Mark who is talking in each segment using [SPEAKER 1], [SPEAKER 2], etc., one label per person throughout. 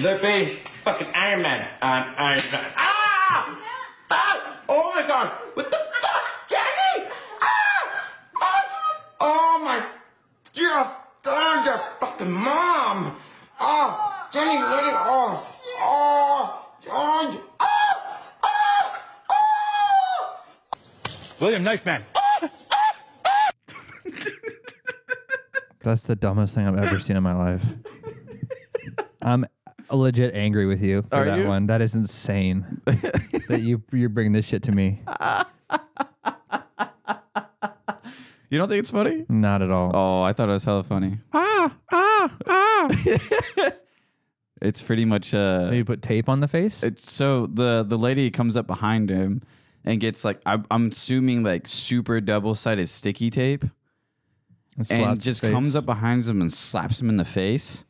[SPEAKER 1] There'd be fucking Iron Man on Iron Man. Ah! Fuck! Oh my god! What the fuck, Jackie? Ah! Ah! Oh my god! Oh, your fucking mom! Oh, Jenny, let it off! Oh! Oh! you- Oh! Oh! Oh!
[SPEAKER 2] William Knife Man.
[SPEAKER 3] That's the dumbest thing I've ever seen in my life. I'm legit angry with you for
[SPEAKER 4] Are
[SPEAKER 3] that
[SPEAKER 4] you?
[SPEAKER 3] one. That is insane that you you're bringing this shit to me.
[SPEAKER 4] You don't think it's funny?
[SPEAKER 3] Not at all.
[SPEAKER 4] Oh, I thought it was hella funny.
[SPEAKER 2] Ah, ah, ah.
[SPEAKER 4] It's pretty much
[SPEAKER 3] So
[SPEAKER 4] uh
[SPEAKER 3] you put tape on the face?
[SPEAKER 4] it's so the the lady comes up behind him and gets like I, I'm assuming like super double sided sticky tape
[SPEAKER 3] and
[SPEAKER 4] and
[SPEAKER 3] slaps his
[SPEAKER 4] just
[SPEAKER 3] face.
[SPEAKER 4] comes up behind him and slaps him in the face.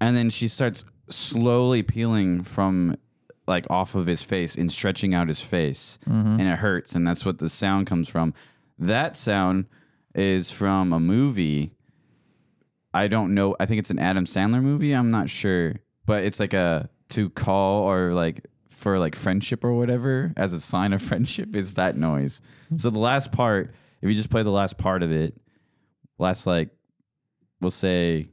[SPEAKER 4] And then she starts slowly peeling from like off of his face and stretching out his face.
[SPEAKER 3] Mm-hmm.
[SPEAKER 4] And it hurts. And that's what the sound comes from. That sound is from a movie. I don't know. I think it's an Adam Sandler movie. I'm not sure. But it's like a to call or like for like friendship or whatever as a sign of friendship is that noise.
[SPEAKER 3] Mm-hmm.
[SPEAKER 4] So the last part, if you just play the last part of it, last like we'll say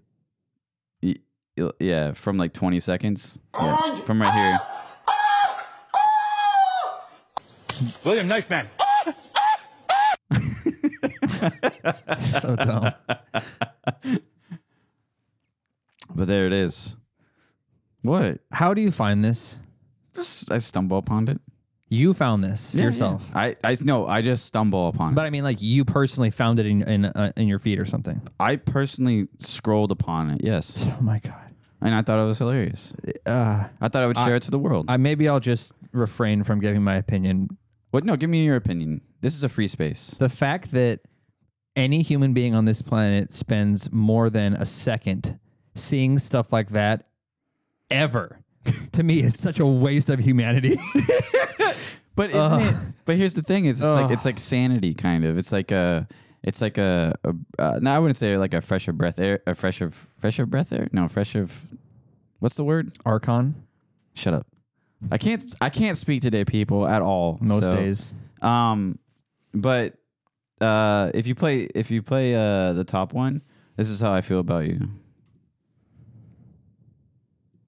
[SPEAKER 4] y- y- yeah from like 20 seconds yeah, from right here
[SPEAKER 2] William Knife Man.
[SPEAKER 3] so dumb.
[SPEAKER 4] but there it is what
[SPEAKER 3] How do you find this?
[SPEAKER 4] just i stumble upon it
[SPEAKER 3] You found this
[SPEAKER 4] Yeah,
[SPEAKER 3] yourself.
[SPEAKER 4] yeah. i i no i just stumble upon
[SPEAKER 3] But
[SPEAKER 4] it
[SPEAKER 3] I mean, like you personally found it in in, uh, in your feed or something.
[SPEAKER 4] i personally scrolled upon it yes
[SPEAKER 3] Oh my god!
[SPEAKER 4] and i thought it was hilarious i thought Uh, i would share it to the world
[SPEAKER 3] I maybe I'll just refrain from giving my opinion.
[SPEAKER 4] what no give me your opinion this is a free space
[SPEAKER 3] The fact that any human being on this planet spends more than a second seeing stuff like that ever to me is such a waste of humanity.
[SPEAKER 4] but isn't it but here's the thing is it's like it's like sanity kind of it's like a it's like a, a uh, no, I wouldn't say like a fresh of breath air, a fresh of fresh of breath air. No, fresh of what's the word?
[SPEAKER 3] Archon,
[SPEAKER 4] Shut up. I can't I can't speak today, people, at all.
[SPEAKER 3] most
[SPEAKER 4] so,
[SPEAKER 3] days.
[SPEAKER 4] Um, but uh, if you play if you play uh the top one, this is how I feel about you.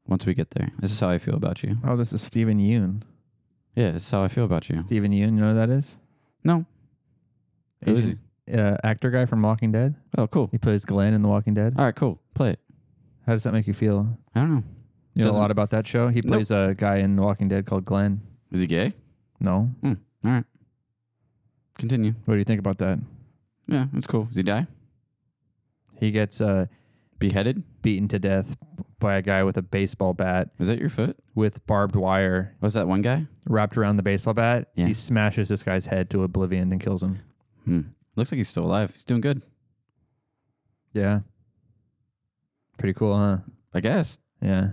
[SPEAKER 4] Once we get there, this is how I feel about you.
[SPEAKER 3] Oh, this is Stephen Yoon.
[SPEAKER 4] Yeah, this is how I feel about you.
[SPEAKER 3] Stephen Yoon, you know who that is?
[SPEAKER 4] No. Who is
[SPEAKER 3] Asian, Uh, actor guy from Walking Dead.
[SPEAKER 4] Oh, cool.
[SPEAKER 3] He plays Glenn in The Walking Dead.
[SPEAKER 4] All right, cool. Play it.
[SPEAKER 3] How does that make you feel?
[SPEAKER 4] I don't know.
[SPEAKER 3] You know a
[SPEAKER 4] Doesn't-
[SPEAKER 3] lot about that show. He plays a guy in The Walking Dead called Glenn.
[SPEAKER 4] Is he gay?
[SPEAKER 3] No.
[SPEAKER 4] Hmm. All right. Continue.
[SPEAKER 3] What do you think about that?
[SPEAKER 4] Yeah, that's cool. Does he die?
[SPEAKER 3] He gets uh,
[SPEAKER 4] Beheaded?
[SPEAKER 3] beaten to death by a guy with a baseball bat
[SPEAKER 4] Is that your foot?
[SPEAKER 3] with barbed wire
[SPEAKER 4] Was that one guy?
[SPEAKER 3] wrapped around the baseball bat.
[SPEAKER 4] Yeah.
[SPEAKER 3] He smashes this guy's head to oblivion and kills him.
[SPEAKER 4] Hmm. Looks like he's still alive. He's doing good.
[SPEAKER 3] Yeah. Pretty cool, huh?
[SPEAKER 4] I guess.
[SPEAKER 3] Yeah.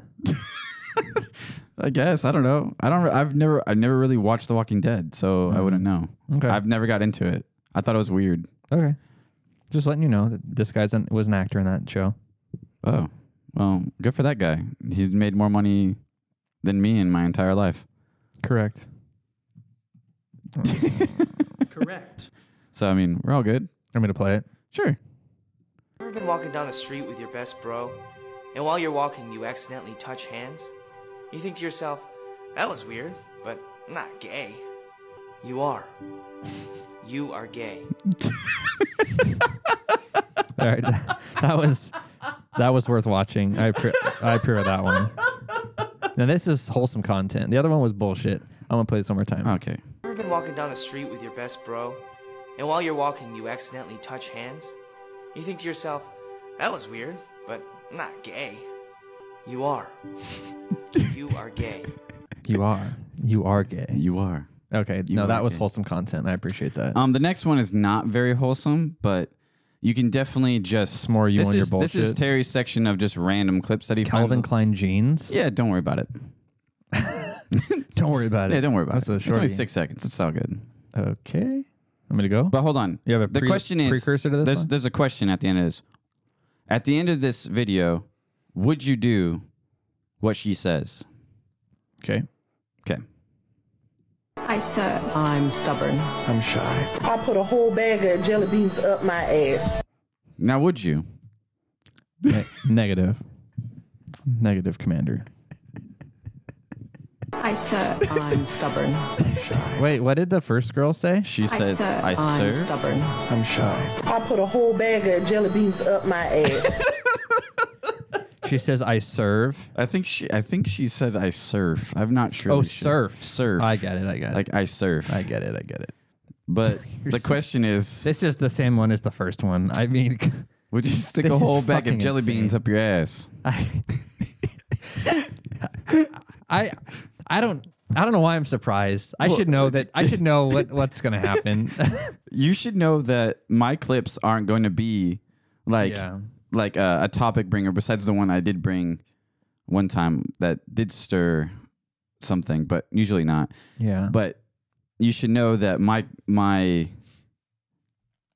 [SPEAKER 4] I guess. I don't know. I don't. I've never. I've never really watched The Walking Dead, so I wouldn't know.
[SPEAKER 3] Mm. Okay.
[SPEAKER 4] I've never got into it. I thought it was weird.
[SPEAKER 3] okay. Just letting you know that this guy's an, was an actor in that show.
[SPEAKER 4] Oh, well, good for that guy. He's made more money than me in my entire life.
[SPEAKER 3] Correct.
[SPEAKER 5] Correct.
[SPEAKER 4] So I mean, we're all good.
[SPEAKER 3] I'm going to play it.
[SPEAKER 4] Sure.
[SPEAKER 5] Ever been walking down the street with your best bro, and while you're walking, you accidentally touch hands? You think to yourself, that was weird, but I'm not gay. You are. You are gay.
[SPEAKER 3] All right. that was that was worth watching. I appro- I approve of that one. Now this is wholesome content. The other one was bullshit. I'm gonna play this one more time.
[SPEAKER 4] Okay.
[SPEAKER 5] Ever been walking down the street with your best bro, and while you're walking, you accidentally touch hands? You think to yourself, that was weird, but I'm not gay. You are. you are gay.
[SPEAKER 3] You are you are gay.
[SPEAKER 4] You are.
[SPEAKER 3] Okay.
[SPEAKER 4] You
[SPEAKER 3] no,
[SPEAKER 4] are
[SPEAKER 3] that was
[SPEAKER 4] gay.
[SPEAKER 3] wholesome content. I appreciate that.
[SPEAKER 4] Um, the next one is not very wholesome, but you can definitely just
[SPEAKER 3] more you
[SPEAKER 4] this
[SPEAKER 3] and your
[SPEAKER 4] is- This is
[SPEAKER 3] bullshit.
[SPEAKER 4] Terry's section of just random clips that he
[SPEAKER 3] Calvin
[SPEAKER 4] finds.
[SPEAKER 3] Klein jeans.
[SPEAKER 4] yeah, don't worry about it.
[SPEAKER 3] Don't worry about it.
[SPEAKER 4] Yeah, don't worry about
[SPEAKER 3] That's
[SPEAKER 4] it.
[SPEAKER 3] A
[SPEAKER 4] It's only
[SPEAKER 3] shorty.
[SPEAKER 4] six seconds. It's all good.
[SPEAKER 3] Okay. I'm gonna go.
[SPEAKER 4] But hold on.
[SPEAKER 3] You have a
[SPEAKER 4] the
[SPEAKER 3] pre-
[SPEAKER 4] question is
[SPEAKER 3] precursor to this
[SPEAKER 4] There's,
[SPEAKER 3] one?
[SPEAKER 4] there's a question at the end of this. At the end of this video, would you do what she says.
[SPEAKER 3] Okay.
[SPEAKER 4] Okay.
[SPEAKER 6] I said,
[SPEAKER 7] I'm stubborn.
[SPEAKER 8] I put a whole bag of jelly beans up my ass.
[SPEAKER 4] Now, would you?
[SPEAKER 3] Ne- negative. Negative, Commander.
[SPEAKER 6] I said,
[SPEAKER 7] I'm stubborn.
[SPEAKER 3] Wait, what did the first girl say?
[SPEAKER 4] She says,
[SPEAKER 6] serve.
[SPEAKER 4] I
[SPEAKER 7] I'm
[SPEAKER 4] serve.
[SPEAKER 7] stubborn.
[SPEAKER 8] I put a whole bag of jelly beans up my ass.
[SPEAKER 3] She says, I serve.
[SPEAKER 4] I think she. I think she said, "I surf." I'm not sure.
[SPEAKER 3] Oh,
[SPEAKER 4] we should-
[SPEAKER 3] surf.
[SPEAKER 4] surf.
[SPEAKER 3] I get it. I get it.
[SPEAKER 4] Like I surf.
[SPEAKER 3] I get it. I get it.
[SPEAKER 4] But the
[SPEAKER 3] so-
[SPEAKER 4] question is,
[SPEAKER 3] This is the same one as the first one. I mean,
[SPEAKER 4] would you stick
[SPEAKER 3] this
[SPEAKER 4] a
[SPEAKER 3] is
[SPEAKER 4] whole bag of
[SPEAKER 3] fucking
[SPEAKER 4] jelly
[SPEAKER 3] insane.
[SPEAKER 4] beans up your ass?
[SPEAKER 3] I, I, I don't. I don't know why I'm surprised. I should know that. I should know what, what's going to happen.
[SPEAKER 4] You should know that my clips aren't going to be like
[SPEAKER 3] Yeah.
[SPEAKER 4] like uh, a, a topic bringer. Besides the one I did bring one time that did stir something, but usually not.
[SPEAKER 3] yeah. But
[SPEAKER 4] But you should know that my my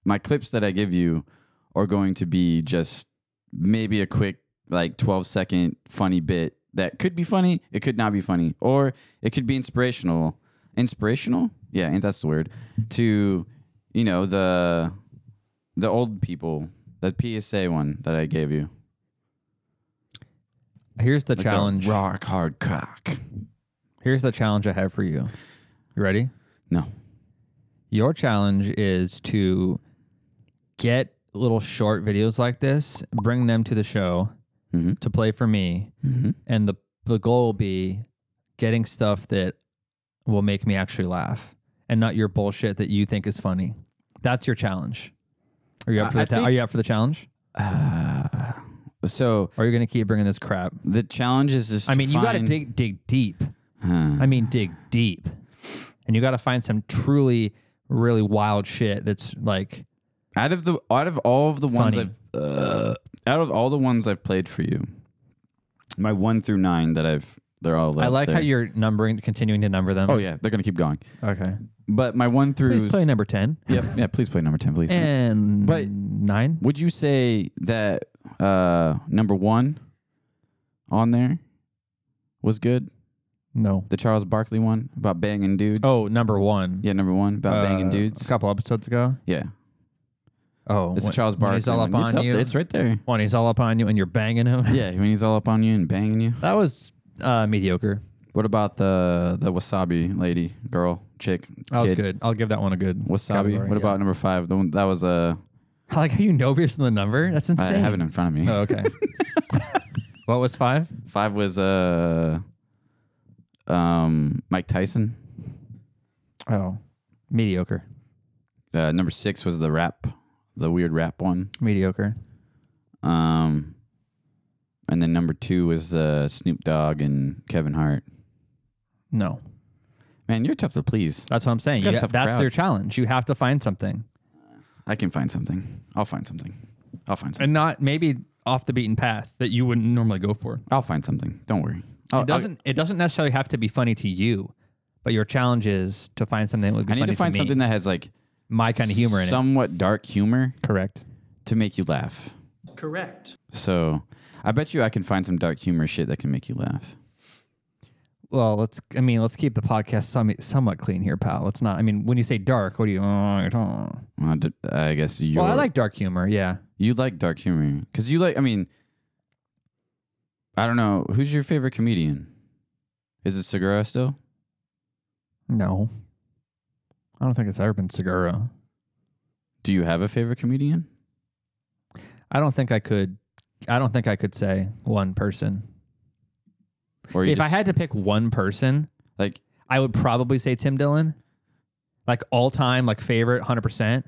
[SPEAKER 4] my clips that I give you are going to be just maybe a quick like 12 second funny bit that could be funny, it could not be funny, or it could be inspirational. Inspirational? Yeah, and that's the word. To you know, the the old people, the PSA one that I gave you.
[SPEAKER 3] here's the
[SPEAKER 4] Like the
[SPEAKER 3] challenge.
[SPEAKER 4] rock hard cock.
[SPEAKER 3] Here's the challenge I have for you. You ready?
[SPEAKER 4] No.
[SPEAKER 3] Your challenge is to get little short videos like this, bring them to the show
[SPEAKER 4] Mhm.
[SPEAKER 3] to play for me,
[SPEAKER 4] Mm-hmm.
[SPEAKER 3] and the the goal will be getting stuff that will make me actually laugh and not your bullshit that you think is funny. That's your challenge. Are you up for the
[SPEAKER 4] I- I
[SPEAKER 3] ta-
[SPEAKER 4] think-
[SPEAKER 3] Are you up for the challenge?
[SPEAKER 4] So
[SPEAKER 3] Or are you going to keep bringing this crap?
[SPEAKER 4] the challenge is just
[SPEAKER 3] I mean, you got to
[SPEAKER 4] find-
[SPEAKER 3] dig dig deep.
[SPEAKER 4] Huh.
[SPEAKER 3] I mean, dig deep, and you got to find some truly, really wild shit that's like
[SPEAKER 4] out of the out of all of the ones
[SPEAKER 3] Funny.
[SPEAKER 4] I've uh, out of all the ones I've played for you, my one through nine that I've they're all.
[SPEAKER 3] I
[SPEAKER 4] up
[SPEAKER 3] like how
[SPEAKER 4] there.
[SPEAKER 3] you're numbering, continuing to number them.
[SPEAKER 4] Oh yeah, they're gonna keep going.
[SPEAKER 3] Okay.
[SPEAKER 4] But my one through.
[SPEAKER 3] Please play number 10
[SPEAKER 4] Yep. Yeah. Please play number ten, please.
[SPEAKER 3] and
[SPEAKER 4] But-
[SPEAKER 3] 9.
[SPEAKER 4] Would you say that uh number one on there was good?
[SPEAKER 3] No.
[SPEAKER 4] The Charles Barkley one about banging dudes.
[SPEAKER 3] Oh, number 1.
[SPEAKER 4] Yeah, number one about
[SPEAKER 3] Uh,
[SPEAKER 4] banging dudes.
[SPEAKER 3] A couple episodes ago.
[SPEAKER 4] Yeah,
[SPEAKER 3] Oh.
[SPEAKER 4] it's
[SPEAKER 3] when-
[SPEAKER 4] the Charles
[SPEAKER 3] when
[SPEAKER 4] Barkley.
[SPEAKER 3] He's all up
[SPEAKER 4] one.
[SPEAKER 3] on
[SPEAKER 4] It's
[SPEAKER 3] you.
[SPEAKER 4] there. It's right there.
[SPEAKER 3] When he's all up on you and you're banging him.
[SPEAKER 4] Yeah, when he's all up on you and banging you.
[SPEAKER 3] That was uh, mediocre.
[SPEAKER 4] What about the the wasabi lady, girl, chick?
[SPEAKER 3] That was
[SPEAKER 4] kid?
[SPEAKER 3] good. I'll give that one a good.
[SPEAKER 4] Wasabi.
[SPEAKER 3] category,
[SPEAKER 4] what
[SPEAKER 3] yeah.
[SPEAKER 4] about number five? The one that was uh,
[SPEAKER 3] I like how you know based on the number. That's
[SPEAKER 4] I
[SPEAKER 3] insane.
[SPEAKER 4] have it in front of me.
[SPEAKER 3] Oh, okay. what was 5?
[SPEAKER 4] Five was uh, um, Mike Tyson.
[SPEAKER 3] Oh. Mediocre.
[SPEAKER 4] Uh, number six was the rap, the weird rap one.
[SPEAKER 3] Mediocre.
[SPEAKER 4] Um, and then number two was uh, Snoop Dogg and Kevin Hart.
[SPEAKER 3] No.
[SPEAKER 4] Man, you're tough to please.
[SPEAKER 3] That's what I'm saying.
[SPEAKER 4] You got
[SPEAKER 3] You
[SPEAKER 4] a
[SPEAKER 3] ha-
[SPEAKER 4] tough
[SPEAKER 3] that's
[SPEAKER 4] crowd.
[SPEAKER 3] your challenge. You have to find something.
[SPEAKER 4] I can find something. I'll find something. I'll find something.
[SPEAKER 3] and not maybe off the beaten path that you wouldn't normally go for.
[SPEAKER 4] I'll find something. Don't worry. I'll- I'll-
[SPEAKER 3] it doesn't. It doesn't necessarily have to be funny to you, but your challenge is to find something that would be
[SPEAKER 4] I need
[SPEAKER 3] funny
[SPEAKER 4] to find
[SPEAKER 3] me.
[SPEAKER 4] something that has like
[SPEAKER 3] my kind of humor in it.
[SPEAKER 4] somewhat dark humor.
[SPEAKER 3] Correct.
[SPEAKER 4] to make you laugh. Correct. So, I bet you I can find some dark humor shit that can make you laugh.
[SPEAKER 3] Well, let's. I mean, let's keep the podcast some, somewhat clean here, pal. Let's not. I mean, when you say dark, what do you? oh, Well,
[SPEAKER 4] Uh, d- I guess you.
[SPEAKER 3] I like dark humor. Yeah.
[SPEAKER 4] you like dark humor because you like. I mean, I don't know who's your favorite comedian. Is it Segura still?
[SPEAKER 3] No. I don't think it's ever been Segura.
[SPEAKER 4] Do you have a favorite comedian?
[SPEAKER 3] I don't think I could. I don't think I could say one person.
[SPEAKER 4] Or you
[SPEAKER 3] If I
[SPEAKER 4] just-
[SPEAKER 3] had to pick one person,
[SPEAKER 4] like,
[SPEAKER 3] I would probably say Tim Dillon. Like all time, like favorite, hundred percent,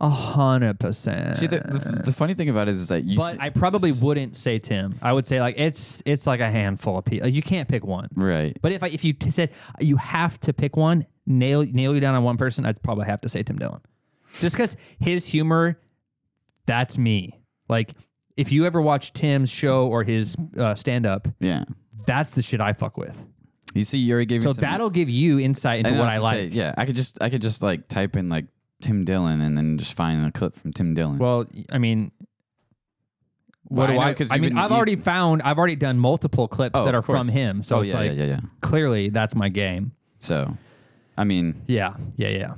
[SPEAKER 3] hundred percent.
[SPEAKER 4] see the, the the funny thing about it is that you.
[SPEAKER 3] uh, but I probably wouldn't say Tim. I would say like it's it's like a handful of people. Like, you can't pick one.
[SPEAKER 4] right.
[SPEAKER 3] But if I, if you t- said you have to pick one, nail nail you down on one person, I'd probably have to say Tim Dillon, just because his humor, that's me. Like if you ever watch Tim's show or his uh, stand up,
[SPEAKER 4] Yeah.
[SPEAKER 3] that's the shit I fuck with.
[SPEAKER 4] You see, Yuri gave
[SPEAKER 3] So
[SPEAKER 4] me some,
[SPEAKER 3] that'll give you insight into
[SPEAKER 4] And
[SPEAKER 3] what
[SPEAKER 4] was
[SPEAKER 3] I
[SPEAKER 4] gonna say,
[SPEAKER 3] like.
[SPEAKER 4] yeah, I could just I could just like type in like Tim Dillon and then just find a clip from Tim Dillon.
[SPEAKER 3] Well, I mean, What
[SPEAKER 4] I
[SPEAKER 3] do
[SPEAKER 4] know,
[SPEAKER 3] I?
[SPEAKER 4] 'cause
[SPEAKER 3] I
[SPEAKER 4] you've
[SPEAKER 3] mean,
[SPEAKER 4] been-
[SPEAKER 3] I've
[SPEAKER 4] you-
[SPEAKER 3] already found. I've already done multiple clips
[SPEAKER 4] Oh,
[SPEAKER 3] that
[SPEAKER 4] of
[SPEAKER 3] are from
[SPEAKER 4] course.
[SPEAKER 3] him. So
[SPEAKER 4] Oh,
[SPEAKER 3] it's
[SPEAKER 4] yeah,
[SPEAKER 3] like
[SPEAKER 4] yeah, yeah, yeah.
[SPEAKER 3] clearly that's my game.
[SPEAKER 4] So, I mean,
[SPEAKER 3] Yeah, yeah, yeah.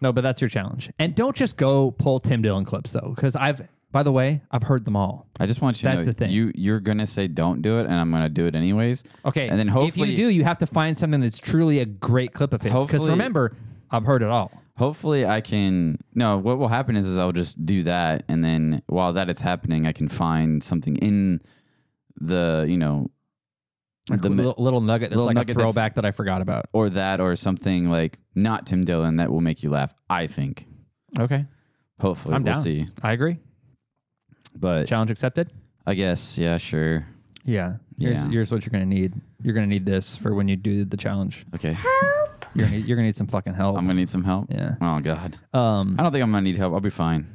[SPEAKER 3] No, but that's your challenge. And don't just go pull Tim Dillon clips though, because I've. By the way, I've heard them all.
[SPEAKER 4] I just want you to
[SPEAKER 3] That's
[SPEAKER 4] know,
[SPEAKER 3] the thing.
[SPEAKER 4] you you're gonna say don't do it, and I'm gonna do it anyways.
[SPEAKER 3] Okay,
[SPEAKER 4] and then hopefully
[SPEAKER 3] if you do, you have to find something that's truly a great clip of his. Because
[SPEAKER 4] Hopefully-
[SPEAKER 3] remember, I've heard it all.
[SPEAKER 4] Hopefully, I can. No, what will happen is, is I'll just do that, and then while that is happening, I can find something in the you know, the me-
[SPEAKER 3] little, little nugget that's
[SPEAKER 4] little
[SPEAKER 3] like a
[SPEAKER 4] nugget that's-
[SPEAKER 3] throwback that I forgot about.
[SPEAKER 4] or that or something like not Tim Dillon that will make you laugh. I think.
[SPEAKER 3] Okay,
[SPEAKER 4] Hopefully,
[SPEAKER 3] I'm
[SPEAKER 4] we'll
[SPEAKER 3] down.
[SPEAKER 4] see.
[SPEAKER 3] I agree.
[SPEAKER 4] But
[SPEAKER 3] Challenge accepted.
[SPEAKER 4] I guess, yeah, sure.
[SPEAKER 3] Yeah. Here's,
[SPEAKER 4] Yeah.
[SPEAKER 3] here's what you're gonna need. You're gonna need this for when you do the challenge.
[SPEAKER 4] Okay,
[SPEAKER 3] You're gonna need, you're gonna need some fucking help.
[SPEAKER 4] I'm gonna need some help.
[SPEAKER 3] Yeah.
[SPEAKER 4] Oh God,
[SPEAKER 3] Um,
[SPEAKER 4] I don't think I'm gonna need help. I'll be fine.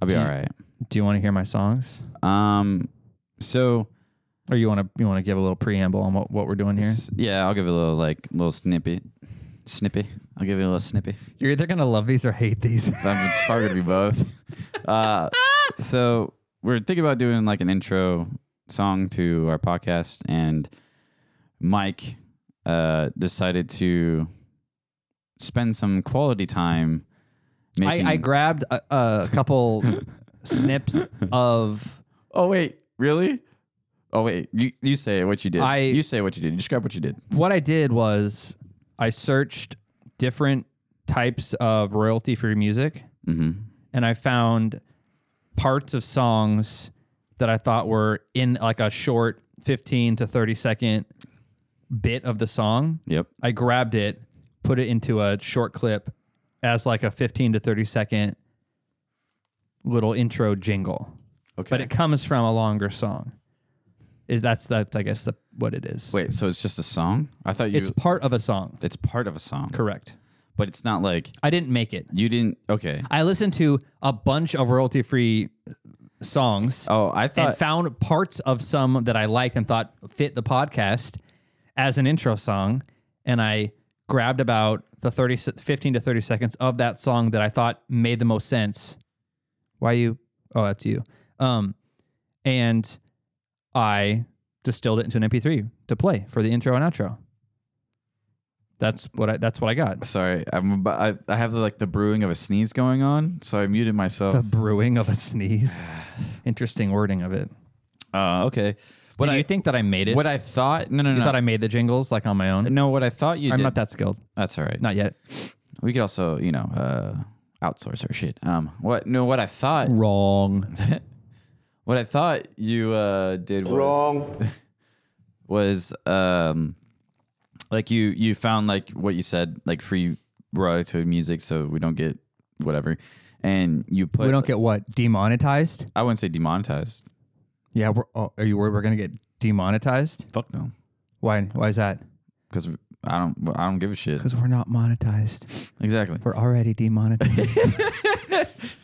[SPEAKER 4] I'll be
[SPEAKER 3] Do you-
[SPEAKER 4] all right.
[SPEAKER 3] do you want to hear my songs,
[SPEAKER 4] Um, so
[SPEAKER 3] or you want to you want to give a little preamble on what, what we're doing here?
[SPEAKER 4] s- yeah, I'll give you a little like little snippy, snippy. I'll give you a little snippy.
[SPEAKER 3] You're either gonna love these or hate these.
[SPEAKER 4] I'm- It's probably gonna be both. Uh, so we're thinking about doing like an intro song to our podcast, and Mike uh, decided to spend some quality time. Making,
[SPEAKER 3] I, I grabbed a, a couple snips of
[SPEAKER 4] oh wait, really? Oh wait, you you say what you did.
[SPEAKER 3] I-
[SPEAKER 4] you say what you did. Describe what you did.
[SPEAKER 3] what I did was I searched different types of royalty free music
[SPEAKER 4] Mm-hmm.
[SPEAKER 3] and I found parts of songs that I thought were in like a short 15 to 30 second bit of the song.
[SPEAKER 4] Yep.
[SPEAKER 3] I grabbed it, put it into a short clip as like a 15 to 30 second little intro jingle.
[SPEAKER 4] Okay.
[SPEAKER 3] But it comes from a longer song. Is that's that's I guess the what it is.
[SPEAKER 4] Wait, so it's just a song? I thought you.
[SPEAKER 3] It's
[SPEAKER 4] It's,
[SPEAKER 3] part of a song.
[SPEAKER 4] part of a song,
[SPEAKER 3] Correct.
[SPEAKER 4] but it's not like
[SPEAKER 3] I didn't make it.
[SPEAKER 4] you didn't. Okay.
[SPEAKER 3] I listened to a bunch of royalty free songs
[SPEAKER 4] Oh, I
[SPEAKER 3] and
[SPEAKER 4] thought.
[SPEAKER 3] found parts of some that I liked and thought fit the podcast as an intro song. And I grabbed about the 30, se- 15 to 30 seconds of that song that I thought made the most sense. Why you? Oh, that's you. Um, and I distilled it into an MP3 to play for the intro and outro. That's what I, that's what I got.
[SPEAKER 4] sorry, I'm. About, I I have the, like the brewing of a sneeze going on, so I muted
[SPEAKER 3] The
[SPEAKER 4] myself.
[SPEAKER 3] brewing of a sneeze. Interesting wording of it.
[SPEAKER 4] Uh, okay.
[SPEAKER 3] But
[SPEAKER 4] What
[SPEAKER 3] do
[SPEAKER 4] I
[SPEAKER 3] you think that I made it?
[SPEAKER 4] what I thought? No, no,
[SPEAKER 3] you
[SPEAKER 4] no.
[SPEAKER 3] thought I made the jingles like on my own?
[SPEAKER 4] no, what I thought you
[SPEAKER 3] I'm
[SPEAKER 4] did.
[SPEAKER 3] not that skilled.
[SPEAKER 4] That's all right.
[SPEAKER 3] Not yet.
[SPEAKER 4] We could also, you know, uh, outsource our shit. Um, what? No, what I thought.
[SPEAKER 3] Wrong.
[SPEAKER 4] What I thought you uh, did was was um, like you you found like what you said like free royalty music, so we don't get whatever, and you put
[SPEAKER 3] We don't get what demonetized.
[SPEAKER 4] I wouldn't say demonetized.
[SPEAKER 3] Yeah, we're, oh, are you worried we're gonna get demonetized?
[SPEAKER 4] Fuck no,
[SPEAKER 3] Why? Why is that?
[SPEAKER 4] because I don't I don't give a shit.
[SPEAKER 3] Because we're not monetized.
[SPEAKER 4] Exactly.
[SPEAKER 3] We're already demonetized.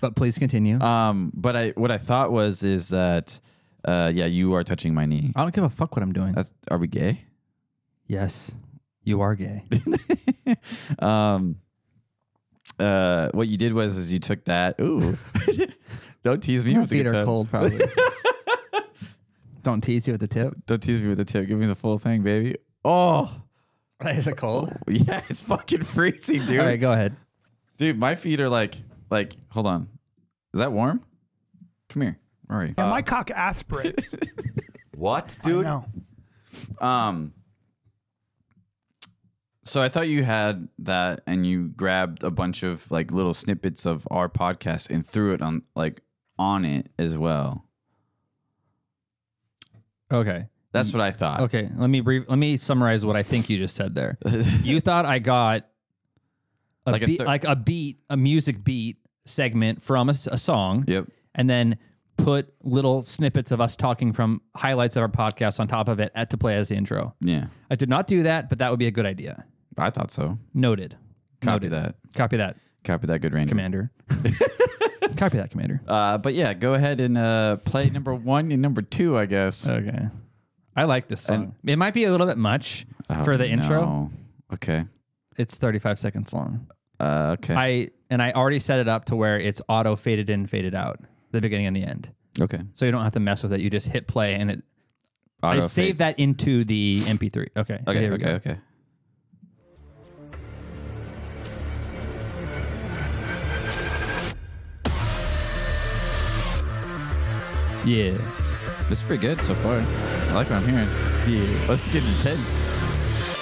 [SPEAKER 3] but please continue.
[SPEAKER 4] Um, but I what I thought was is that uh, yeah, you are touching my knee.
[SPEAKER 3] I don't give a fuck what I'm doing.
[SPEAKER 4] That's, are we gay?
[SPEAKER 3] yes, you are gay.
[SPEAKER 4] um uh what you did was is you took that ooh don't tease me
[SPEAKER 3] Your
[SPEAKER 4] with the
[SPEAKER 3] feet
[SPEAKER 4] good
[SPEAKER 3] are
[SPEAKER 4] tip.
[SPEAKER 3] cold, probably. don't tease you with the tip.
[SPEAKER 4] don't tease me with the tip give me the full thing baby oh
[SPEAKER 3] Is it cold?
[SPEAKER 4] yeah it's fucking freezing dude
[SPEAKER 3] All right, go ahead.
[SPEAKER 4] dude my feet are like like hold on is that warm come here Murray.
[SPEAKER 7] Yeah, my cock aspirates.
[SPEAKER 9] Uh, What, dude?
[SPEAKER 7] no.
[SPEAKER 4] um so i thought you had that and you grabbed a bunch of like little snippets of our podcast and threw it on like on it as well
[SPEAKER 3] Okay.
[SPEAKER 4] that's what i thought
[SPEAKER 3] Mm. Okay, let me brief, let me summarize what I think you just said there. you thought I got a
[SPEAKER 4] Like a
[SPEAKER 3] beat,
[SPEAKER 4] thir-
[SPEAKER 3] like a beat, a music beat segment from a, s- a song,
[SPEAKER 4] yep
[SPEAKER 3] and then put little snippets of us talking from highlights of our podcast on top of it at to play as the intro.
[SPEAKER 4] yeah
[SPEAKER 3] I did not do that, but that would be a good idea.
[SPEAKER 4] I thought so.
[SPEAKER 3] Noted.
[SPEAKER 4] Copy
[SPEAKER 3] Noted.
[SPEAKER 4] that.
[SPEAKER 3] Copy that,
[SPEAKER 4] Copy that, good ranger.
[SPEAKER 3] Commander. Copy that, Commander.
[SPEAKER 4] Uh, but yeah, go ahead and uh, play number one and number two, I guess.
[SPEAKER 3] Okay. I like this song. it might be a little bit much
[SPEAKER 4] Oh,
[SPEAKER 3] for the intro.
[SPEAKER 4] no. Okay.
[SPEAKER 3] It's 35 seconds long.
[SPEAKER 4] Uh, okay.
[SPEAKER 3] I and I already set it up to where it's auto faded in, faded out, the beginning and the end.
[SPEAKER 4] Okay.
[SPEAKER 3] so you don't have to mess with it. You just hit play, and it. I
[SPEAKER 4] Auto
[SPEAKER 3] saved
[SPEAKER 4] fades.
[SPEAKER 3] that into the MP3. Okay. so
[SPEAKER 4] Okay.
[SPEAKER 3] here we
[SPEAKER 4] okay.
[SPEAKER 3] go.
[SPEAKER 4] Okay.
[SPEAKER 3] Yeah.
[SPEAKER 4] This is pretty good so far. I like what I'm hearing.
[SPEAKER 3] Yeah.
[SPEAKER 4] Let's get intense.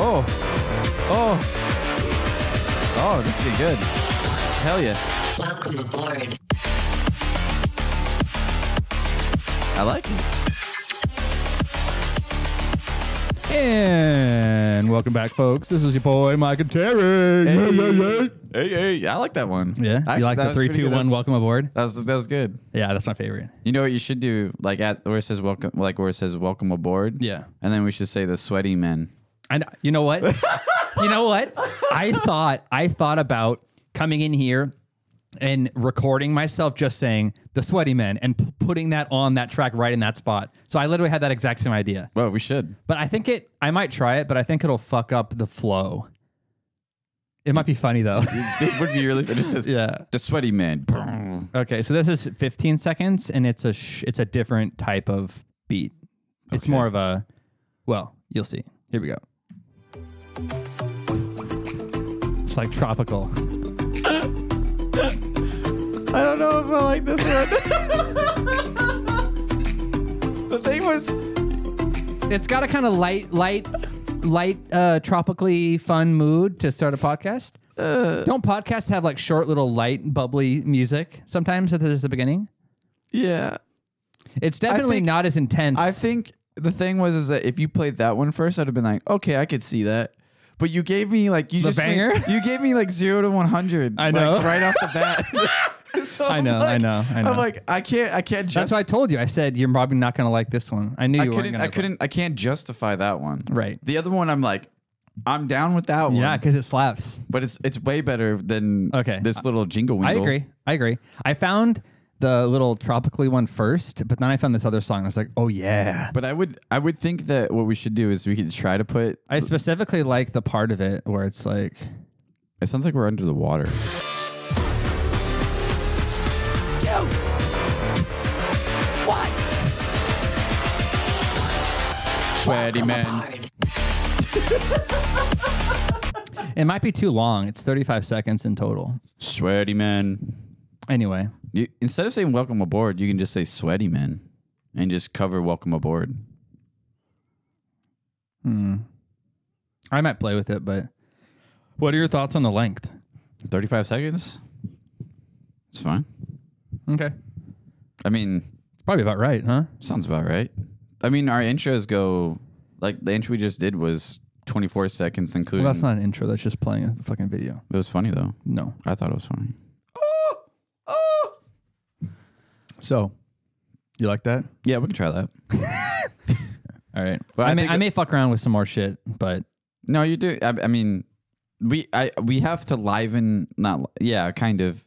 [SPEAKER 4] Oh. Oh. Oh, this is gonna be good. Hell yeah. Welcome aboard. I like it.
[SPEAKER 3] And welcome back, folks. This is your boy Mike and Terry. Yeah, yeah, yeah.
[SPEAKER 4] Hey, hey, I like that one.
[SPEAKER 3] Yeah.
[SPEAKER 4] Actually,
[SPEAKER 3] you like
[SPEAKER 4] that
[SPEAKER 3] the
[SPEAKER 4] was
[SPEAKER 3] three,
[SPEAKER 4] pretty
[SPEAKER 3] two,
[SPEAKER 4] good.
[SPEAKER 3] one? Welcome aboard.
[SPEAKER 4] That was, that was good.
[SPEAKER 3] Yeah, that's my favorite.
[SPEAKER 4] You know what you should do? Like at where it says welcome, like where it says welcome aboard.
[SPEAKER 3] Yeah.
[SPEAKER 4] And then we should say the sweaty men.
[SPEAKER 3] And you know what? you know what? I thought I thought about coming in here and recording myself just saying the sweaty men and p- putting that on that track right in that spot. So I literally had that exact same idea.
[SPEAKER 4] Well, we should.
[SPEAKER 3] But I think it I might try it, but I think it'll fuck up the flow. It might be funny though.
[SPEAKER 4] this would be really. It just says
[SPEAKER 3] Yeah.
[SPEAKER 4] The sweaty men.
[SPEAKER 3] okay, so this is 15 seconds and it's a sh- it's a different type of beat. It's more of a well, you'll see. Here we go. It's like tropical.
[SPEAKER 4] I don't know if I like this one. the thing was,
[SPEAKER 3] It's got a kind of light, light, light, uh, tropically fun mood to start a podcast.
[SPEAKER 4] Uh.
[SPEAKER 3] Don't podcasts have like short, little, light, bubbly music sometimes at the, just the beginning?
[SPEAKER 4] yeah,
[SPEAKER 3] It's definitely
[SPEAKER 4] think-
[SPEAKER 3] not as intense.
[SPEAKER 4] I think the thing was is that if you played that one first, I'd have been like, okay, I could see that. But you gave me like you
[SPEAKER 3] The
[SPEAKER 4] just
[SPEAKER 3] banger?
[SPEAKER 4] went- you gave me like zero to one hundred.
[SPEAKER 3] I know.
[SPEAKER 4] right off the bat. So
[SPEAKER 3] I
[SPEAKER 4] I'm
[SPEAKER 3] know, I know, I know.
[SPEAKER 4] I'm like, I can't, I can't. Just,
[SPEAKER 3] that's why I told you. I said you're probably not going to like this one. I knew
[SPEAKER 4] I
[SPEAKER 3] you weren't
[SPEAKER 4] couldn't,
[SPEAKER 3] going to.
[SPEAKER 4] I couldn't, I can't justify that one.
[SPEAKER 3] Right.
[SPEAKER 4] The other one, I'm like, I'm down with that one.
[SPEAKER 3] Yeah, because it slaps.
[SPEAKER 4] But it's it's way better than
[SPEAKER 3] Okay.
[SPEAKER 4] this little jingle.
[SPEAKER 3] I
[SPEAKER 4] wingle.
[SPEAKER 3] agree. I agree. I found the little tropically one first, but then I found this other song. I was like, oh yeah.
[SPEAKER 4] But I would I would think that what we should do is we could try to put.
[SPEAKER 3] I specifically like the part of it where it's like,
[SPEAKER 4] It sounds like we're under the water. Sweaty man.
[SPEAKER 3] it might be too long. It's 35 seconds in total.
[SPEAKER 4] Sweaty man.
[SPEAKER 3] Anyway,
[SPEAKER 4] You, instead of saying welcome aboard, you can just say sweaty man and just cover welcome aboard.
[SPEAKER 3] I might play with it, but what are your thoughts on the length?
[SPEAKER 4] 35 seconds? It's fine.
[SPEAKER 3] Okay.
[SPEAKER 4] I mean,
[SPEAKER 3] It's probably about right, huh?
[SPEAKER 4] Sounds about right. I mean, our intros go like the intro we just did was 24 seconds, including.
[SPEAKER 3] Well, that's not an intro. That's just playing a fucking video.
[SPEAKER 4] It was funny though.
[SPEAKER 3] No.
[SPEAKER 4] I thought it was funny.
[SPEAKER 3] So, you like that?
[SPEAKER 4] Yeah, we can try that.
[SPEAKER 3] All right.
[SPEAKER 4] But
[SPEAKER 3] I,
[SPEAKER 4] I
[SPEAKER 3] may,
[SPEAKER 4] think-
[SPEAKER 3] I may fuck around with some more shit, but
[SPEAKER 4] No, you do. I, I mean, we I we have to liven not li- yeah, kind of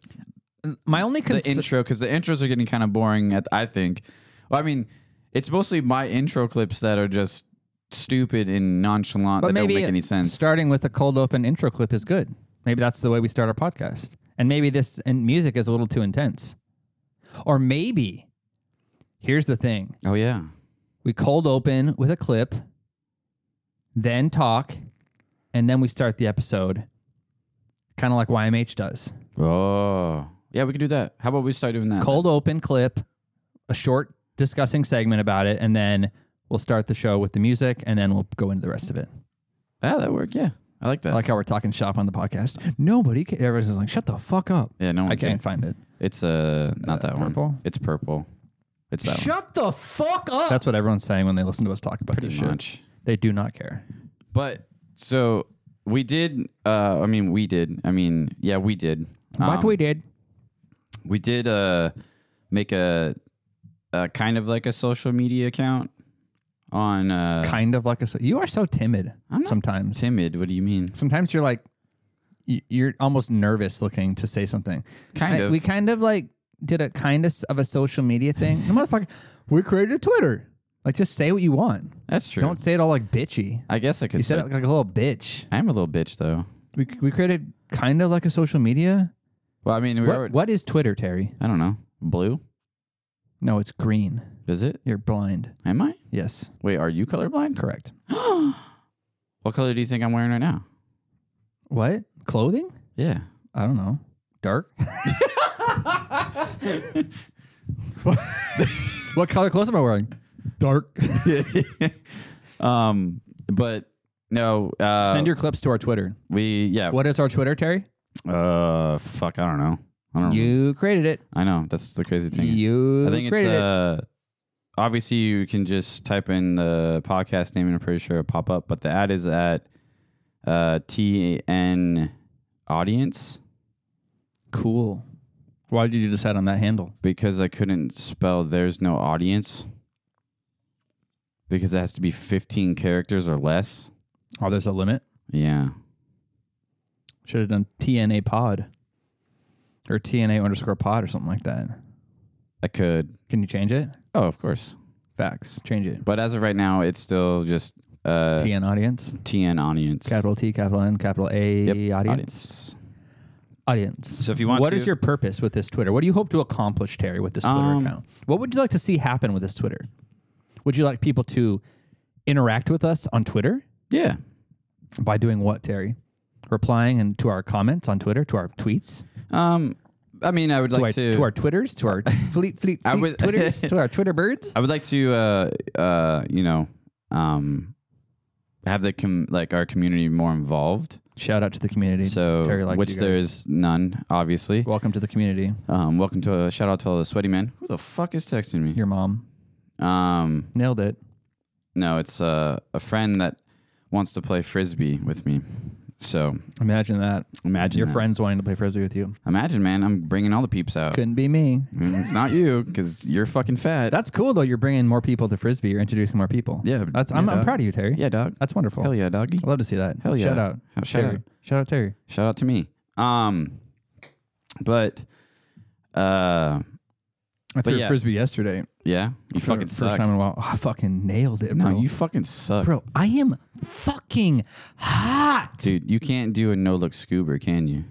[SPEAKER 3] my only
[SPEAKER 4] the
[SPEAKER 3] concern.
[SPEAKER 4] intro because the intros are getting kind of boring. At I think. Well, I mean, it's mostly my intro clips that are just stupid and nonchalant that
[SPEAKER 3] but
[SPEAKER 4] don't
[SPEAKER 3] maybe
[SPEAKER 4] make any sense.
[SPEAKER 3] starting with a cold open intro clip is good. Maybe that's the way we start our podcast. And maybe this and music is a little too intense. Or maybe here's the thing.
[SPEAKER 4] Oh yeah.
[SPEAKER 3] We cold open with a clip, then talk, and then we start the episode. Kind of like YMH does.
[SPEAKER 4] Oh yeah, we could do that. How about we start doing that?
[SPEAKER 3] Cold open clip, a short discussing segment about it, and then we'll start the show with the music, and then we'll go into the rest of it.
[SPEAKER 4] Yeah, that worked. Yeah, I like that.
[SPEAKER 3] I like how we're talking shop on the podcast. Nobody, ca- everyone's just like, shut the fuck up.
[SPEAKER 4] Yeah, no one
[SPEAKER 3] I can't
[SPEAKER 4] cared.
[SPEAKER 3] find it.
[SPEAKER 4] It's uh not that
[SPEAKER 3] purple?
[SPEAKER 4] one. It's purple. It's that
[SPEAKER 3] Shut the fuck up. That's what everyone's saying when they listen to us talk about this
[SPEAKER 4] one.
[SPEAKER 3] shit.
[SPEAKER 4] Much.
[SPEAKER 3] They do not care.
[SPEAKER 4] But so we did. Uh, I mean, we did. I mean, yeah, we did. Um,
[SPEAKER 3] did.
[SPEAKER 4] we did uh make a, a kind of like a social media account on uh
[SPEAKER 3] Kind of like a. You are so timid
[SPEAKER 4] I'm not
[SPEAKER 3] sometimes.
[SPEAKER 4] timid. What do you mean?
[SPEAKER 3] sometimes you're like y- you're almost nervous looking to say something.
[SPEAKER 4] Kind
[SPEAKER 3] I-
[SPEAKER 4] of.
[SPEAKER 3] We kind of like did a kind of, s- of a social media thing. No motherfucker, we created a Twitter. Like just say what you want.
[SPEAKER 4] That's true.
[SPEAKER 3] Don't say it all like bitchy.
[SPEAKER 4] I guess I could.
[SPEAKER 3] You said
[SPEAKER 4] say-
[SPEAKER 3] it like a little bitch.
[SPEAKER 4] I am a little bitch though.
[SPEAKER 3] We we created kind of like a social media
[SPEAKER 4] Well, I mean, we
[SPEAKER 3] What,
[SPEAKER 4] already-
[SPEAKER 3] what is Twitter, Terry?
[SPEAKER 4] I don't know. Blue?
[SPEAKER 3] No, it's green.
[SPEAKER 4] Is it?
[SPEAKER 3] You're blind.
[SPEAKER 4] Am I?
[SPEAKER 3] Yes,
[SPEAKER 4] Wait, are you colorblind?
[SPEAKER 3] correct.
[SPEAKER 4] What color do you think I'm wearing right now?
[SPEAKER 3] What clothing?
[SPEAKER 4] Yeah.
[SPEAKER 3] I don't know. Dark. what, what color clothes am I wearing? Dark.
[SPEAKER 4] Um, but no. Uh,
[SPEAKER 3] Send your clips to our Twitter.
[SPEAKER 4] we yeah.
[SPEAKER 3] What is our Twitter, Terry?
[SPEAKER 4] Uh, fuck. I don't know. I don't.
[SPEAKER 3] You created it.
[SPEAKER 4] I know. That's the crazy thing.
[SPEAKER 3] You
[SPEAKER 4] I think it's
[SPEAKER 3] created it.
[SPEAKER 4] uh. Obviously, you can just type in the podcast name, and I'm pretty sure it'll pop up. But the ad is at uh, TN Audience
[SPEAKER 3] Cool. Why did you decide on that handle?
[SPEAKER 4] because I couldn't spell "there's no audience" because it has to be 15 characters or less.
[SPEAKER 3] Oh, there's a limit.
[SPEAKER 4] Yeah.
[SPEAKER 3] Should have done TNA pod or TNA underscore pod or something like that.
[SPEAKER 4] I could.
[SPEAKER 3] Can you change it?
[SPEAKER 4] Oh, of course.
[SPEAKER 3] Facts. Change it.
[SPEAKER 4] But as of right now, it's still just uh,
[SPEAKER 3] TN audience.
[SPEAKER 4] TN audience.
[SPEAKER 3] Capital T, capital N, capital A
[SPEAKER 4] Yep,
[SPEAKER 3] audience. audience.
[SPEAKER 4] So if you want
[SPEAKER 3] What
[SPEAKER 4] to-
[SPEAKER 3] is your purpose with this Twitter? What do you hope to accomplish, Terry, with this Twitter
[SPEAKER 4] Um,
[SPEAKER 3] account? What would you like to see happen with this Twitter? Would you like people to interact with us on Twitter
[SPEAKER 4] Yeah.
[SPEAKER 3] by doing what, Terry? Replying and to our comments on Twitter, to our tweets,
[SPEAKER 4] Um, I mean, I would
[SPEAKER 3] to,
[SPEAKER 4] like
[SPEAKER 3] our,
[SPEAKER 4] to.
[SPEAKER 3] to our Twitters, to our fleet, fleet,
[SPEAKER 4] I
[SPEAKER 3] fleet
[SPEAKER 4] would-
[SPEAKER 3] Twitters, to our Twitter birds.
[SPEAKER 4] I would like to. Uh, uh, you know, um, have the com- like our community more involved.
[SPEAKER 3] Shout out to the community.
[SPEAKER 4] So
[SPEAKER 3] Terry likes
[SPEAKER 4] which
[SPEAKER 3] you guys.
[SPEAKER 4] there's none, obviously.
[SPEAKER 3] welcome to the community.
[SPEAKER 4] Um, welcome to a shout out to all the sweaty men. Who the fuck is texting me?
[SPEAKER 3] Your mom
[SPEAKER 4] Um,
[SPEAKER 3] nailed it.
[SPEAKER 4] no, it's uh, a friend that wants to play frisbee with me. So
[SPEAKER 3] Imagine that.
[SPEAKER 4] imagine
[SPEAKER 3] Your
[SPEAKER 4] that.
[SPEAKER 3] friends wanting to play frisbee with you.
[SPEAKER 4] Imagine, man, I'm bringing all the peeps out.
[SPEAKER 3] Couldn't be me.
[SPEAKER 4] Mm, it's not you because you're fucking fat.
[SPEAKER 3] That's cool though. You're bringing more people to frisbee. You're introducing more people.
[SPEAKER 4] Yeah,
[SPEAKER 3] that's.
[SPEAKER 4] yeah,
[SPEAKER 3] I'm, I'm
[SPEAKER 4] dog.
[SPEAKER 3] proud of you, Terry.
[SPEAKER 4] yeah, dog.
[SPEAKER 3] that's wonderful.
[SPEAKER 4] Hell yeah, doggy.
[SPEAKER 3] I love to see that.
[SPEAKER 4] Hell yeah.
[SPEAKER 3] Shout out.
[SPEAKER 4] Oh, shout
[SPEAKER 3] Terry.
[SPEAKER 4] out.
[SPEAKER 3] Shout out Terry.
[SPEAKER 4] Shout out to me. Um, but uh,
[SPEAKER 3] I threw
[SPEAKER 4] yeah.
[SPEAKER 3] a frisbee yesterday.
[SPEAKER 4] yeah, you fucking
[SPEAKER 3] first
[SPEAKER 4] suck.
[SPEAKER 3] time in a while. I fucking nailed it, bro.
[SPEAKER 4] no, you fucking suck,
[SPEAKER 3] bro, I am fucking hot.
[SPEAKER 4] dude. You can't do a no look scuba, can you?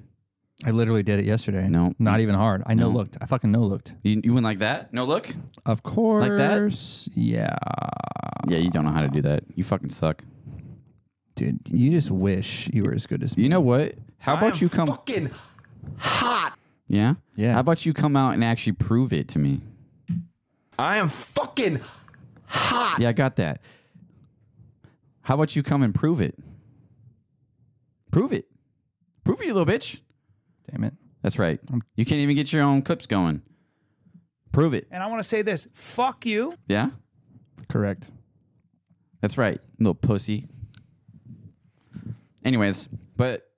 [SPEAKER 3] I literally did it yesterday.
[SPEAKER 4] No.
[SPEAKER 3] not even hard. I no looked. I fucking no looked.
[SPEAKER 4] You, you went like that? No look?
[SPEAKER 3] Of course.
[SPEAKER 4] that?
[SPEAKER 3] Yeah.
[SPEAKER 4] Yeah, you don't know how to do that. You fucking suck.
[SPEAKER 3] Dude, you just wish you were as good as me.
[SPEAKER 4] You know what? How about you come?
[SPEAKER 1] Fucking hot.
[SPEAKER 4] yeah,
[SPEAKER 3] Yeah.
[SPEAKER 4] How about you come out and actually prove it to me?
[SPEAKER 1] I am fucking
[SPEAKER 3] Ah.
[SPEAKER 1] hot.
[SPEAKER 4] Yeah, I got that. How about you come and prove it? Prove it. Prove it, you little bitch.
[SPEAKER 3] Damn it.
[SPEAKER 4] That's right. You can't even get your own clips going. Prove it.
[SPEAKER 2] And I want to say this. Fuck you.
[SPEAKER 4] Yeah?
[SPEAKER 3] Correct.
[SPEAKER 4] That's right. Little pussy. Anyways, but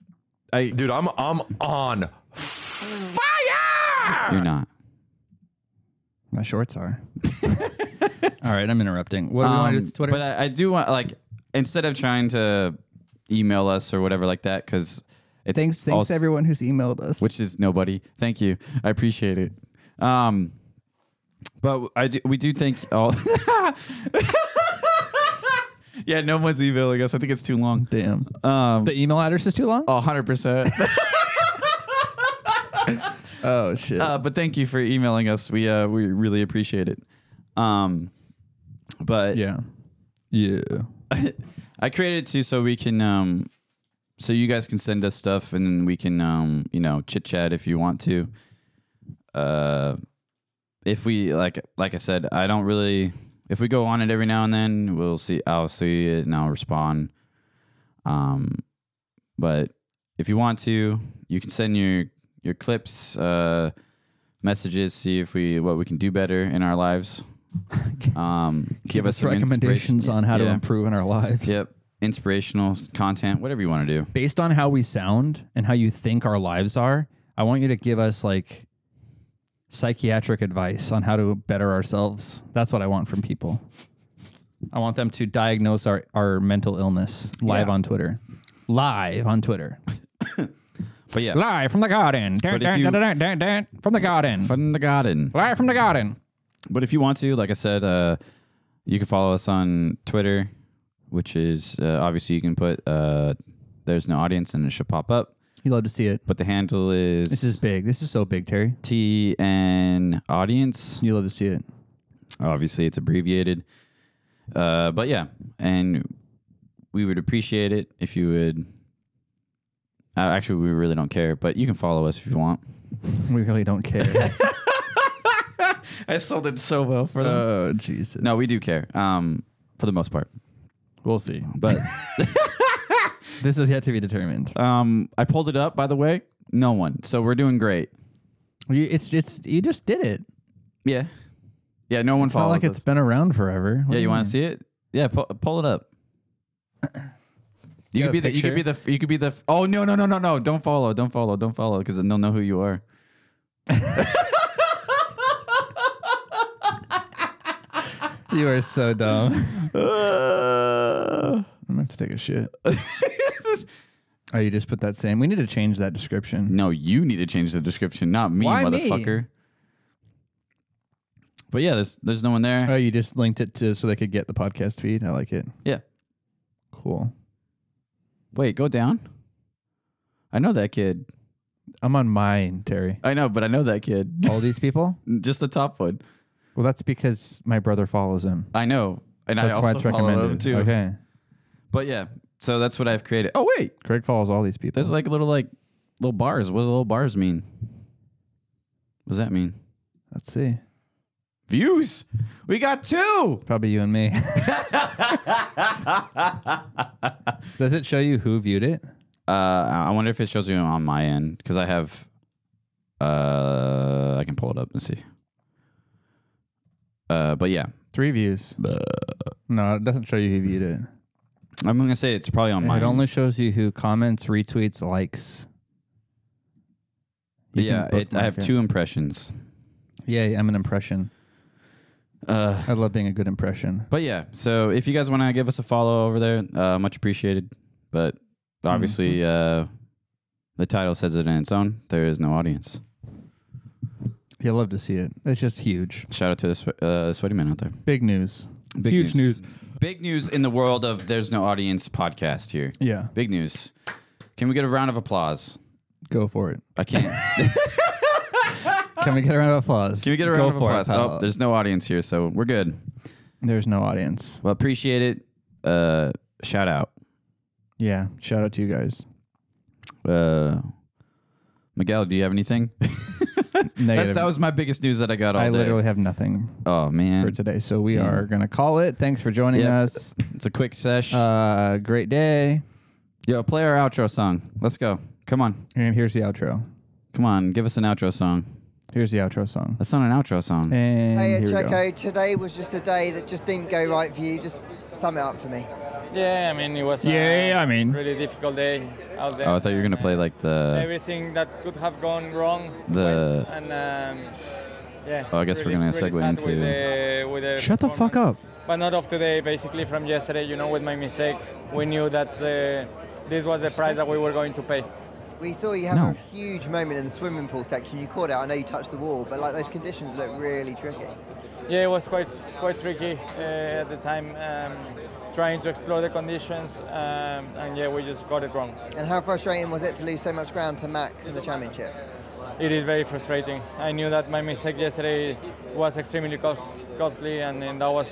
[SPEAKER 4] I
[SPEAKER 1] Dude, I'm I'm on fire.
[SPEAKER 4] you're not.
[SPEAKER 3] My shorts are. All right, I'm interrupting. What do we want to do
[SPEAKER 4] Um,
[SPEAKER 3] with Twitter?
[SPEAKER 4] But I, I do want like instead of trying to email us or whatever like that, because it's also-
[SPEAKER 3] everyone who's emailed us.
[SPEAKER 4] which is nobody. Thank you. I appreciate it. Um, but I do, we do thank all. yeah, no one's emailing us. I think it's too long.
[SPEAKER 3] Damn. Um, uh, the email address is too long?
[SPEAKER 4] A hundred percent.
[SPEAKER 3] Oh, shit.
[SPEAKER 4] Uh, but thank you for emailing us. We uh, we really appreciate it. Um, but
[SPEAKER 3] yeah. Yeah.
[SPEAKER 4] I created it too so we can um, so you guys can send us stuff and then we can um, you know chit chat if you want to. Uh, if we like like I said, I don't really. If we go on it every now and then, we'll see. I'll see it and I'll respond. Um, but if you want to, you can send your your clips, uh, messages. See if we what we can do better in our lives. Um, give, us some
[SPEAKER 3] recommendations
[SPEAKER 4] inspiration-
[SPEAKER 3] on how to
[SPEAKER 4] yeah.
[SPEAKER 3] improve in our lives.
[SPEAKER 4] Yep. Inspirational content, whatever you want to do.
[SPEAKER 3] Based on how we sound and how you think our lives are, I want you to give us like psychiatric advice on how to better ourselves. That's what I want from people. I want them to diagnose our, our mental illness live
[SPEAKER 4] Yeah.
[SPEAKER 3] on Twitter. Live on Twitter.
[SPEAKER 4] But yeah,
[SPEAKER 3] Live from the garden. Dun,
[SPEAKER 4] But if
[SPEAKER 3] dun,
[SPEAKER 4] you-
[SPEAKER 3] dun, dun, dun, dun, from the garden.
[SPEAKER 4] from the garden.
[SPEAKER 3] Live from the garden.
[SPEAKER 4] But if you want to, like I said, uh, you can follow us on Twitter, which is uh, obviously you can put uh, there's no audience and it should pop up.
[SPEAKER 3] You love to see it.
[SPEAKER 4] But the handle is
[SPEAKER 3] This is big. This is so big, Terry.
[SPEAKER 4] TN Audience.
[SPEAKER 3] You love to see it.
[SPEAKER 4] Obviously, it's abbreviated. Uh, but yeah, and we would appreciate it if you would. Uh, actually, we really don't care, but you can follow us if you want.
[SPEAKER 3] We really don't care.
[SPEAKER 4] I sold it so well for
[SPEAKER 3] oh Jesus!
[SPEAKER 4] No, we do care. Um, for the most part,
[SPEAKER 3] We'll see.
[SPEAKER 4] but
[SPEAKER 3] This is yet to be determined.
[SPEAKER 4] um, I pulled it up. By the way, no one. So we're doing great.
[SPEAKER 3] You, it's it's you just did it.
[SPEAKER 4] Yeah, yeah. No one
[SPEAKER 3] It's not
[SPEAKER 4] follows
[SPEAKER 3] like it's
[SPEAKER 4] us.
[SPEAKER 3] been around forever.
[SPEAKER 4] Yeah, you want to see it? Yeah, pull, pull it up. You
[SPEAKER 3] You
[SPEAKER 4] could be
[SPEAKER 3] got a
[SPEAKER 4] the. You could be the. You could be the. Oh no no no no no! Don't follow! Don't follow! Don't follow! Because they'll know who you are.
[SPEAKER 3] You are so dumb. I'm gonna have to take a shit. oh, you just put that same. We need to change that description.
[SPEAKER 4] No, you need to change the description, not me,
[SPEAKER 3] Why me?
[SPEAKER 4] motherfucker. But yeah, there's there's no one there.
[SPEAKER 3] Oh, you just linked it to so they could get the podcast feed. I like it.
[SPEAKER 4] Yeah.
[SPEAKER 3] Cool.
[SPEAKER 4] Wait, go down. I know that kid.
[SPEAKER 3] I'm on mine, Terry.
[SPEAKER 4] I know, but I know that kid.
[SPEAKER 3] All these people?
[SPEAKER 4] Just the top one.
[SPEAKER 3] Well, that's because my brother follows him.
[SPEAKER 4] I know, and I
[SPEAKER 3] That's
[SPEAKER 4] also
[SPEAKER 3] why it's
[SPEAKER 4] follow
[SPEAKER 3] recommended.
[SPEAKER 4] him too.
[SPEAKER 3] Okay.
[SPEAKER 4] But yeah, so that's what I've created. Oh wait,
[SPEAKER 3] Craig follows all these people.
[SPEAKER 4] There's like little like little bars. What do little bars mean? What does that mean?
[SPEAKER 3] Let's see.
[SPEAKER 4] Views. We got two.
[SPEAKER 3] Probably you and me. Does it show you who viewed it?
[SPEAKER 4] Uh, I wonder if it shows you on my end because I have. Uh, I can pull it up and see. Uh, but yeah,
[SPEAKER 3] Three views. No, it doesn't show you who viewed it.
[SPEAKER 4] I'm gonna say it's probably on mine.
[SPEAKER 3] It only shows you who comments, retweets, likes.
[SPEAKER 4] But
[SPEAKER 3] You can
[SPEAKER 4] yeah, it, I
[SPEAKER 3] bookmark
[SPEAKER 4] have
[SPEAKER 3] it.
[SPEAKER 4] two impressions.
[SPEAKER 3] Yay, I'm an impression.
[SPEAKER 4] Uh,
[SPEAKER 3] I love being a good impression.
[SPEAKER 4] but yeah, so if you guys want to give us a follow over there, uh, much appreciated. But obviously, uh, the title says it on its own. There is no audience.
[SPEAKER 3] You'll love to see it. It's just huge.
[SPEAKER 4] Shout out to the swe- uh, sweaty man out there.
[SPEAKER 3] Big news.
[SPEAKER 4] Big
[SPEAKER 3] huge news.
[SPEAKER 4] Big news in the world of there's no audience podcast here.
[SPEAKER 3] Yeah,
[SPEAKER 4] Big news. Can we get a round of applause?
[SPEAKER 3] go for it.
[SPEAKER 4] I can't.
[SPEAKER 3] Can we get a round of applause?
[SPEAKER 4] Can we get a
[SPEAKER 3] Go
[SPEAKER 4] round of
[SPEAKER 3] for it,
[SPEAKER 4] applause?
[SPEAKER 3] pal.
[SPEAKER 4] oh, there's no audience here, so we're good.
[SPEAKER 3] There's no audience.
[SPEAKER 4] Well, appreciate it. Uh, shout out.
[SPEAKER 3] Yeah, shout out to you guys.
[SPEAKER 4] Uh, Miguel, do you have anything? That's,
[SPEAKER 3] Negative.
[SPEAKER 4] that was my biggest news that I got all
[SPEAKER 3] I
[SPEAKER 4] day.
[SPEAKER 3] literally have nothing
[SPEAKER 4] oh man,
[SPEAKER 3] for today, so we
[SPEAKER 4] Damn.
[SPEAKER 3] are gonna call it. Thanks for joining
[SPEAKER 4] Yep.
[SPEAKER 3] us.
[SPEAKER 4] it's a quick sesh.
[SPEAKER 3] Uh, great day.
[SPEAKER 4] Yo, play our outro song. Let's go. Come on,
[SPEAKER 3] And here's the outro.
[SPEAKER 4] come on. Give us an outro song.
[SPEAKER 3] Here's the outro song.
[SPEAKER 4] That's not an outro song.
[SPEAKER 3] And
[SPEAKER 10] Hey,
[SPEAKER 3] here we go.
[SPEAKER 10] Checo, today was just a day that just didn't go right for you. Just sum it up for me.
[SPEAKER 11] Yeah, I mean, it was
[SPEAKER 3] Yeah, I mean.
[SPEAKER 11] a really difficult day out there.
[SPEAKER 4] Oh, I thought you were gonna play like the.
[SPEAKER 11] Everything that could have gone wrong.
[SPEAKER 4] The-
[SPEAKER 11] went, and um, yeah.
[SPEAKER 4] Oh, I guess we're gonna
[SPEAKER 11] really- really
[SPEAKER 4] segue
[SPEAKER 11] sad with
[SPEAKER 4] into-
[SPEAKER 11] the- with the
[SPEAKER 3] Shut the fuck
[SPEAKER 11] performance.
[SPEAKER 3] up.
[SPEAKER 11] But not of today, basically from yesterday. You know, with my mistake, we knew that uh, this was the price that we were going to pay.
[SPEAKER 10] We saw you have
[SPEAKER 4] No.
[SPEAKER 10] a huge moment in the swimming pool section. You caught it. I know you touched the wall, but like those conditions look really tricky.
[SPEAKER 11] Yeah, it was quite quite tricky uh, at the time, um, trying to explore the conditions, um, and yeah, we just got it wrong.
[SPEAKER 10] And how frustrating was it to lose so much ground to Max in the championship?
[SPEAKER 11] It is very frustrating. I knew that my mistake yesterday was extremely cost, costly, and, and that was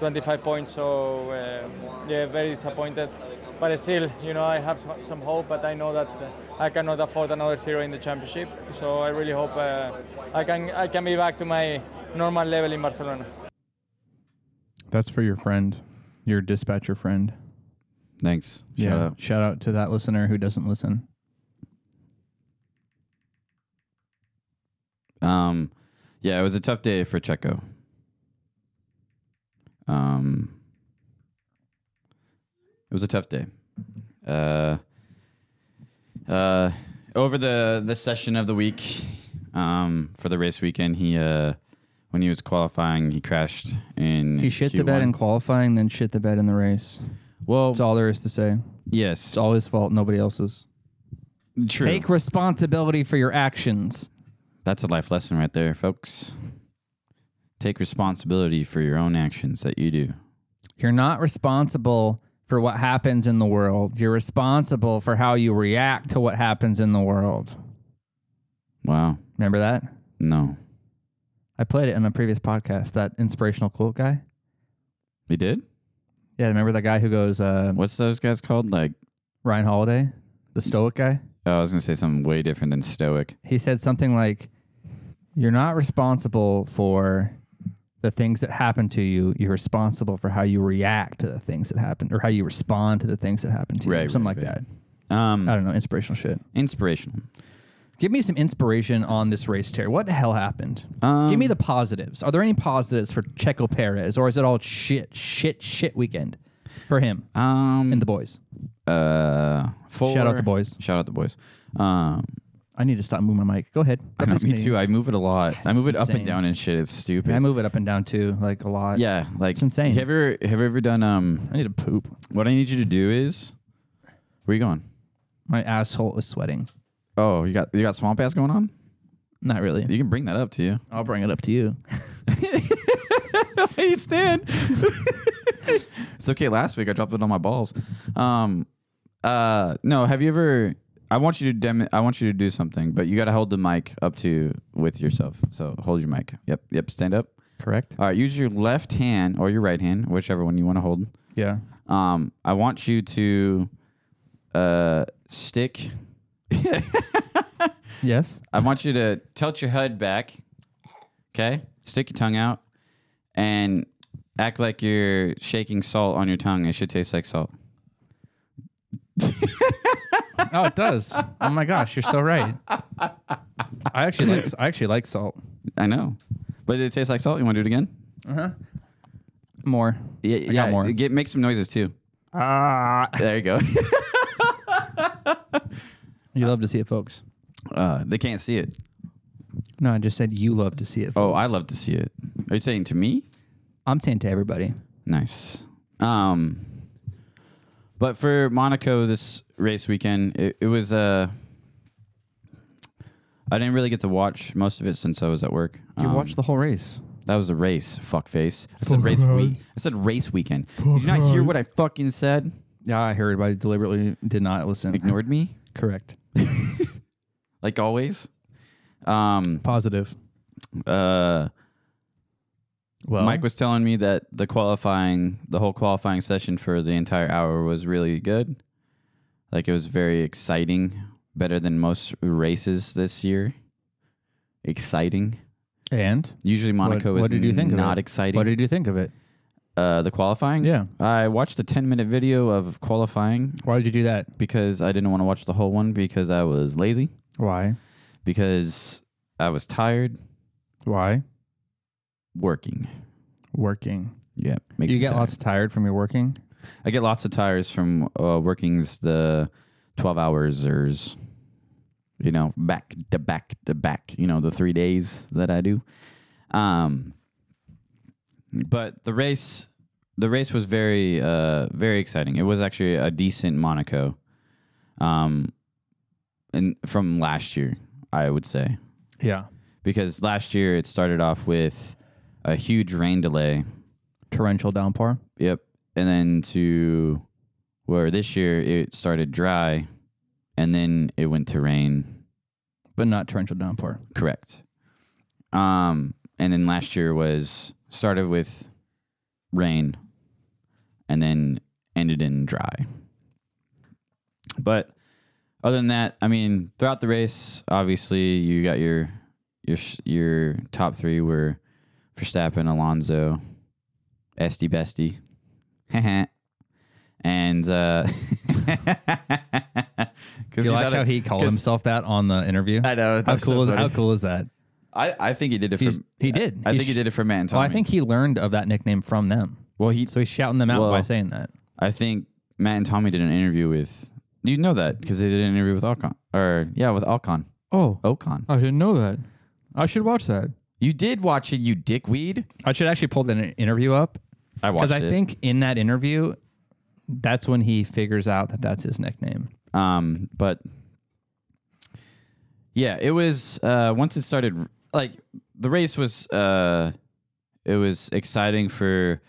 [SPEAKER 11] 25 points. So uh, yeah, very disappointed. But still, you know, I have some, some hope. But I know that uh, I cannot afford another zero in the championship. So I really hope uh, I can I can be back to my normal level in Barcelona.
[SPEAKER 3] That's for your friend, your dispatcher friend.
[SPEAKER 4] Thanks. Shout out.
[SPEAKER 3] Shout out to that listener who doesn't listen.
[SPEAKER 4] Um, yeah, it was a tough day for Checo. Um, it was a tough day. Uh, uh, over the the session of the week, um, for the race weekend, he uh, when he was qualifying, he crashed in.
[SPEAKER 3] He shit the bed
[SPEAKER 4] Q1.
[SPEAKER 3] in qualifying, then shit the bed in the race.
[SPEAKER 4] well,
[SPEAKER 3] That's all there is to say.
[SPEAKER 4] yes,
[SPEAKER 3] It's all his fault, nobody else's.
[SPEAKER 4] true.
[SPEAKER 3] Take responsibility for your actions.
[SPEAKER 4] That's a life lesson right there, folks. Take responsibility for your own actions that you do.
[SPEAKER 3] You're not responsible for what happens in the world. You're responsible for how you react to what happens in the world.
[SPEAKER 4] Wow.
[SPEAKER 3] Remember that?
[SPEAKER 4] No.
[SPEAKER 3] I played it in a previous podcast. That inspirational quote guy.
[SPEAKER 4] You did?
[SPEAKER 3] Yeah, remember that guy who goes uh,
[SPEAKER 4] What's those guys called? Like,
[SPEAKER 3] Ryan Holiday, the Stoic guy.
[SPEAKER 4] oh, I was going to say something way different than stoic.
[SPEAKER 3] he said something like, "You're not responsible for the things that happen to you. You're responsible for how you react to the things that happen, or how you respond to the things that happen to you,
[SPEAKER 4] Right,
[SPEAKER 3] something
[SPEAKER 4] right,
[SPEAKER 3] like
[SPEAKER 4] right.
[SPEAKER 3] that. I
[SPEAKER 4] Um,
[SPEAKER 3] don't know, inspirational shit.
[SPEAKER 4] inspirational.
[SPEAKER 3] Give me some inspiration on this race, Terry. What the hell happened?
[SPEAKER 4] Um,
[SPEAKER 3] Give me the positives. Are there any positives for Checo Perez, or is it all shit, shit, shit weekend for him
[SPEAKER 4] Um,
[SPEAKER 3] and the boys?
[SPEAKER 4] uh, for,
[SPEAKER 3] Shout out the boys.
[SPEAKER 4] Shout out the boys. Um,
[SPEAKER 3] I need to stop moving my mic. Go ahead.
[SPEAKER 4] I know, me too. I move it a lot. I move it up
[SPEAKER 3] insane.
[SPEAKER 4] and down and shit. It's stupid.
[SPEAKER 3] I move it up and down too, like a lot.
[SPEAKER 4] yeah, like
[SPEAKER 3] It's insane.
[SPEAKER 4] Have you ever have you ever done um?
[SPEAKER 3] I need to poop.
[SPEAKER 4] What I need you to do is, where you going?
[SPEAKER 3] My asshole is sweating.
[SPEAKER 4] Oh, you got you got swamp ass going on.
[SPEAKER 3] Not really.
[SPEAKER 4] You can bring that up to you.
[SPEAKER 3] I'll bring it up to you.
[SPEAKER 4] hey, Stan. it's okay. Last week I dropped it on my balls. Um, uh, no. Have you ever? I want you to dem- I want you to do something, but you got to hold the mic up to with yourself. So hold your mic. Yep. Yep. Stand up.
[SPEAKER 3] Correct?
[SPEAKER 4] All right. Use your left hand or your right hand, whichever one you want to hold.
[SPEAKER 3] Yeah.
[SPEAKER 4] Um, I want you to uh stick.
[SPEAKER 3] Yes.
[SPEAKER 4] I want you to tilt your head back. Okay. Stick your tongue out and act like you're shaking salt on your tongue. It should taste like salt.
[SPEAKER 3] Oh, it does. oh my gosh, you're so right. I actually like I actually like salt
[SPEAKER 4] I know, but did it tastes like salt. You want to do it again?
[SPEAKER 3] more.
[SPEAKER 4] Yeah,
[SPEAKER 3] got more.
[SPEAKER 4] Get make some noises too.
[SPEAKER 3] Ah,
[SPEAKER 4] There you go.
[SPEAKER 3] you love to see it, folks.
[SPEAKER 4] uh, they can't see it.
[SPEAKER 3] No, I just said you love to see it.
[SPEAKER 4] Oh, I love to see it. Are you saying to me?
[SPEAKER 3] I'm saying to everybody.
[SPEAKER 4] Nice. Um, but for Monaco this race weekend, it, it was Uh, I didn't really get to watch most of it since I was at work.
[SPEAKER 3] You
[SPEAKER 4] Um,
[SPEAKER 3] watched the whole race.
[SPEAKER 4] That was a race. Fuck face. I said race week. I said race weekend. Did you not hear what I fucking said?
[SPEAKER 3] Yeah, I heard, but I deliberately did not listen.
[SPEAKER 4] Ignored me,
[SPEAKER 3] Correct.
[SPEAKER 4] like always. Um.
[SPEAKER 3] Positive.
[SPEAKER 4] Uh.
[SPEAKER 3] Well,
[SPEAKER 4] Mike was telling me that the qualifying, the whole qualifying session for the entire hour was really good. Like it was very exciting, better than most races this year. Exciting.
[SPEAKER 3] and
[SPEAKER 4] Usually Monaco
[SPEAKER 3] what,
[SPEAKER 4] is
[SPEAKER 3] what did you think of
[SPEAKER 4] not
[SPEAKER 3] it?
[SPEAKER 4] exciting.
[SPEAKER 3] What did you think of it?
[SPEAKER 4] uh, the qualifying?
[SPEAKER 3] Yeah.
[SPEAKER 4] I watched a 10 minute video of qualifying
[SPEAKER 3] Why did you do that?
[SPEAKER 4] because I didn't want to watch the whole one because I was lazy,
[SPEAKER 3] Why?
[SPEAKER 4] because I was tired
[SPEAKER 3] Why?
[SPEAKER 4] working.
[SPEAKER 3] Working.
[SPEAKER 4] Yeah. Makes
[SPEAKER 3] you
[SPEAKER 4] me
[SPEAKER 3] get
[SPEAKER 4] tired.
[SPEAKER 3] lots of tired from your working.
[SPEAKER 4] I get lots of tires from uh, workings the 12 hours or you know back to back to back you know the three days that I do um but the race the race was very uh very exciting it was actually a decent Monaco um and from last year I would say
[SPEAKER 3] Yeah.
[SPEAKER 4] because last year it started off with a huge rain delay
[SPEAKER 3] Torrential downpour.
[SPEAKER 4] Yep. And then to where this year it started dry and then it went to rain.
[SPEAKER 3] but not torrential downpour.
[SPEAKER 4] Correct. Um and then last year was started with rain and then ended in dry. But other than that, I mean, throughout the race, obviously you got your your sh- your top 3 were Verstappen, Alonso, Esty Bestie. and uh cuz
[SPEAKER 3] You like how he called himself that on the interview?
[SPEAKER 4] I know.
[SPEAKER 3] How
[SPEAKER 4] that's so
[SPEAKER 3] cool, is,
[SPEAKER 4] funny.
[SPEAKER 3] how cool is that?
[SPEAKER 4] I, I think he did it for.
[SPEAKER 3] He- he did.
[SPEAKER 4] I
[SPEAKER 3] He
[SPEAKER 4] think he
[SPEAKER 3] sh-
[SPEAKER 4] did it for Matt and
[SPEAKER 3] Well,
[SPEAKER 4] Tommy.
[SPEAKER 3] I think he learned of that nickname from them.
[SPEAKER 4] Well, he.
[SPEAKER 3] So he's shouting them out by
[SPEAKER 4] Well-
[SPEAKER 3] saying that.
[SPEAKER 4] I think Matt and Tommy did an interview with. You know that because they did an interview with Alcon, or yeah, with Alcon.
[SPEAKER 3] Oh,
[SPEAKER 4] Ocon.
[SPEAKER 3] I didn't know that. I should watch that.
[SPEAKER 4] You did watch it, you dickweed.
[SPEAKER 3] I should actually pull that interview up
[SPEAKER 4] I watched
[SPEAKER 3] because
[SPEAKER 4] it.
[SPEAKER 3] I think in that interview, that's when he figures out that that's his nickname.
[SPEAKER 4] Um, but yeah, it was uh, once it started like the race was uh, it was exciting for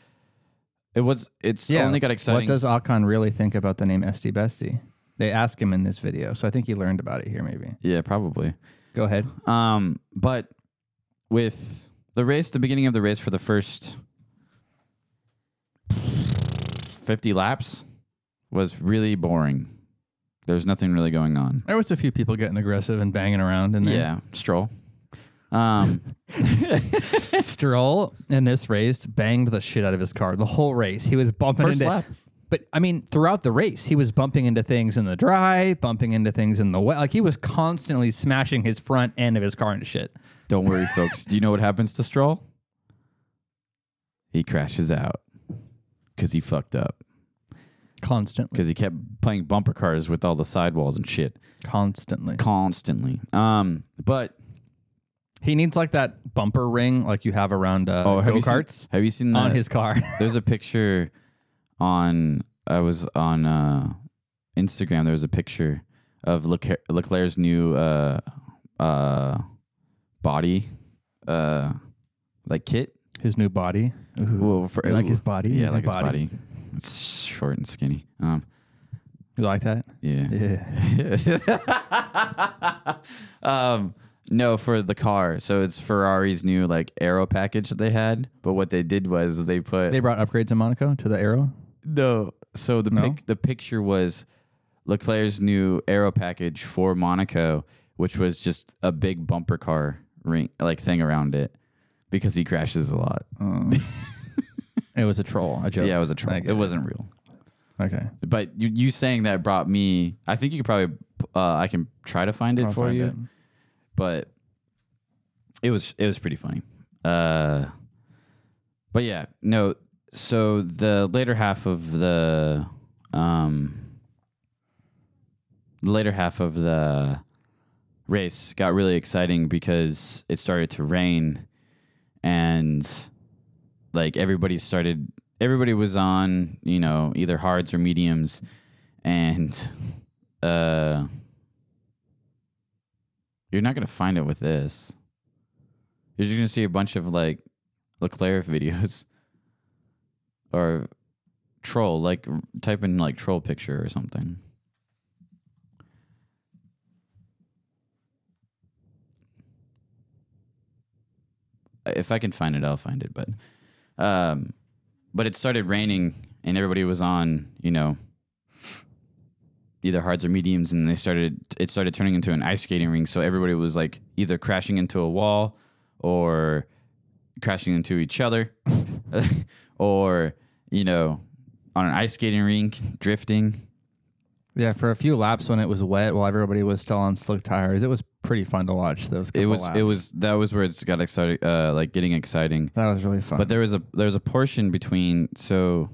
[SPEAKER 4] It was. It's
[SPEAKER 3] Yeah.
[SPEAKER 4] only got
[SPEAKER 3] What
[SPEAKER 4] exciting.
[SPEAKER 3] does Akon really think about the name Esty Bestie? They ask him in this video, so I think he learned about it here. Maybe
[SPEAKER 4] yeah, probably.
[SPEAKER 3] go ahead.
[SPEAKER 4] Um, but with the race, the beginning of the race for the first 50 laps was really boring. There's nothing really going on.
[SPEAKER 3] There was a few people getting aggressive and banging around, and then
[SPEAKER 4] Yeah, stroll. Um,
[SPEAKER 3] Stroll in this race banged the shit out of his car the whole race. He was bumping
[SPEAKER 4] First
[SPEAKER 3] into.
[SPEAKER 4] lap.
[SPEAKER 3] But I mean, throughout the race, he was bumping into things in the dry, bumping into things in the wet. Like he was constantly smashing his front end of his car into shit.
[SPEAKER 4] don't worry, folks. Do you know what happens to Stroll? He crashes out because he fucked up
[SPEAKER 3] Constantly,
[SPEAKER 4] because he kept playing bumper cars with all the sidewalls and shit
[SPEAKER 3] constantly.
[SPEAKER 4] constantly. Um, but
[SPEAKER 3] He needs like that bumper ring, like you have around uh,
[SPEAKER 4] oh, have
[SPEAKER 3] go
[SPEAKER 4] you seen-
[SPEAKER 3] karts
[SPEAKER 4] Have you seen
[SPEAKER 3] on
[SPEAKER 4] that?
[SPEAKER 3] his car.
[SPEAKER 4] There's a picture on I was on uh, Instagram. There was a picture of Leclerc, Leclerc's new uh, uh, body, uh, like kit.
[SPEAKER 3] his new body.
[SPEAKER 4] Well, for,
[SPEAKER 3] Like his body, his
[SPEAKER 4] Yeah,
[SPEAKER 3] new
[SPEAKER 4] like his
[SPEAKER 3] body.
[SPEAKER 4] body. It's short and skinny. Um,
[SPEAKER 3] You like that?
[SPEAKER 4] yeah.
[SPEAKER 3] Yeah.
[SPEAKER 4] um, no, for the car. So it's Ferrari's new like aero package that they had. But what they did was they put
[SPEAKER 3] They brought upgrades in Monaco to the Arrow.
[SPEAKER 4] No. So the pic- the picture was Leclerc's new aero package for Monaco, which was just a big bumper car ring like thing around it because he crashes a lot.
[SPEAKER 3] Um. It was a troll, a joke.
[SPEAKER 4] Yeah, it was a troll.
[SPEAKER 3] I get
[SPEAKER 4] It wasn't real.
[SPEAKER 3] Okay.
[SPEAKER 4] But you you saying that brought me. I think you could probably uh, I can try to find it
[SPEAKER 3] I'll
[SPEAKER 4] for
[SPEAKER 3] find
[SPEAKER 4] you.
[SPEAKER 3] it.
[SPEAKER 4] But it was it was pretty funny. Uh, but yeah, no. So the later half of the um, the later half of the race got really exciting because it started to rain and like everybody started everybody was on you know either hards or mediums and uh you're not gonna find it with this you're just gonna see a bunch of like leclerc videos or troll like r- type in like troll picture or something if I can find it, I'll find it. But, um, but it started raining and everybody was on, you know, either hards or mediums, and they started. It started turning into an ice skating ring, so everybody was like either crashing into a wall or crashing into each other, or you know, on an ice skating rink drifting.
[SPEAKER 3] Yeah, for a few laps when it was wet, while everybody was still on slick tires, it was pretty fun to watch those.
[SPEAKER 4] It
[SPEAKER 3] couple
[SPEAKER 4] was.
[SPEAKER 3] laps.
[SPEAKER 4] It was. That was where it's got exciting. Uh, like getting exciting.
[SPEAKER 3] That was really fun.
[SPEAKER 4] But there was a there was a portion between so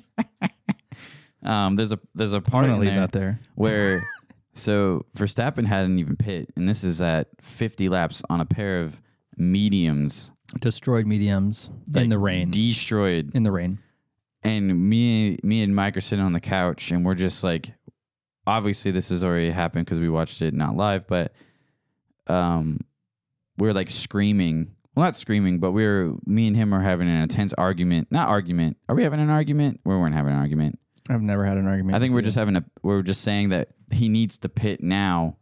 [SPEAKER 4] um there's a there's a
[SPEAKER 3] I'm
[SPEAKER 4] part
[SPEAKER 3] gonna
[SPEAKER 4] in
[SPEAKER 3] leave
[SPEAKER 4] there,
[SPEAKER 3] that there.
[SPEAKER 4] where so Verstappen hadn't even pit and this is at 50 laps on a pair of mediums
[SPEAKER 3] Destroyed mediums in
[SPEAKER 4] like,
[SPEAKER 3] the rain.
[SPEAKER 4] destroyed
[SPEAKER 3] in the rain.
[SPEAKER 4] and me me and Mike are sitting on the couch and we're just like obviously this has already happened because we watched it not live but um we're like screaming well not screaming but we we're me and him are having an intense argument not argument are we having an argument we weren't having an argument
[SPEAKER 3] I've never had an argument.
[SPEAKER 4] I
[SPEAKER 3] with
[SPEAKER 4] think we're
[SPEAKER 3] you.
[SPEAKER 4] just having a we're just saying that he needs to pit now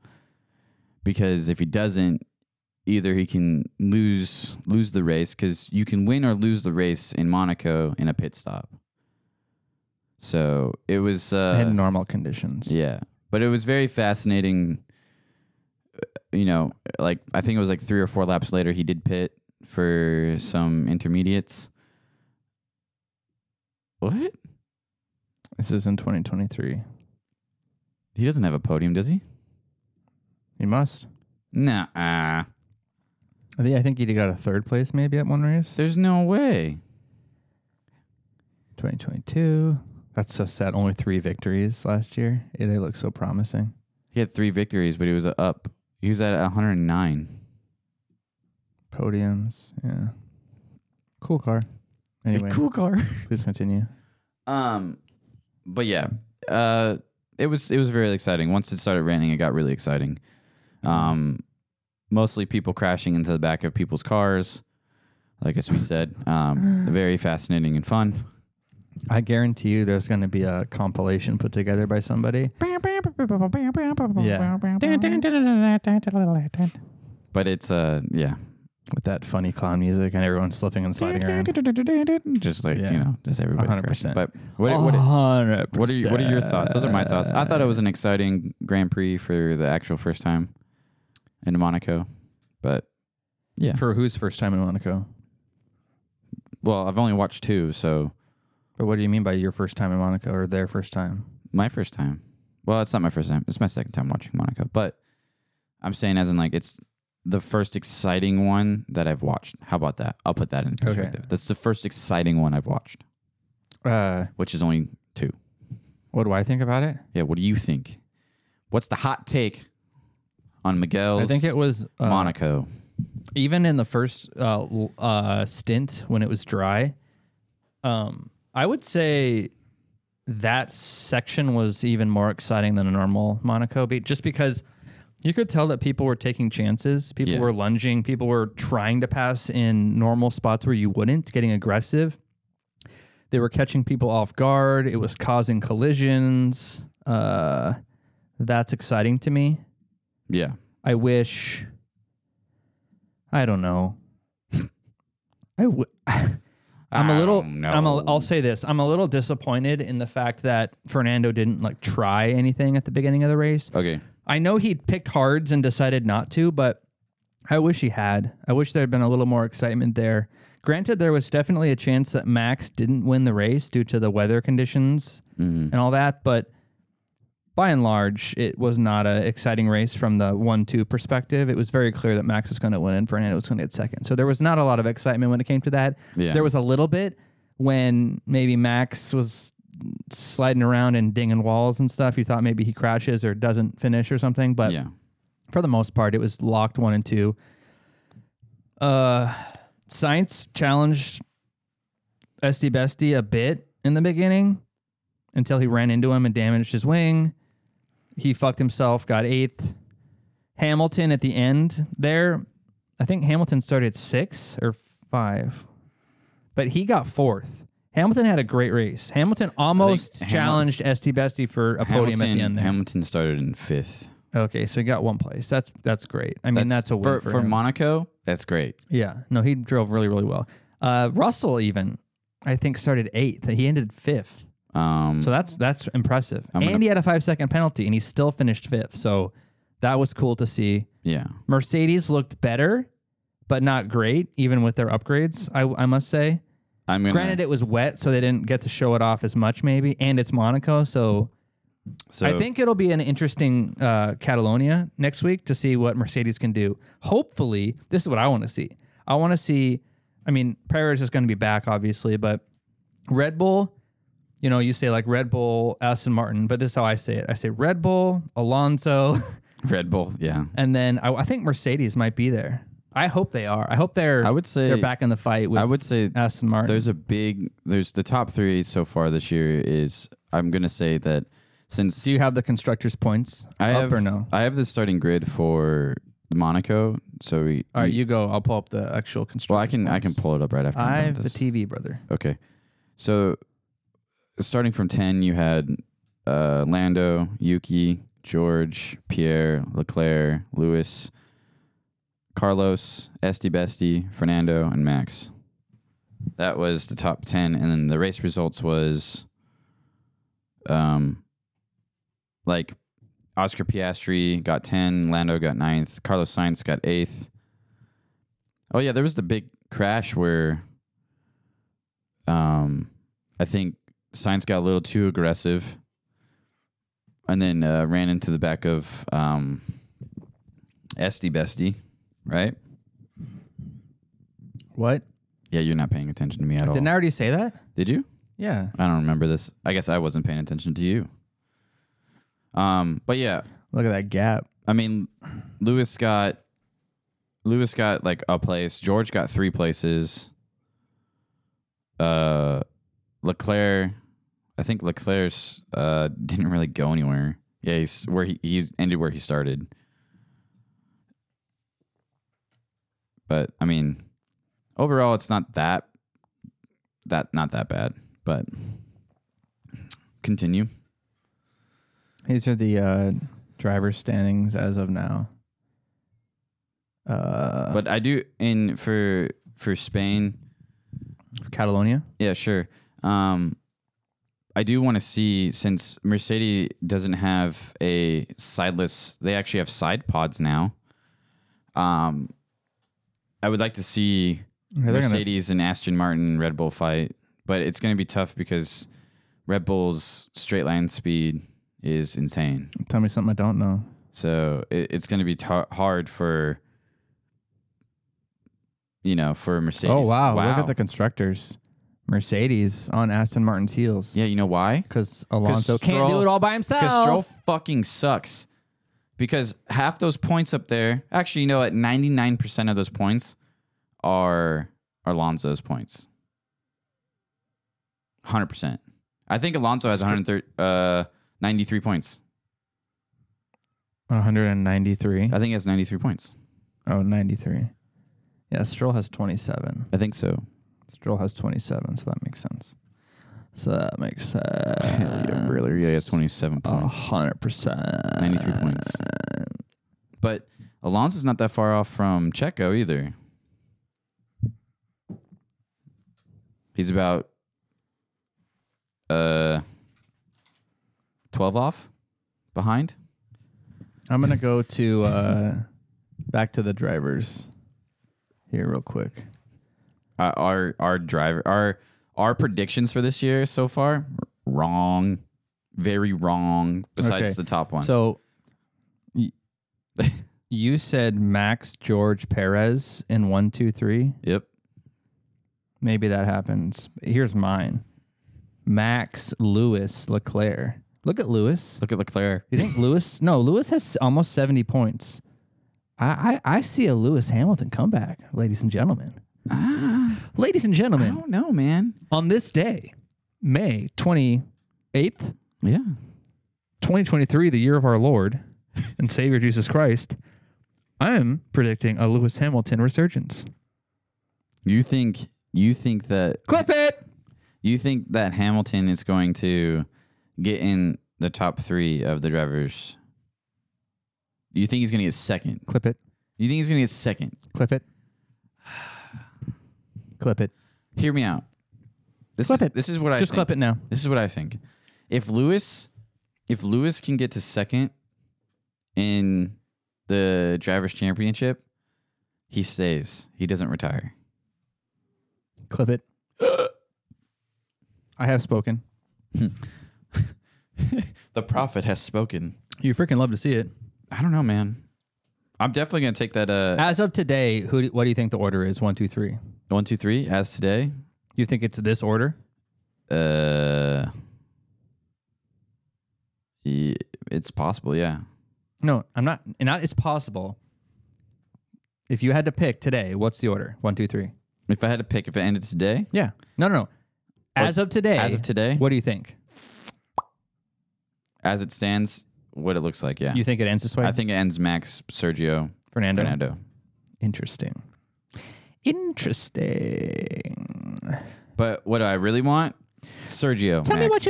[SPEAKER 4] because if he doesn't either he can lose lose the race cuz you can win or lose the race in Monaco in a pit stop. So, it was uh
[SPEAKER 3] in normal conditions.
[SPEAKER 4] yeah. But it was very fascinating. You know, like I think it was like three or four laps later, he did pit for some intermediates. What?
[SPEAKER 3] This is in 2023.
[SPEAKER 4] He doesn't have a podium, does he?
[SPEAKER 3] You must.
[SPEAKER 4] Nah.
[SPEAKER 3] I think I think he got a third place maybe at one race.
[SPEAKER 4] There's no way.
[SPEAKER 3] 2022. That's so sad. Only three victories last year. Yeah, they look so promising.
[SPEAKER 4] He had three victories, but he was up. He was at 109.
[SPEAKER 3] Podiums. Yeah. Cool car. Anyway,
[SPEAKER 4] car.
[SPEAKER 3] please continue.
[SPEAKER 4] Um, but yeah, uh, it was it was very exciting. Once it started raining, it got really exciting. Um, mostly people crashing into the back of people's cars. like as we said. Um, very fascinating and fun.
[SPEAKER 3] I guarantee you there's going to be a compilation put together by somebody. Yeah.
[SPEAKER 4] But it's uh yeah,
[SPEAKER 3] With that funny clown music and everyone slipping and sliding around.
[SPEAKER 4] just like
[SPEAKER 3] Yeah.
[SPEAKER 4] you know, just everybody's
[SPEAKER 3] 100%.
[SPEAKER 4] crashing. But what what, what,
[SPEAKER 3] 100%.
[SPEAKER 4] are you, what are your thoughts? Those are my thoughts. I thought it was an exciting Grand Prix for the actual first time in Monaco, but yeah.
[SPEAKER 3] For whose first time in Monaco?
[SPEAKER 4] Well, I've only watched two, so
[SPEAKER 3] But what do you mean by your first time in Monaco or their first time?
[SPEAKER 4] my first time. Well, it's not my first time. It's my second time watching Monaco, but I'm saying as in like it's the first exciting one that I've watched. How about that? I'll put that in perspective. That's the first exciting one I've watched,
[SPEAKER 3] Uh,
[SPEAKER 4] which is only two.
[SPEAKER 3] what do I think about it?
[SPEAKER 4] Yeah. What do you think? What's the hot take on Miguel's?
[SPEAKER 3] I think it was uh,
[SPEAKER 4] Monaco.
[SPEAKER 3] even in the first uh, l- uh, stint when it was dry, um, I would say that section was even more exciting than a normal Monaco beat, just because you could tell that people were taking chances, people
[SPEAKER 4] Yeah.
[SPEAKER 3] were lunging, people were trying to pass in normal spots where you wouldn't, getting aggressive. They were catching people off guard. It was causing collisions. Uh, that's exciting to me.
[SPEAKER 4] Yeah.
[SPEAKER 3] I wish. I don't know. I w- I'm a little.
[SPEAKER 4] don't know.
[SPEAKER 3] I'm. A, I'll say this. I'm a little disappointed in the fact that Fernando didn't like try anything at the beginning of the race.
[SPEAKER 4] Okay.
[SPEAKER 3] I know he picked hards and decided not to, but I wish he had. I wish there had been a little more excitement there. Granted, there was definitely a chance that Max didn't win the race due to the weather conditions and all that, but by and large, it was not an exciting race from the one-two perspective. It was very clear that Max was going to win and Fernando was going to get second. So there was not a lot of excitement when it came to that.
[SPEAKER 4] Yeah.
[SPEAKER 3] There was a little bit when maybe Max was sliding around and dinging walls and stuff. You thought maybe he crashes or doesn't finish or something, but
[SPEAKER 4] Yeah.
[SPEAKER 3] for the most part, it was locked one and two. Uh, science challenged Esty Bestie a bit in the beginning until he ran into him and damaged his wing. He fucked himself, got eighth. Hamilton at the end there, I think Hamilton started six or five, but he got fourth. Hamilton had a great race. Hamilton almost
[SPEAKER 4] Hamil-
[SPEAKER 3] challenged Esty Bestie for a podium at the end there.
[SPEAKER 4] Hamilton started in fifth.
[SPEAKER 3] Okay, so he got one place. That's that's great. I mean, that's, a win
[SPEAKER 4] for,
[SPEAKER 3] for,
[SPEAKER 4] for
[SPEAKER 3] him.
[SPEAKER 4] Monaco. That's great.
[SPEAKER 3] yeah, no, he drove really really well. Uh, Russell even, I think, started eighth. He ended fifth.
[SPEAKER 4] Um,
[SPEAKER 3] So that's that's impressive.
[SPEAKER 4] I'm gonna-
[SPEAKER 3] and he had a five second penalty, and he still finished fifth. So that was cool to see.
[SPEAKER 4] yeah.
[SPEAKER 3] Mercedes looked better, but not great, even with their upgrades. I I must say.
[SPEAKER 4] I'm gonna,
[SPEAKER 3] Granted, it was wet, so they didn't get to show it off as much, maybe. And it's Monaco, so
[SPEAKER 4] so
[SPEAKER 3] I think it'll be an interesting uh, Catalonia next week to see what Mercedes can do. Hopefully, this is what I want to see. I want to see. I mean, Perez is going to be back, obviously, but Red Bull. You know, you say like Red Bull, Aston Martin, but this is how I say it. I say Red Bull, Alonso,
[SPEAKER 4] Red Bull. Yeah.
[SPEAKER 3] and then I, I think Mercedes might be there. I hope they are. I hope they're.
[SPEAKER 4] I would say-
[SPEAKER 3] they're back in the fight with.
[SPEAKER 4] I would say
[SPEAKER 3] Aston Martin.
[SPEAKER 4] There's a big. There's the top three so far this year is. I'm gonna say that since
[SPEAKER 3] do you have the constructors' points
[SPEAKER 4] I
[SPEAKER 3] up
[SPEAKER 4] have
[SPEAKER 3] or no?
[SPEAKER 4] I have the starting grid for Monaco. So we.
[SPEAKER 3] All right,
[SPEAKER 4] we-
[SPEAKER 3] you go. I'll pull up the actual constructors.
[SPEAKER 4] well, I can I can pull it up right after. I'm
[SPEAKER 3] I
[SPEAKER 4] done
[SPEAKER 3] have the
[SPEAKER 4] this.
[SPEAKER 3] TV, brother.
[SPEAKER 4] Okay. So starting from 10, you had uh, Lando, Yuki, George, Pierre, Leclerc, Lewis, Carlos, Esti Besti, Fernando, and Max. That was the top 10. And then the race results was um, like Oscar Piastri got 10, Lando got 9th, Carlos Sainz got 8th. Oh, yeah, there was the big crash where um, I think Science got a little too aggressive, and then uh, ran into the back of um, Esty Bestie, right?
[SPEAKER 3] What?
[SPEAKER 4] Yeah, you're not paying attention to me at all.
[SPEAKER 3] Didn't I already say that?
[SPEAKER 4] Did you?
[SPEAKER 3] Oh. Yeah.
[SPEAKER 4] I don't remember this. I guess I wasn't paying attention to you. Um, but yeah,
[SPEAKER 3] Look at that gap.
[SPEAKER 4] I mean, Lewis got Lewis got like a place. George got three places. Uh, Leclerc, I think Leclerc's uh didn't really go anywhere. Yeah, he's where he he's ended where he started. But I mean, overall, it's not that that not that bad. But continue.
[SPEAKER 3] These are the uh, driver standings as of now. Uh,
[SPEAKER 4] but I do in for for Spain.
[SPEAKER 3] Catalonia.
[SPEAKER 4] Yeah, sure. Um, I do want to see since Mercedes doesn't have a sideless, they actually have side pods now. Um, I would like to see
[SPEAKER 3] Yeah, they're gonna-
[SPEAKER 4] Mercedes and Aston Martin Red Bull fight, but it's going to be tough because Red Bull's straight line speed is insane.
[SPEAKER 3] Tell me something I don't know.
[SPEAKER 4] So it, it's going to be tar- hard for you know for Mercedes.
[SPEAKER 3] Oh wow. Look at the constructors. Mercedes on Aston Martin's heels
[SPEAKER 4] yeah. You know why?
[SPEAKER 3] because Alonso
[SPEAKER 4] 'Cause
[SPEAKER 3] can't do
[SPEAKER 4] Stroll-
[SPEAKER 3] it all by
[SPEAKER 4] Because Stroll
[SPEAKER 3] himself.
[SPEAKER 4] fucking sucks. Because half those points up there, actually, you know what? Ninety nine percent of those points are Alonso's points. Hundred percent. I think Alonso has 130, uh, 93 points.
[SPEAKER 3] 193.
[SPEAKER 4] I think he has ninety three points.
[SPEAKER 3] Oh, 93. Yeah, Stroll has 27.
[SPEAKER 4] I think so.
[SPEAKER 3] Stroll has 27, so that makes sense. So that makes sense.
[SPEAKER 4] yeah, really? Yeah, he has twenty seven
[SPEAKER 3] A
[SPEAKER 4] points.
[SPEAKER 3] hundred percent.
[SPEAKER 4] 93 points. But Alonso's not that far off from Checo either. He's about uh 12 off behind.
[SPEAKER 3] I'm gonna go to uh, back to the drivers here real quick.
[SPEAKER 4] Uh, our our driver our our predictions for this year so far wrong, very wrong besides
[SPEAKER 3] Okay.
[SPEAKER 4] the top one.
[SPEAKER 3] So y- you said Max George Perez in one, two, three.
[SPEAKER 4] yep.
[SPEAKER 3] Maybe that happens. Here's mine. Max Lewis Leclerc. Look at Lewis.
[SPEAKER 4] Look at Leclerc.
[SPEAKER 3] You think Lewis? No, Lewis has almost 70 points. I, I, I see a Lewis Hamilton comeback, ladies and gentlemen. ladies and
[SPEAKER 4] Ah. I
[SPEAKER 3] gentlemen,
[SPEAKER 4] don't know, man.
[SPEAKER 3] on this day, May 28th,
[SPEAKER 4] Yeah.
[SPEAKER 3] 2023, the year of our Lord and Savior Jesus Christ, I am predicting a Lewis Hamilton resurgence.
[SPEAKER 4] You think you think that
[SPEAKER 3] Clip it!
[SPEAKER 4] You think that Hamilton is going to get in the top three of the drivers? You think he's going to get second?
[SPEAKER 3] Clip it.
[SPEAKER 4] You think he's going to get second?
[SPEAKER 3] Clip it. Clip it.
[SPEAKER 4] Hear me out. This
[SPEAKER 3] Clip
[SPEAKER 4] is,
[SPEAKER 3] it.
[SPEAKER 4] This is what I
[SPEAKER 3] Just
[SPEAKER 4] think.
[SPEAKER 3] clip it now.
[SPEAKER 4] This is what I think. If Lewis, if Lewis can get to second in the drivers' championship, he stays. He doesn't retire.
[SPEAKER 3] Clip it. I have spoken.
[SPEAKER 4] The prophet has spoken.
[SPEAKER 3] You freaking love to see it.
[SPEAKER 4] I don't know, man. I'm definitely going to take that uh,
[SPEAKER 3] As of today, who? Do, what do you think the order is? One, two, three.
[SPEAKER 4] one, two, three as today.
[SPEAKER 3] You think it's this order?
[SPEAKER 4] Uh, y- it's possible, yeah.
[SPEAKER 3] No, I'm not. Not. It's possible. If you had to pick today, what's the order? One, two, three.
[SPEAKER 4] If I had to pick, if it ended today,
[SPEAKER 3] Yeah. No, no, no. As of today.
[SPEAKER 4] as of today?
[SPEAKER 3] What do you think?
[SPEAKER 4] as it stands, what it looks like, yeah.
[SPEAKER 3] You think it ends this way?
[SPEAKER 4] I think it ends Max, Sergio,
[SPEAKER 3] Fernando.
[SPEAKER 4] Fernando.
[SPEAKER 3] Interesting. Interesting.
[SPEAKER 4] But what do I really want? Sergio. Tell
[SPEAKER 3] want. What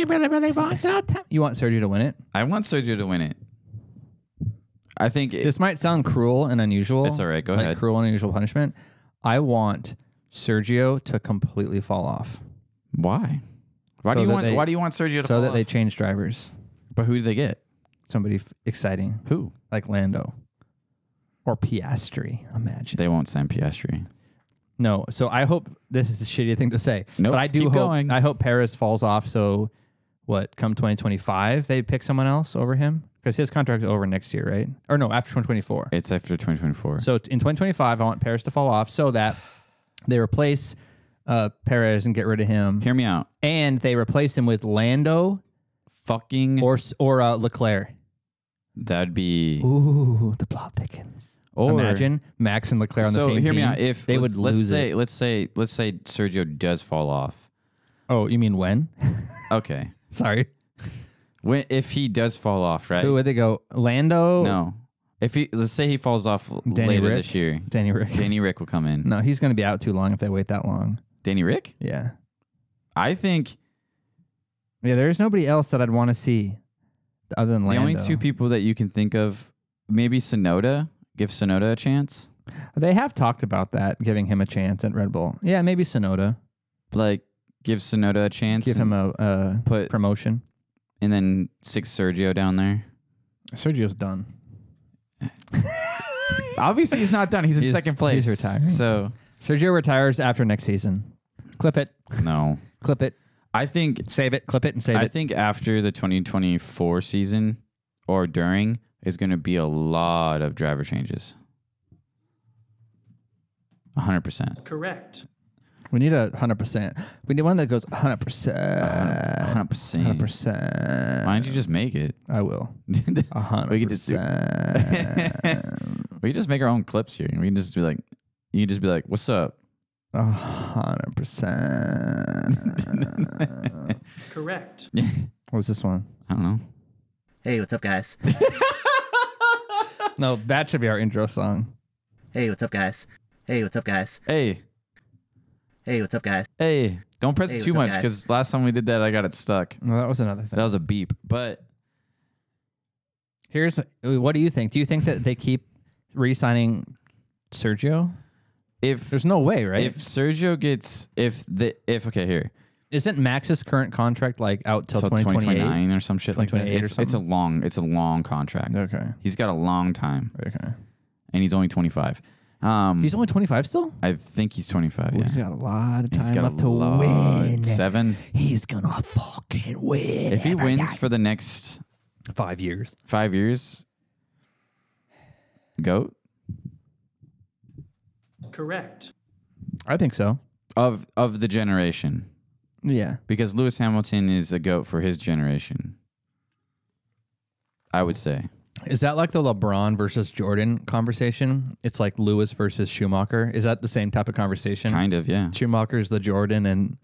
[SPEAKER 3] you really, really want? So tell- you want Sergio to win it?
[SPEAKER 4] I want Sergio to win it. I think it,
[SPEAKER 3] This might sound cruel and unusual.
[SPEAKER 4] It's all right, go
[SPEAKER 3] like
[SPEAKER 4] ahead.
[SPEAKER 3] Cruel and unusual punishment. I want Sergio to completely fall off.
[SPEAKER 4] why? Why
[SPEAKER 3] So
[SPEAKER 4] do you
[SPEAKER 3] that
[SPEAKER 4] want?
[SPEAKER 3] they-
[SPEAKER 4] why do you want Sergio to?
[SPEAKER 3] so
[SPEAKER 4] fall
[SPEAKER 3] that they
[SPEAKER 4] off?
[SPEAKER 3] change drivers.
[SPEAKER 4] But who do they get?
[SPEAKER 3] Somebody f- exciting
[SPEAKER 4] Who?
[SPEAKER 3] like Lando or Piastri. Imagine.
[SPEAKER 4] They won't sign Piastri.
[SPEAKER 3] no, so I hope this is a shitty thing to say,
[SPEAKER 4] Nope,
[SPEAKER 3] but I do
[SPEAKER 4] keep
[SPEAKER 3] hope
[SPEAKER 4] going.
[SPEAKER 3] I hope Paris falls off. So what? Come twenty twenty five, they pick someone else over him because his contract's over next year, right? Or no, after twenty twenty four.
[SPEAKER 4] It's after 2024.
[SPEAKER 3] So t- in 2025, I want Paris to fall off so that they replace uh, Perez and get rid of him,
[SPEAKER 4] Hear me out.
[SPEAKER 3] and they replace him with Lando
[SPEAKER 4] Fucking
[SPEAKER 3] or s- or uh, Leclerc.
[SPEAKER 4] that'd be
[SPEAKER 3] Ooh, the plot thickens.
[SPEAKER 4] or
[SPEAKER 3] Imagine Max and Leclerc on the
[SPEAKER 4] so
[SPEAKER 3] same
[SPEAKER 4] hear
[SPEAKER 3] team.
[SPEAKER 4] me out. If
[SPEAKER 3] they would
[SPEAKER 4] let's, let's
[SPEAKER 3] lose
[SPEAKER 4] say,
[SPEAKER 3] it.
[SPEAKER 4] let's say, let's say Sergio does fall off.
[SPEAKER 3] Oh, you mean when?
[SPEAKER 4] Okay,
[SPEAKER 3] Sorry.
[SPEAKER 4] when if he does fall off, right?
[SPEAKER 3] Who would they go? Lando.
[SPEAKER 4] no, If he let's say he falls off l-
[SPEAKER 3] Danny
[SPEAKER 4] later
[SPEAKER 3] Rick?
[SPEAKER 4] this year,
[SPEAKER 3] Danny Rick.
[SPEAKER 4] Danny Rick will come in.
[SPEAKER 3] No, he's going to be out too long if they wait that long.
[SPEAKER 4] Danny Rick?
[SPEAKER 3] Yeah.
[SPEAKER 4] I think
[SPEAKER 3] Yeah, there's nobody else that I'd want to see other than
[SPEAKER 4] the
[SPEAKER 3] Lando.
[SPEAKER 4] only two people that you can think of, maybe Sonoda. Give Sonoda a chance.
[SPEAKER 3] They have talked about that, giving him a chance at Red Bull. Yeah, maybe Sonoda.
[SPEAKER 4] Like give Sonoda a chance.
[SPEAKER 3] Give him
[SPEAKER 4] and,
[SPEAKER 3] a, a
[SPEAKER 4] put
[SPEAKER 3] promotion.
[SPEAKER 4] and then six Sergio down there.
[SPEAKER 3] Sergio's done.
[SPEAKER 4] Obviously he's not done. He's in
[SPEAKER 3] He's-
[SPEAKER 4] second place.
[SPEAKER 3] he's retiring.
[SPEAKER 4] So
[SPEAKER 3] Sergio retires after next season. Clip it.
[SPEAKER 4] no.
[SPEAKER 3] Clip it.
[SPEAKER 4] I think
[SPEAKER 3] Save it. Clip it and save
[SPEAKER 4] I
[SPEAKER 3] it.
[SPEAKER 4] think after the 2024 season or during is going to be a lot of driver changes. 100%.
[SPEAKER 3] we need a 100%. We need one that goes 100%.
[SPEAKER 4] 100%.
[SPEAKER 3] 100%.
[SPEAKER 4] Why don't you just make it?
[SPEAKER 3] I will.
[SPEAKER 4] we
[SPEAKER 3] A hundred
[SPEAKER 4] We could just do-
[SPEAKER 3] percent.
[SPEAKER 4] can just make our own clips here. We can just be like, you can just be like, what's up?
[SPEAKER 3] A hundred percent.
[SPEAKER 12] Correct.
[SPEAKER 3] What was this one?
[SPEAKER 4] I don't know.
[SPEAKER 12] Hey, what's up, guys?
[SPEAKER 3] No, that should be our intro song.
[SPEAKER 12] Hey, what's up, guys? Hey, what's up, guys?
[SPEAKER 4] Hey,
[SPEAKER 12] Hey, what's up, guys?
[SPEAKER 4] hey, don't press
[SPEAKER 12] Hey,
[SPEAKER 4] it too
[SPEAKER 12] what's up,
[SPEAKER 4] much
[SPEAKER 12] guys?
[SPEAKER 4] because last time we did that, I got it stuck.
[SPEAKER 3] No, that was another
[SPEAKER 4] That
[SPEAKER 3] thing.
[SPEAKER 4] was a beep. But
[SPEAKER 3] Here's what do you think? Do you think that they keep re-signing Sergio?
[SPEAKER 4] if
[SPEAKER 3] There's no way, right?
[SPEAKER 4] if Sergio gets, if the, if, okay, here,
[SPEAKER 3] Isn't Max's current contract like out till
[SPEAKER 4] till
[SPEAKER 3] 2028?
[SPEAKER 4] 2029 or some shit like that.
[SPEAKER 3] 2028 or
[SPEAKER 4] It's, it's a
[SPEAKER 3] something.
[SPEAKER 4] long, it's a long contract.
[SPEAKER 3] Okay.
[SPEAKER 4] He's got a long time,
[SPEAKER 3] Okay.
[SPEAKER 4] and he's only 25. Um,
[SPEAKER 3] He's only 25 still?
[SPEAKER 4] I think he's 25. yeah.
[SPEAKER 3] He's got a lot of
[SPEAKER 4] And he's
[SPEAKER 3] time
[SPEAKER 4] got a
[SPEAKER 3] left to
[SPEAKER 4] lot-
[SPEAKER 3] win.
[SPEAKER 4] Seven.
[SPEAKER 3] He's gonna fucking win.
[SPEAKER 4] If he wins for the next
[SPEAKER 3] five years,
[SPEAKER 4] five years, goat
[SPEAKER 12] Correct.
[SPEAKER 3] I think so.
[SPEAKER 4] of of the generation,
[SPEAKER 3] Yeah.
[SPEAKER 4] because Lewis Hamilton is a goat for his generation. I would say.
[SPEAKER 3] Is that like the LeBron versus Jordan conversation? It's like Lewis versus Schumacher. Is that the same type of conversation?
[SPEAKER 4] Kind of, yeah.
[SPEAKER 3] uh, Schumacher's the Jordan, and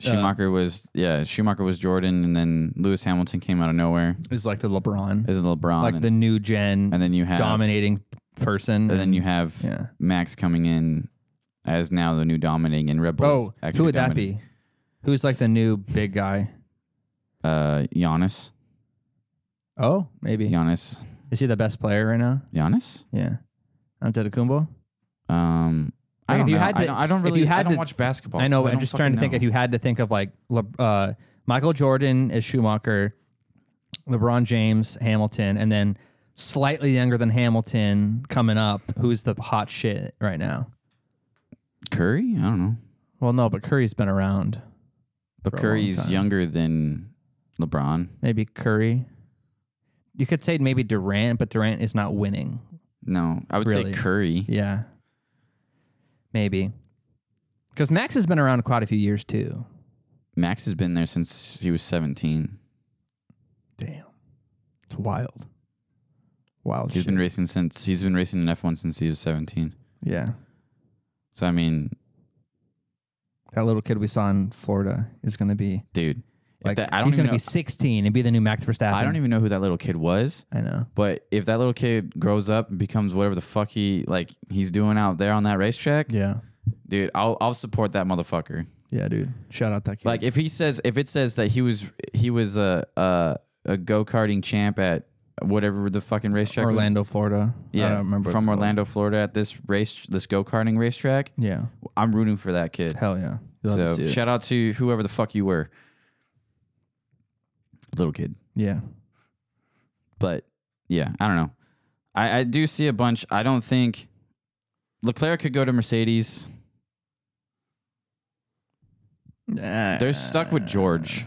[SPEAKER 4] Schumacher was, yeah. Schumacher was Jordan, and then Lewis Hamilton came out of nowhere
[SPEAKER 3] is like the LeBron,
[SPEAKER 4] as LeBron,
[SPEAKER 3] like
[SPEAKER 4] and,
[SPEAKER 3] the new gen,
[SPEAKER 4] and then you have
[SPEAKER 3] dominating person.
[SPEAKER 4] And then you have
[SPEAKER 3] Yeah.
[SPEAKER 4] Max coming in as now the new dominating and Red Bull's
[SPEAKER 3] oh,
[SPEAKER 4] actually
[SPEAKER 3] who would that
[SPEAKER 4] dominating.
[SPEAKER 3] be? Who's like the new big guy?
[SPEAKER 4] Uh, Giannis.
[SPEAKER 3] Oh, maybe.
[SPEAKER 4] Giannis.
[SPEAKER 3] Is he the best player right now?
[SPEAKER 4] Giannis.
[SPEAKER 3] Yeah. Antetokoumbo.
[SPEAKER 4] Um, I
[SPEAKER 3] Like,
[SPEAKER 4] don't
[SPEAKER 3] if you
[SPEAKER 4] know.
[SPEAKER 3] had
[SPEAKER 4] I
[SPEAKER 3] to-
[SPEAKER 4] don't, I don't
[SPEAKER 3] if
[SPEAKER 4] really.
[SPEAKER 3] you had
[SPEAKER 4] I don't
[SPEAKER 3] to-
[SPEAKER 4] watch basketball.
[SPEAKER 3] I know.
[SPEAKER 4] so
[SPEAKER 3] but I'm
[SPEAKER 4] don't
[SPEAKER 3] just trying to
[SPEAKER 4] fucking
[SPEAKER 3] think if
[SPEAKER 4] know.
[SPEAKER 3] you had to think of like Le- uh, Michael Jordan as Schumacher, LeBron James, Hamilton, and then slightly younger than Hamilton coming up, who's the hot shit right now?
[SPEAKER 4] Curry. I don't know.
[SPEAKER 3] Well, no, but Curry's been around.
[SPEAKER 4] But
[SPEAKER 3] long
[SPEAKER 4] Curry's
[SPEAKER 3] time.
[SPEAKER 4] younger than LeBron.
[SPEAKER 3] Maybe Curry. You could say maybe Durant, but Durant is not winning.
[SPEAKER 4] No, I would
[SPEAKER 3] Really?
[SPEAKER 4] say Curry.
[SPEAKER 3] Yeah. Maybe. Because Max has been around quite a few years too.
[SPEAKER 4] Max has been there since he was 17.
[SPEAKER 3] Damn. It's wild. Wild
[SPEAKER 4] He's been racing since he's been racing in F1 since he was 17.
[SPEAKER 3] yeah.
[SPEAKER 4] So I mean,
[SPEAKER 3] That little kid we saw in Florida is going to be
[SPEAKER 4] dude, if
[SPEAKER 3] like
[SPEAKER 4] that, I don't
[SPEAKER 3] he's
[SPEAKER 4] even
[SPEAKER 3] going
[SPEAKER 4] know,
[SPEAKER 3] to be 16 and be the new Max Verstappen.
[SPEAKER 4] I don't even know who that little kid was.
[SPEAKER 3] I know.
[SPEAKER 4] But if that little kid grows up and becomes whatever the fuck he like he's doing out there on that racetrack,
[SPEAKER 3] Yeah.
[SPEAKER 4] dude, I'll I'll support that motherfucker.
[SPEAKER 3] Yeah, dude. Shout out that kid.
[SPEAKER 4] Like if he says if it says that he was he was a a, a go karting champ at whatever the fucking racetrack, was-
[SPEAKER 3] Orlando, Florida.
[SPEAKER 4] yeah,
[SPEAKER 3] I don't remember what
[SPEAKER 4] from
[SPEAKER 3] it's called.
[SPEAKER 4] Orlando, Florida, at this race this go karting racetrack,
[SPEAKER 3] Yeah.
[SPEAKER 4] I'm rooting for that kid.
[SPEAKER 3] Hell yeah. You'll have to see
[SPEAKER 4] So
[SPEAKER 3] it.
[SPEAKER 4] shout out to whoever the fuck you were, little kid.
[SPEAKER 3] yeah.
[SPEAKER 4] but yeah, I don't know. I, I do see a bunch. I don't think Leclerc could go to Mercedes. They're stuck with George,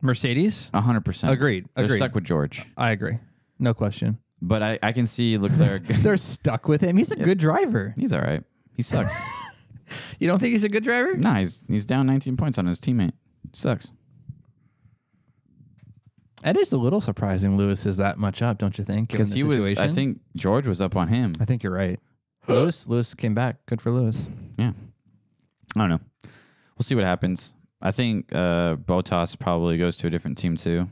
[SPEAKER 3] Mercedes?
[SPEAKER 4] hundred percent.
[SPEAKER 3] Agreed,
[SPEAKER 4] They're
[SPEAKER 3] agreed.
[SPEAKER 4] stuck with George,
[SPEAKER 3] I agree. No question.
[SPEAKER 4] but I, I can see Leclerc.
[SPEAKER 3] They're stuck with him. He's a good driver.
[SPEAKER 4] he's all right. He sucks.
[SPEAKER 3] You don't think he's a good driver?
[SPEAKER 4] nah, he's he's down 19 points on his teammate. Sucks.
[SPEAKER 3] That is a little surprising Lewis is that much up, don't you think? given
[SPEAKER 4] Because
[SPEAKER 3] the
[SPEAKER 4] he was, I
[SPEAKER 3] situation?
[SPEAKER 4] think George was up on him.
[SPEAKER 3] I think you're right. Lewis Lewis came back. Good for Lewis.
[SPEAKER 4] Yeah. I don't know. We'll see what happens. I think uh, Botas probably goes to a different team too.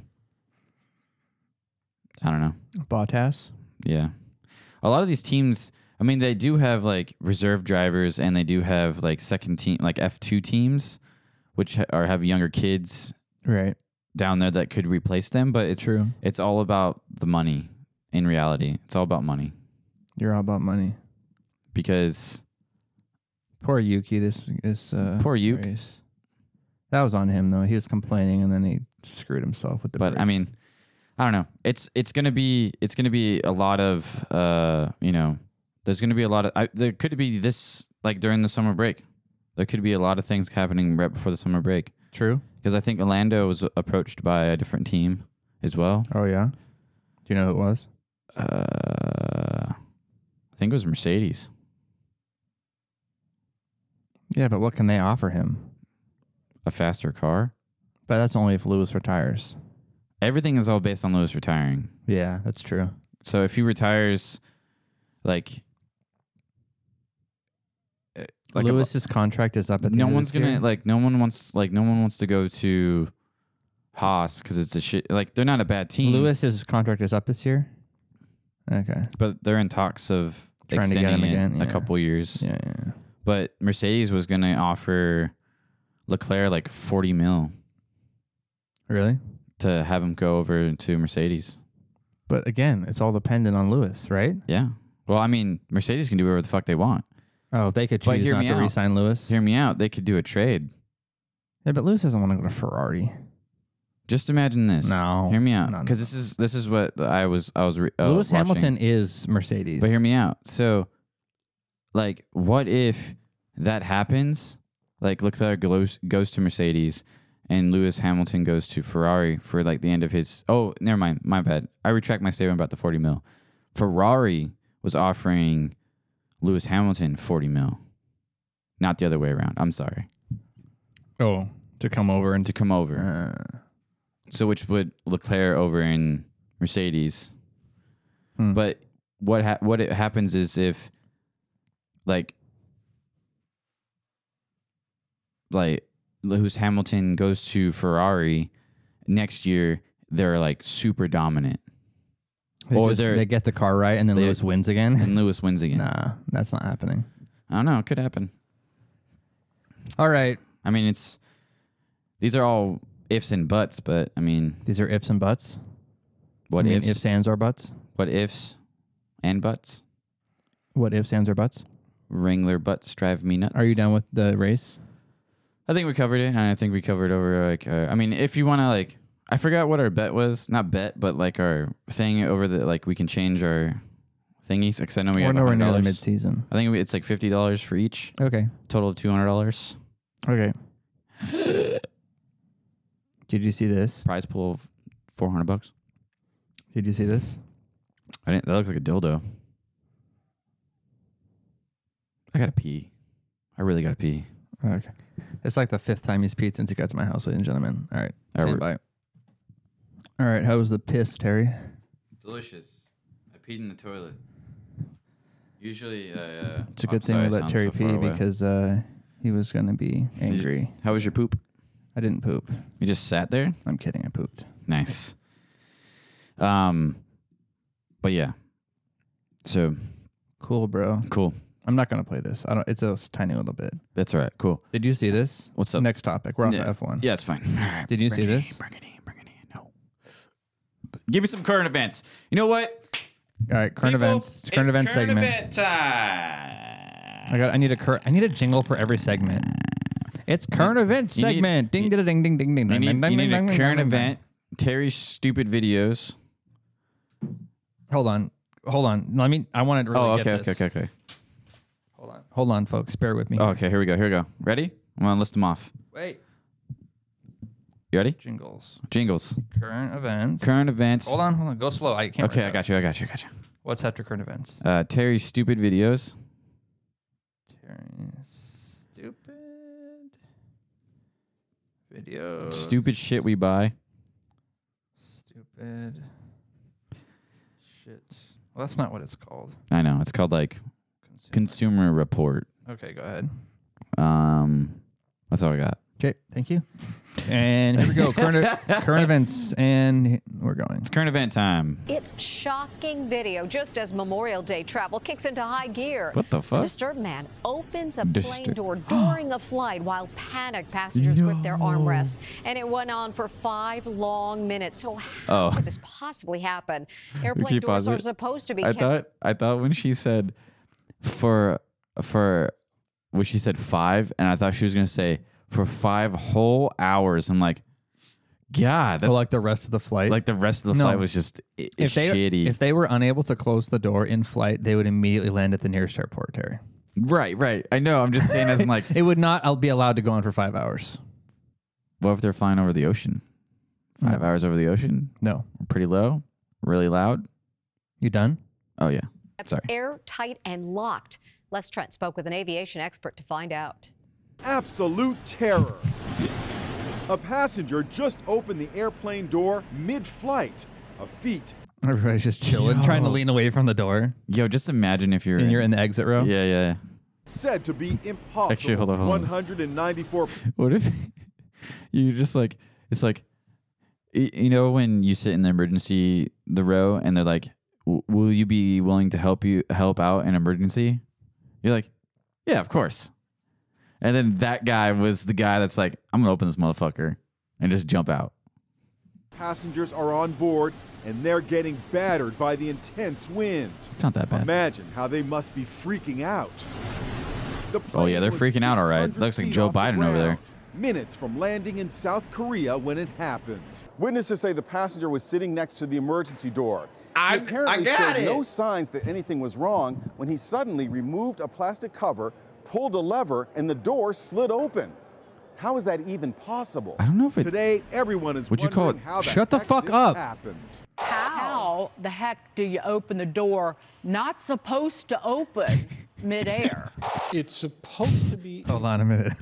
[SPEAKER 4] I don't know.
[SPEAKER 3] Bottas.
[SPEAKER 4] Yeah. A lot of these teams, I mean, they do have like reserve drivers and they do have like second team, like F2 teams, which ha- are have younger kids
[SPEAKER 3] Right.
[SPEAKER 4] down there that could replace them. But it's
[SPEAKER 3] True.
[SPEAKER 4] It's all about the money in reality. It's all about money
[SPEAKER 3] You're all about money.
[SPEAKER 4] because
[SPEAKER 3] Poor Yuki. This this uh,
[SPEAKER 4] Poor Yuke.
[SPEAKER 3] race. That was on him though. He was complaining and then he screwed himself with the.
[SPEAKER 4] but I
[SPEAKER 3] brakes.
[SPEAKER 4] mean, I don't know. It's it's gonna be it's gonna be a lot of uh you know there's gonna be a lot of I, there could be this like during the summer break there could be a lot of things happening right before the summer break
[SPEAKER 3] true.
[SPEAKER 4] because I think Orlando was approached by a different team as well.
[SPEAKER 3] Oh yeah. Do you know who it was?
[SPEAKER 4] Uh, I think it was Mercedes.
[SPEAKER 3] Yeah, but what can they offer him?
[SPEAKER 4] A faster car.
[SPEAKER 3] But that's only if Lewis retires.
[SPEAKER 4] Everything is all based on Lewis retiring.
[SPEAKER 3] Yeah, that's true.
[SPEAKER 4] So if he retires, like, uh, like a-
[SPEAKER 3] Lewis's contract is up at the
[SPEAKER 4] no
[SPEAKER 3] end of
[SPEAKER 4] one's
[SPEAKER 3] this
[SPEAKER 4] gonna
[SPEAKER 3] year.
[SPEAKER 4] like no one wants like no one wants to go to Haas because it's a shit like they're not a bad team
[SPEAKER 3] Lewis's contract is up this year. Okay.
[SPEAKER 4] but they're in talks of
[SPEAKER 3] Trying to get
[SPEAKER 4] extending
[SPEAKER 3] him
[SPEAKER 4] it
[SPEAKER 3] again,
[SPEAKER 4] a
[SPEAKER 3] yeah.
[SPEAKER 4] couple years
[SPEAKER 3] Yeah, yeah. yeah.
[SPEAKER 4] but Mercedes was gonna offer Leclerc like forty mil
[SPEAKER 3] Really?
[SPEAKER 4] to have him go over to Mercedes
[SPEAKER 3] But again, it's all dependent on Lewis, right?
[SPEAKER 4] yeah well I mean Mercedes can do whatever the fuck they want
[SPEAKER 3] Oh, they could
[SPEAKER 4] But
[SPEAKER 3] choose
[SPEAKER 4] hear
[SPEAKER 3] not
[SPEAKER 4] me
[SPEAKER 3] to
[SPEAKER 4] out.
[SPEAKER 3] re-sign Lewis.
[SPEAKER 4] hear me out they could do a trade
[SPEAKER 3] Yeah, but Lewis doesn't want to go to Ferrari.
[SPEAKER 4] just imagine this
[SPEAKER 3] No.
[SPEAKER 4] hear me out
[SPEAKER 3] No, no,
[SPEAKER 4] because this is this is what I was I was re- uh,
[SPEAKER 3] Lewis
[SPEAKER 4] watching.
[SPEAKER 3] Hamilton is Mercedes.
[SPEAKER 4] But hear me out. So, like, what if that happens? Like, Leclerc goes, goes to Mercedes and Lewis Hamilton goes to Ferrari for like the end of his. Oh, never mind. My bad. I retract my statement about the 40 mil. Ferrari was offering Lewis Hamilton 40 mil, not the other way around. I'm sorry.
[SPEAKER 3] Oh, to come over and
[SPEAKER 4] To come over. So, which would Leclerc over in Mercedes.
[SPEAKER 3] Hmm.
[SPEAKER 4] But what ha- what it happens is if like like Lewis Hamilton goes to Ferrari next year, they're like super dominant,
[SPEAKER 3] they,
[SPEAKER 4] or
[SPEAKER 3] just-
[SPEAKER 4] they're-
[SPEAKER 3] they get the car right and then
[SPEAKER 4] they-
[SPEAKER 3] Lewis wins again.
[SPEAKER 4] and Lewis wins again.
[SPEAKER 3] nah, that's not happening.
[SPEAKER 4] I don't know. It could happen.
[SPEAKER 3] All right,
[SPEAKER 4] I mean, it's these are all ifs and buts, but I mean,
[SPEAKER 3] these are ifs and buts.
[SPEAKER 4] what
[SPEAKER 3] I mean,
[SPEAKER 4] ifs?
[SPEAKER 3] ifs ands or buts?
[SPEAKER 4] what ifs? And buts.
[SPEAKER 3] What ifs ands or buts?
[SPEAKER 4] Wrangler butts drive me nuts.
[SPEAKER 3] Are you done with the race?
[SPEAKER 4] I think we covered it, and I think we covered over like uh, I mean, if you want to like, I forgot what our bet was, not bet, but like our thing over the like we can change our thingies because I know we
[SPEAKER 3] We're
[SPEAKER 4] have
[SPEAKER 3] nowhere near the
[SPEAKER 4] $100.
[SPEAKER 3] mid-season.
[SPEAKER 4] I think we- it's like fifty dollars for each,
[SPEAKER 3] Okay.
[SPEAKER 4] total of two hundred dollars.
[SPEAKER 3] Okay. Did you see this?
[SPEAKER 4] Prize pool of four hundred bucks.
[SPEAKER 3] Did you see this?
[SPEAKER 4] I didn't. That looks like a dildo. I gotta pee. I really gotta pee.
[SPEAKER 3] Okay. It's like the fifth time he's peed since he got to my house, ladies and gentlemen. All right.
[SPEAKER 4] All
[SPEAKER 3] Stand by. All right. How was the piss, Terry?
[SPEAKER 4] Delicious. I peed in the toilet. Usually, uh,
[SPEAKER 3] It's a good thing we let Terry pee because uh, he was going to be angry.
[SPEAKER 4] How was your poop?
[SPEAKER 3] I didn't poop.
[SPEAKER 4] You just sat there.
[SPEAKER 3] I'm kidding. I pooped.
[SPEAKER 4] Nice. Um, but yeah. So
[SPEAKER 3] Cool, bro.
[SPEAKER 4] cool.
[SPEAKER 3] I'm not going to play this. I don't. It's a s- tiny little bit.
[SPEAKER 4] That's all right. Cool.
[SPEAKER 3] Did you see this?
[SPEAKER 4] What's up?
[SPEAKER 3] Next topic. We're off
[SPEAKER 4] yeah.
[SPEAKER 3] the F1.
[SPEAKER 4] Yeah, it's fine. All right.
[SPEAKER 3] Did you see
[SPEAKER 4] it
[SPEAKER 3] this?
[SPEAKER 4] in, bring it in. Bring it in. No. Give me some current events. You know what?
[SPEAKER 3] All right. Current
[SPEAKER 4] people?
[SPEAKER 3] events. It's current
[SPEAKER 4] It's
[SPEAKER 3] event segment.
[SPEAKER 4] event time.
[SPEAKER 3] I got. I need a cur- I need a jingle for every segment. It's current event
[SPEAKER 4] you need-
[SPEAKER 3] segment. Ding,
[SPEAKER 4] you-
[SPEAKER 3] ding, ding, ding, ding, ding,
[SPEAKER 4] You
[SPEAKER 3] ding,
[SPEAKER 4] need,
[SPEAKER 3] ding,
[SPEAKER 4] you
[SPEAKER 3] ding,
[SPEAKER 4] need
[SPEAKER 3] ding,
[SPEAKER 4] a
[SPEAKER 3] ding,
[SPEAKER 4] current
[SPEAKER 3] ding, ding.
[SPEAKER 4] event. Terry's stupid videos.
[SPEAKER 3] Hold on, hold on. Let me. I wanted to really
[SPEAKER 4] Oh,
[SPEAKER 3] get
[SPEAKER 4] okay,
[SPEAKER 3] this.
[SPEAKER 4] okay, okay, okay.
[SPEAKER 3] Hold on, hold on, folks. Bear with me.
[SPEAKER 4] Oh, okay, here we go. Here we go. Ready? I'm gonna list them off.
[SPEAKER 3] Wait,
[SPEAKER 4] You ready?
[SPEAKER 3] jingles.
[SPEAKER 4] Jingles.
[SPEAKER 3] Current events.
[SPEAKER 4] Current events.
[SPEAKER 3] Hold on, hold on. Go slow. I can't.
[SPEAKER 4] Okay,
[SPEAKER 3] read
[SPEAKER 4] I got you. I got you. I got you.
[SPEAKER 3] those. What's after current events?
[SPEAKER 4] Uh, Terry's stupid videos.
[SPEAKER 3] Stupid video.
[SPEAKER 4] Stupid shit we buy.
[SPEAKER 3] Stupid shit. Well, that's not what it's called.
[SPEAKER 4] I know it's called like Consumer Report.
[SPEAKER 3] Okay, go ahead.
[SPEAKER 4] Um, that's all I got.
[SPEAKER 3] Okay, thank you. And here we go. Current, e-, current events, and we're going. It's
[SPEAKER 4] current event time.
[SPEAKER 13] It's shocking video just as Memorial Day travel kicks into high gear.
[SPEAKER 4] What the fuck?
[SPEAKER 13] A disturbed man opens a plane
[SPEAKER 4] Disturbed.
[SPEAKER 13] door during a flight while panicked passengers grip their
[SPEAKER 4] No.
[SPEAKER 13] armrests. And it went on for five long minutes. So how
[SPEAKER 4] Oh.
[SPEAKER 13] could this possibly happen?
[SPEAKER 4] We
[SPEAKER 13] Airplane
[SPEAKER 4] keep
[SPEAKER 13] doors
[SPEAKER 4] pausing
[SPEAKER 13] are
[SPEAKER 4] it.
[SPEAKER 13] supposed to be
[SPEAKER 4] I
[SPEAKER 13] kept
[SPEAKER 4] thought I thought when she said for for when she said five, and I thought she was gonna say for five whole hours. I'm like, God, that's
[SPEAKER 3] like the rest of the flight.
[SPEAKER 4] Like the rest of the flight was just i-
[SPEAKER 3] if they,
[SPEAKER 4] shitty.
[SPEAKER 3] If they were unable to close the door in flight, they would immediately land at the nearest airport, Terry.
[SPEAKER 4] right, right. I know. I'm just saying as in like,
[SPEAKER 3] It would not I'll be allowed to go on for five hours.
[SPEAKER 4] what if they're flying over the ocean? Five hours over the ocean?
[SPEAKER 3] No,
[SPEAKER 4] pretty low, really loud.
[SPEAKER 3] You done?
[SPEAKER 4] Oh yeah.
[SPEAKER 13] kept
[SPEAKER 4] Sorry.
[SPEAKER 13] airtight and locked. Les Trent spoke with an aviation expert to find out.
[SPEAKER 14] Absolute terror. A passenger just opened the airplane door mid flight, a feat
[SPEAKER 3] Everybody's just chilling, trying to
[SPEAKER 4] Yo.
[SPEAKER 3] lean away from the door.
[SPEAKER 4] Yo, just imagine if you're
[SPEAKER 3] and you're in the exit row.
[SPEAKER 4] Yeah, yeah.
[SPEAKER 14] said to be impossible.
[SPEAKER 4] Actually, hold on, hold on.
[SPEAKER 14] 194
[SPEAKER 4] What if you just like it's like y- you know when you sit in the emergency the row and they're like, "W- "Will you be willing to help you help out in emergency?" You're like, "Yeah, of course." And then that guy was the guy that's like, "I'm gonna open this motherfucker and just jump out."
[SPEAKER 14] passengers are on board, and they're getting battered by the intense wind.
[SPEAKER 4] It's not that bad.
[SPEAKER 14] Imagine how they must be freaking out. The
[SPEAKER 4] Oh yeah, they're freaking out. All right, looks like Joe Biden over there.
[SPEAKER 14] minutes from landing in South Korea when it happened. Witnesses say the passenger was sitting next to the emergency door. I, he apparently
[SPEAKER 1] I got
[SPEAKER 14] showed
[SPEAKER 1] it.
[SPEAKER 14] no signs that anything was wrong when he suddenly removed a plastic cover, pulled a lever, and the door slid open. How is that even possible? I
[SPEAKER 4] don't know if it-
[SPEAKER 14] today everyone is
[SPEAKER 4] Would you call
[SPEAKER 14] wondering
[SPEAKER 4] it-
[SPEAKER 14] how
[SPEAKER 4] Shut the
[SPEAKER 14] heck
[SPEAKER 4] fuck
[SPEAKER 14] this
[SPEAKER 4] up.
[SPEAKER 14] happened.
[SPEAKER 15] How the heck do you open the door not supposed to open midair?
[SPEAKER 3] It's supposed to be. Hold on a minute.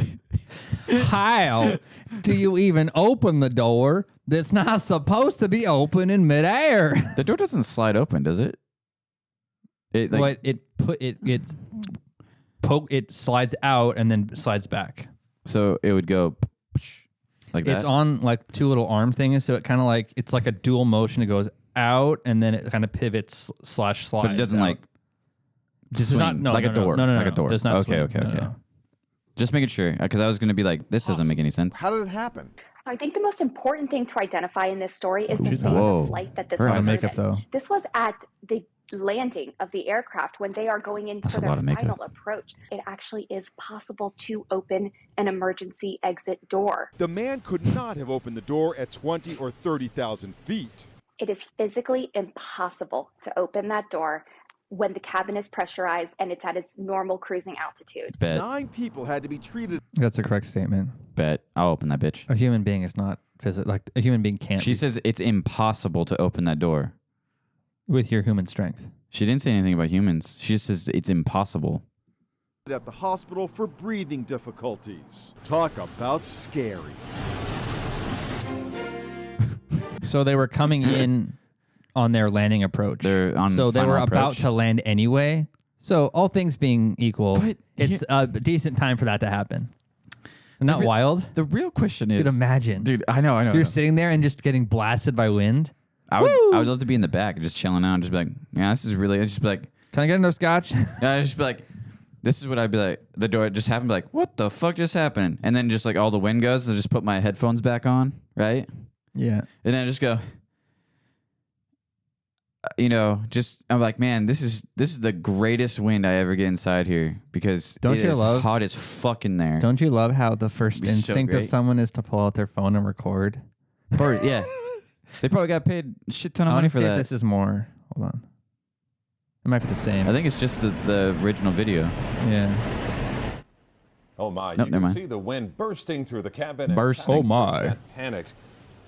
[SPEAKER 3] How do you even open the door that's not supposed to be open in midair?
[SPEAKER 4] The door doesn't slide open, does it? It like
[SPEAKER 3] what it put it it poke it slides out and then slides back.
[SPEAKER 4] so it would go like that.
[SPEAKER 3] It's on like two little arm things, so it kind of like it's like a dual motion. It goes out and then it kind of pivots slash slides.
[SPEAKER 4] but it doesn't
[SPEAKER 3] out.
[SPEAKER 4] like
[SPEAKER 3] Just
[SPEAKER 4] swing,
[SPEAKER 3] not- no,
[SPEAKER 4] like
[SPEAKER 3] no,
[SPEAKER 4] a
[SPEAKER 3] no,
[SPEAKER 4] door
[SPEAKER 3] no, no,
[SPEAKER 4] like
[SPEAKER 3] no,
[SPEAKER 4] a door
[SPEAKER 3] does not
[SPEAKER 4] okay
[SPEAKER 3] swing,
[SPEAKER 4] okay
[SPEAKER 3] no,
[SPEAKER 4] okay
[SPEAKER 3] no.
[SPEAKER 4] just making sure because I was gonna be like this doesn't make any sense
[SPEAKER 14] How did it happen?
[SPEAKER 11] So I think the most important thing to identify in this story
[SPEAKER 3] Oh,
[SPEAKER 11] is the
[SPEAKER 4] She's
[SPEAKER 11] phase
[SPEAKER 4] hot. Whoa.
[SPEAKER 11] of light that this
[SPEAKER 4] Her
[SPEAKER 11] was.
[SPEAKER 4] eyes are makeup, though.
[SPEAKER 11] This was at the landing of the aircraft when they are going in
[SPEAKER 4] That's
[SPEAKER 11] for
[SPEAKER 4] a lot
[SPEAKER 11] their
[SPEAKER 4] of makeup.
[SPEAKER 11] final approach. It actually is possible to open an emergency exit door.
[SPEAKER 14] The man could not have opened the door at 20 or 30,000 feet.
[SPEAKER 11] It is physically impossible to open that door when the cabin is pressurized and it's at its normal cruising altitude.
[SPEAKER 14] Nine people had to be treated
[SPEAKER 3] That's a correct statement.
[SPEAKER 4] bet I'll open that bitch
[SPEAKER 3] A human being is not physic like a human being can't
[SPEAKER 4] she
[SPEAKER 3] be-
[SPEAKER 4] says it's impossible to open that door
[SPEAKER 3] with your human strength.
[SPEAKER 4] she didn't say anything about humans she just says it's impossible
[SPEAKER 14] at the hospital for breathing difficulties. Talk about scary.
[SPEAKER 3] So they were coming in on their landing approach. They're
[SPEAKER 4] on
[SPEAKER 3] so they
[SPEAKER 4] final
[SPEAKER 3] were about
[SPEAKER 4] approach.
[SPEAKER 3] to land anyway. So all things being equal, it's a decent time for that to happen. Isn't that wild?
[SPEAKER 4] The real question is
[SPEAKER 3] Dude, imagine.
[SPEAKER 4] dude uh, I know I know I
[SPEAKER 3] You're
[SPEAKER 4] know.
[SPEAKER 3] sitting there and just getting blasted by wind.
[SPEAKER 4] I would, I would love to be in the back and just chilling out and just be like, yeah, this is really, I'd just be like,
[SPEAKER 3] can I get another scotch?
[SPEAKER 4] Yeah, I'd just be like, this is what I'd be like. The door just happened, be like, what the fuck just happened? And then just like all the wind goes, and I just put my headphones back on, right?
[SPEAKER 3] Yeah.
[SPEAKER 4] And then I just go, uh, you know, just, I'm like, man, this is, this is the greatest wind I ever get inside here because
[SPEAKER 3] Don't
[SPEAKER 4] it
[SPEAKER 3] you
[SPEAKER 4] is
[SPEAKER 3] love-
[SPEAKER 4] hot as fuck in there.
[SPEAKER 3] Don't you love how the first
[SPEAKER 4] Be so
[SPEAKER 3] instinct of
[SPEAKER 4] great.
[SPEAKER 3] someone is to pull out their phone and record?
[SPEAKER 4] Or, yeah. They probably got paid a shit ton of
[SPEAKER 3] I wanna
[SPEAKER 4] money for
[SPEAKER 3] see if
[SPEAKER 4] that.
[SPEAKER 3] this is more. Hold on. It might be the same.
[SPEAKER 4] I think it's just the, the original video.
[SPEAKER 3] Yeah.
[SPEAKER 8] Oh my,
[SPEAKER 4] Nope, never
[SPEAKER 8] you can
[SPEAKER 4] mind.
[SPEAKER 8] see the wind bursting through the cabin. as
[SPEAKER 4] Bursting. Oh, my.
[SPEAKER 8] 70% Panics.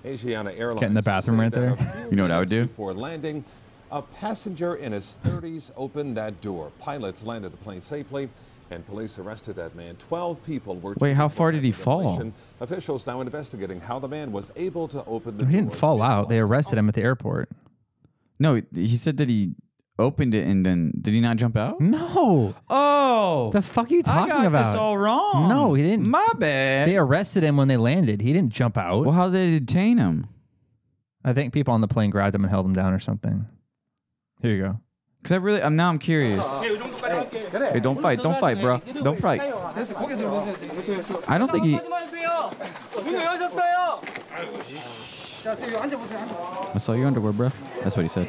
[SPEAKER 8] Asiana Airlines.
[SPEAKER 4] Get in the bathroom
[SPEAKER 8] says
[SPEAKER 4] right
[SPEAKER 8] that
[SPEAKER 4] there.
[SPEAKER 8] a few
[SPEAKER 4] You know what I would do?
[SPEAKER 8] minutes Before landing, a passenger in his 30s opened that door. Pilots landed the plane safely, and police arrested that man. 12 people were.
[SPEAKER 4] Wait, how far did he fall?
[SPEAKER 8] Information. Officials now investigating how the man was able to open the
[SPEAKER 3] He
[SPEAKER 8] door.
[SPEAKER 3] didn't fall out. They arrested him at the airport.
[SPEAKER 4] No, he said that he opened it and then did he not jump out?
[SPEAKER 3] No.
[SPEAKER 4] Oh.
[SPEAKER 3] The fuck are you talking
[SPEAKER 4] I got
[SPEAKER 3] about?
[SPEAKER 4] this all wrong.
[SPEAKER 3] No, he didn't.
[SPEAKER 4] My bad.
[SPEAKER 3] They arrested him when they landed. He didn't jump out.
[SPEAKER 4] Well, how did they detain him?
[SPEAKER 3] I think people on the plane grabbed him and held him down or something. Here you go.
[SPEAKER 4] Cause I really, I'm now I'm curious. Hey, don't fight, don't fight, bro, don't fight. I don't think he. I saw your underwear, bro. That's what he said.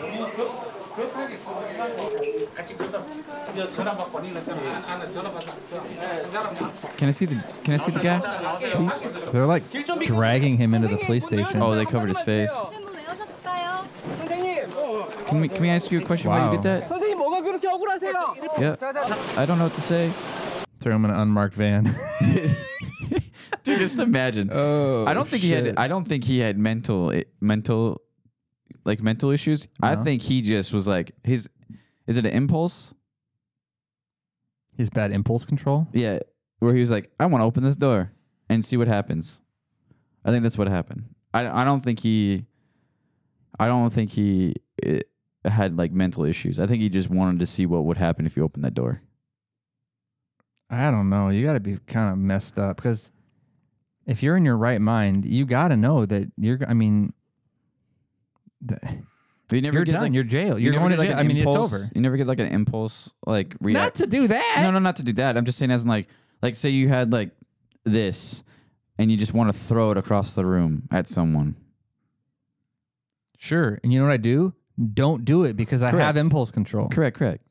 [SPEAKER 4] Can I see the Can I see the guy? Please?
[SPEAKER 3] They're like dragging him into the police station.
[SPEAKER 4] Oh, they covered his face. Can we Can we ask you a question while you
[SPEAKER 3] Wow.
[SPEAKER 4] did that? Yeah. I don't know what to say.
[SPEAKER 3] Threw him in an unmarked van.
[SPEAKER 4] Dude, just imagine.
[SPEAKER 3] Oh,
[SPEAKER 4] I don't think he
[SPEAKER 3] shit.
[SPEAKER 4] had. I don't think he had mental i- mental, like mental issues. I
[SPEAKER 3] No?
[SPEAKER 4] think he just was like his. Is it an impulse?
[SPEAKER 3] His bad impulse control.
[SPEAKER 4] Yeah, where he was like, I want to open this door and see what happens. I think that's what happened. I I don't think he. I don't think he eh, had like mental issues. I think he just wanted to see what would happen if you opened that door.
[SPEAKER 3] I don't know. You got to be kind of messed up because if you're in your right mind, you got to know that you're. I mean, the,
[SPEAKER 4] You never
[SPEAKER 3] You're
[SPEAKER 4] get,
[SPEAKER 3] done.
[SPEAKER 4] Like,
[SPEAKER 3] You're jail.
[SPEAKER 4] you
[SPEAKER 3] You're
[SPEAKER 4] never
[SPEAKER 3] going
[SPEAKER 4] get,
[SPEAKER 3] to
[SPEAKER 4] like,
[SPEAKER 3] jail.
[SPEAKER 4] an
[SPEAKER 3] I mean, it's
[SPEAKER 4] impulse-
[SPEAKER 3] over.
[SPEAKER 4] You never get like an impulse like reaction.
[SPEAKER 3] to do that.
[SPEAKER 4] No, no, not to do that. I'm just saying as in like like say you had like this and you just want to throw it across the room at someone.
[SPEAKER 3] sure. And you know what I do? Don't do it because I have
[SPEAKER 4] Correct.
[SPEAKER 3] impulse control.
[SPEAKER 4] Correct, correct.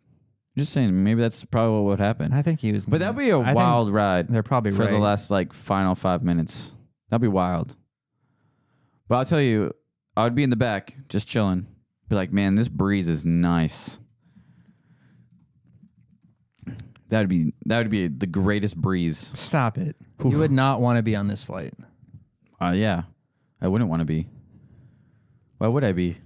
[SPEAKER 4] Just saying maybe that's probably what would happen.
[SPEAKER 3] I think he was.
[SPEAKER 4] But that'd be a
[SPEAKER 3] I think
[SPEAKER 4] wild ride.
[SPEAKER 3] They're probably
[SPEAKER 4] for
[SPEAKER 3] right.
[SPEAKER 4] the last like final five minutes. That'd be wild. But I'll tell you, I would be in the back just chilling. Be like, man, this breeze is nice. That'd be that would be the greatest breeze.
[SPEAKER 3] Stop it. You would not want to be on this flight.
[SPEAKER 4] Uh, yeah, I wouldn't want to be. Why would I be?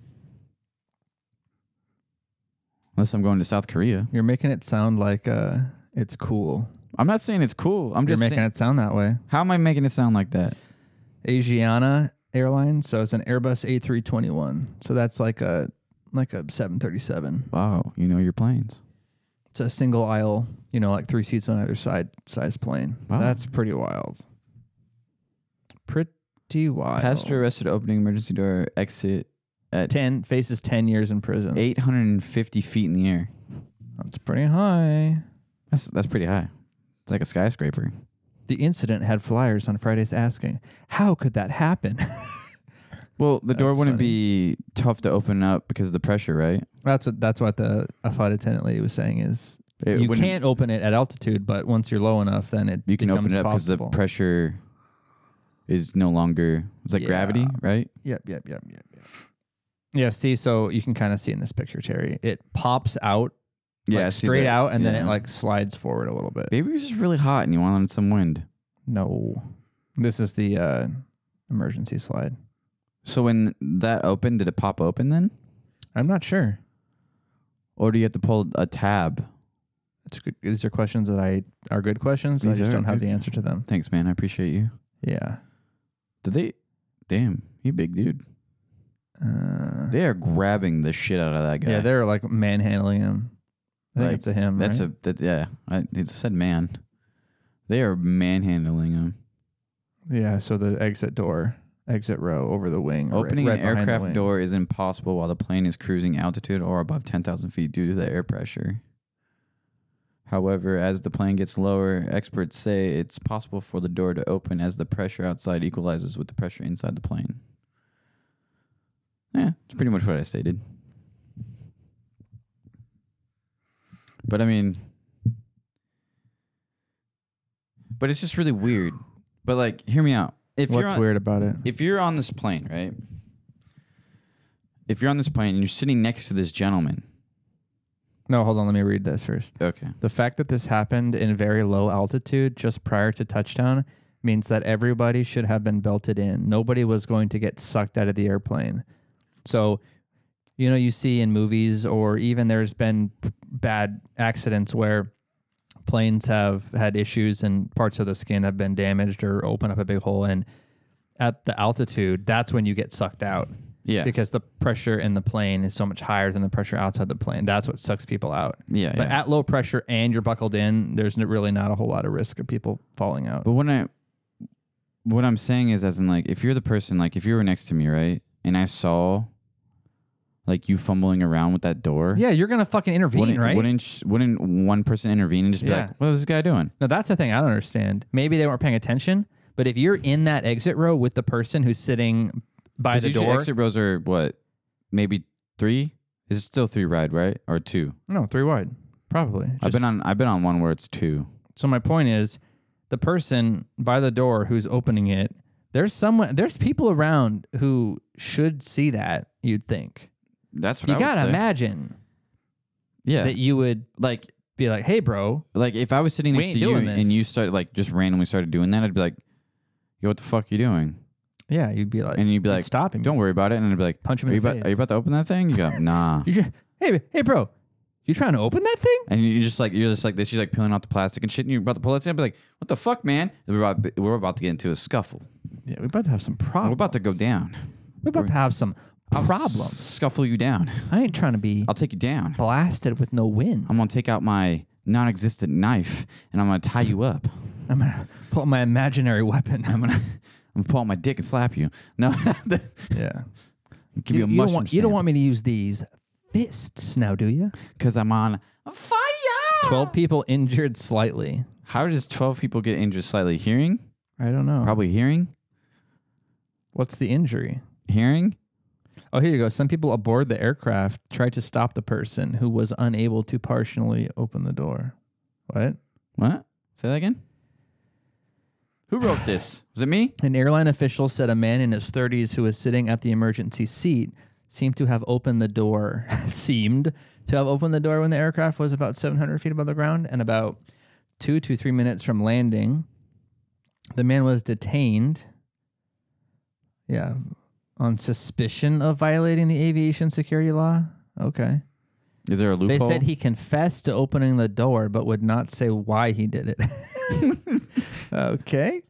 [SPEAKER 4] Unless I'm going to South Korea.
[SPEAKER 3] You're making it sound like uh, it's cool.
[SPEAKER 4] I'm not saying it's cool. I'm
[SPEAKER 3] You're
[SPEAKER 4] just
[SPEAKER 3] making
[SPEAKER 4] saying,
[SPEAKER 3] it sound that way.
[SPEAKER 4] How am I making it sound like that?
[SPEAKER 3] Asiana Airlines, so it's an Airbus A321. So that's like a like a 737.
[SPEAKER 4] Wow, you know your planes.
[SPEAKER 3] It's a single aisle, you know, like three seats on either side size plane.
[SPEAKER 4] Wow.
[SPEAKER 3] That's pretty wild. Pretty wild.
[SPEAKER 4] Passenger arrested opening emergency door exit at
[SPEAKER 3] 10 faces 10 years in prison.
[SPEAKER 4] 850 feet in the air.
[SPEAKER 3] That's pretty high.
[SPEAKER 4] That's that's pretty high. It's like a skyscraper.
[SPEAKER 3] The incident had flyers on Fridays asking, "How could that happen?"
[SPEAKER 4] Well, the door
[SPEAKER 3] That's
[SPEAKER 4] wouldn't
[SPEAKER 3] funny.
[SPEAKER 4] be tough to open up because of the pressure, right?
[SPEAKER 3] that's what that's what the a flight attendant lady was saying is
[SPEAKER 4] It
[SPEAKER 3] you
[SPEAKER 4] wouldn't-
[SPEAKER 3] can't open it at altitude, but once you're low enough, then it
[SPEAKER 4] You can open
[SPEAKER 3] becomes
[SPEAKER 4] it up because the
[SPEAKER 3] possible.
[SPEAKER 4] pressure is no longer it's like
[SPEAKER 3] Yeah.
[SPEAKER 4] gravity, right?
[SPEAKER 3] Yep, yep, yep, yep, yep. Yeah, see, so you can kind of see in this picture, Terry. It pops out,
[SPEAKER 4] Yeah,
[SPEAKER 3] like,
[SPEAKER 4] I see
[SPEAKER 3] straight
[SPEAKER 4] that.
[SPEAKER 3] out, and then it
[SPEAKER 4] Yeah.
[SPEAKER 3] like slides forward a little bit.
[SPEAKER 4] Maybe it was just really hot and you wanted some wind.
[SPEAKER 3] No, this is the uh, emergency slide.
[SPEAKER 4] So when that opened, did it pop open then,
[SPEAKER 3] I'm not sure.
[SPEAKER 4] or do you have to pull a tab?
[SPEAKER 3] It's good. These are questions that I are good questions. I
[SPEAKER 4] These
[SPEAKER 3] just
[SPEAKER 4] are
[SPEAKER 3] don't have
[SPEAKER 4] good.
[SPEAKER 3] the answer to them.
[SPEAKER 4] Thanks, man. I appreciate you.
[SPEAKER 3] Yeah.
[SPEAKER 4] Did they? Damn, you big dude.
[SPEAKER 3] Uh,
[SPEAKER 4] They are grabbing the shit out of that guy.
[SPEAKER 3] yeah, they're like manhandling him. I think
[SPEAKER 4] Like,
[SPEAKER 3] it's a him.
[SPEAKER 4] That's
[SPEAKER 3] right?
[SPEAKER 4] a that, yeah. I, it said man. They are manhandling him.
[SPEAKER 3] yeah. So the exit door, exit row over the wing, right-
[SPEAKER 4] Opening
[SPEAKER 3] right
[SPEAKER 4] an
[SPEAKER 3] behind the
[SPEAKER 4] aircraft
[SPEAKER 3] wing.
[SPEAKER 4] door is impossible while the plane is cruising altitude or above 10,000 feet due to the air pressure. However, as the plane gets lower, experts say it's possible for the door to open as the pressure outside equalizes with the pressure inside the plane. Yeah, it's pretty much what I stated. But I mean, but it's just really weird. But like, hear me out. If you're
[SPEAKER 3] What's
[SPEAKER 4] on-
[SPEAKER 3] weird about it?
[SPEAKER 4] if you're on this plane, right? If you're on this plane and you're sitting next to this gentleman,
[SPEAKER 3] No, hold on. Let me read this first.
[SPEAKER 4] okay,
[SPEAKER 3] The fact that this happened in very low altitude just prior to touchdown means that everybody should have been belted in. Nobody was going to get sucked out of the airplane. So, you know, you see in movies or even there's been p- bad accidents where planes have had issues and parts of the skin have been damaged or open up a big hole and at the altitude, that's when you get sucked out.
[SPEAKER 4] Yeah.
[SPEAKER 3] Because the pressure in the plane is so much higher than the pressure outside the plane. That's what sucks people out.
[SPEAKER 4] Yeah,
[SPEAKER 3] But
[SPEAKER 4] yeah.
[SPEAKER 3] at low pressure and you're buckled in, there's n- really not a whole lot of risk of people falling out.
[SPEAKER 4] But when I, what I'm saying is, as in, like, if you're the person, like, if you were next to me, right, and I saw, like, you fumbling around with that door,
[SPEAKER 3] Yeah, you're gonna fucking intervene,
[SPEAKER 4] wouldn't,
[SPEAKER 3] right?
[SPEAKER 4] Wouldn't sh- wouldn't one person intervene and just be
[SPEAKER 3] Yeah.
[SPEAKER 4] like, "What is this guy doing?"
[SPEAKER 3] No, that's the thing I don't understand. Maybe they weren't paying attention, but if you're in that exit row with the person who's sitting by
[SPEAKER 4] 'Cause
[SPEAKER 3] the
[SPEAKER 4] usually
[SPEAKER 3] door,
[SPEAKER 4] exit rows are what, maybe three? Is it still three ride right or two?
[SPEAKER 3] no, three wide, probably.
[SPEAKER 4] I've
[SPEAKER 3] Just-
[SPEAKER 4] been on I've been on one where it's two.
[SPEAKER 3] So my point is, the person by the door who's opening it, there's someone, there's people around who should see that. You'd think
[SPEAKER 4] That's what
[SPEAKER 3] you
[SPEAKER 4] I
[SPEAKER 3] gotta
[SPEAKER 4] would say.
[SPEAKER 3] imagine
[SPEAKER 4] yeah.
[SPEAKER 3] that you would
[SPEAKER 4] like
[SPEAKER 3] be like, "Hey, bro,
[SPEAKER 4] like if I was sitting
[SPEAKER 3] We
[SPEAKER 4] next
[SPEAKER 3] ain't
[SPEAKER 4] to you
[SPEAKER 3] doing
[SPEAKER 4] and
[SPEAKER 3] this.
[SPEAKER 4] you started like just randomly started doing that, I'd be like, "Yo, what the fuck you doing?"
[SPEAKER 3] yeah." You'd be like,
[SPEAKER 4] And you'd be like,
[SPEAKER 3] "Stop him!
[SPEAKER 4] Don't worry about it." And I'd be like,
[SPEAKER 3] Punch him
[SPEAKER 4] are
[SPEAKER 3] in
[SPEAKER 4] you
[SPEAKER 3] the
[SPEAKER 4] about,
[SPEAKER 3] face."
[SPEAKER 4] Are you about to open that thing? You go, "Nah."
[SPEAKER 3] You just, hey, hey, bro, you trying to open that thing?"
[SPEAKER 4] and you're just like you're just like this. She's like peeling off the plastic and shit. And you're about to pull that thing. I'd be like, "What the fuck, man?" And we're about we're about to get into a scuffle.
[SPEAKER 3] Yeah, we're about to have some problems.
[SPEAKER 4] We're about to go down.
[SPEAKER 3] We're about to have some
[SPEAKER 4] I'll
[SPEAKER 3] problems.
[SPEAKER 4] Scuffle you down.
[SPEAKER 3] I ain't trying to be
[SPEAKER 4] I'll take you down.
[SPEAKER 3] blasted with no wind.
[SPEAKER 4] I'm gonna take out my non-existent knife and I'm gonna tie you up.
[SPEAKER 3] I'm gonna pull out my imaginary weapon.
[SPEAKER 4] I'm gonna I'm gonna pull out my dick and slap you. No,
[SPEAKER 3] yeah.
[SPEAKER 4] give you,
[SPEAKER 3] you
[SPEAKER 4] a mushroom
[SPEAKER 3] don't want, you don't want me to use these fists now, do you?
[SPEAKER 4] because I'm on.
[SPEAKER 1] Fire!
[SPEAKER 3] 12 people injured slightly.
[SPEAKER 4] How does 12 people get injured slightly? Hearing,
[SPEAKER 3] I don't know.
[SPEAKER 4] probably hearing,
[SPEAKER 3] What's the injury?
[SPEAKER 4] hearing.
[SPEAKER 3] Oh, here you go. Some people aboard the aircraft tried to stop the person who was unable to partially open the door. What?
[SPEAKER 4] What? Say that again. Who wrote this? Was it me?
[SPEAKER 3] An airline official said a man in his 30s who was sitting at the emergency seat seemed to have opened the door, seemed to have opened the door when the aircraft was about 700 feet above the ground and about two to three minutes from landing. The man was detained. Yeah. On suspicion of violating the aviation security law. Okay.
[SPEAKER 4] Is there a
[SPEAKER 3] They
[SPEAKER 4] loophole?
[SPEAKER 3] said he confessed to opening the door, but would not say why he did it. okay.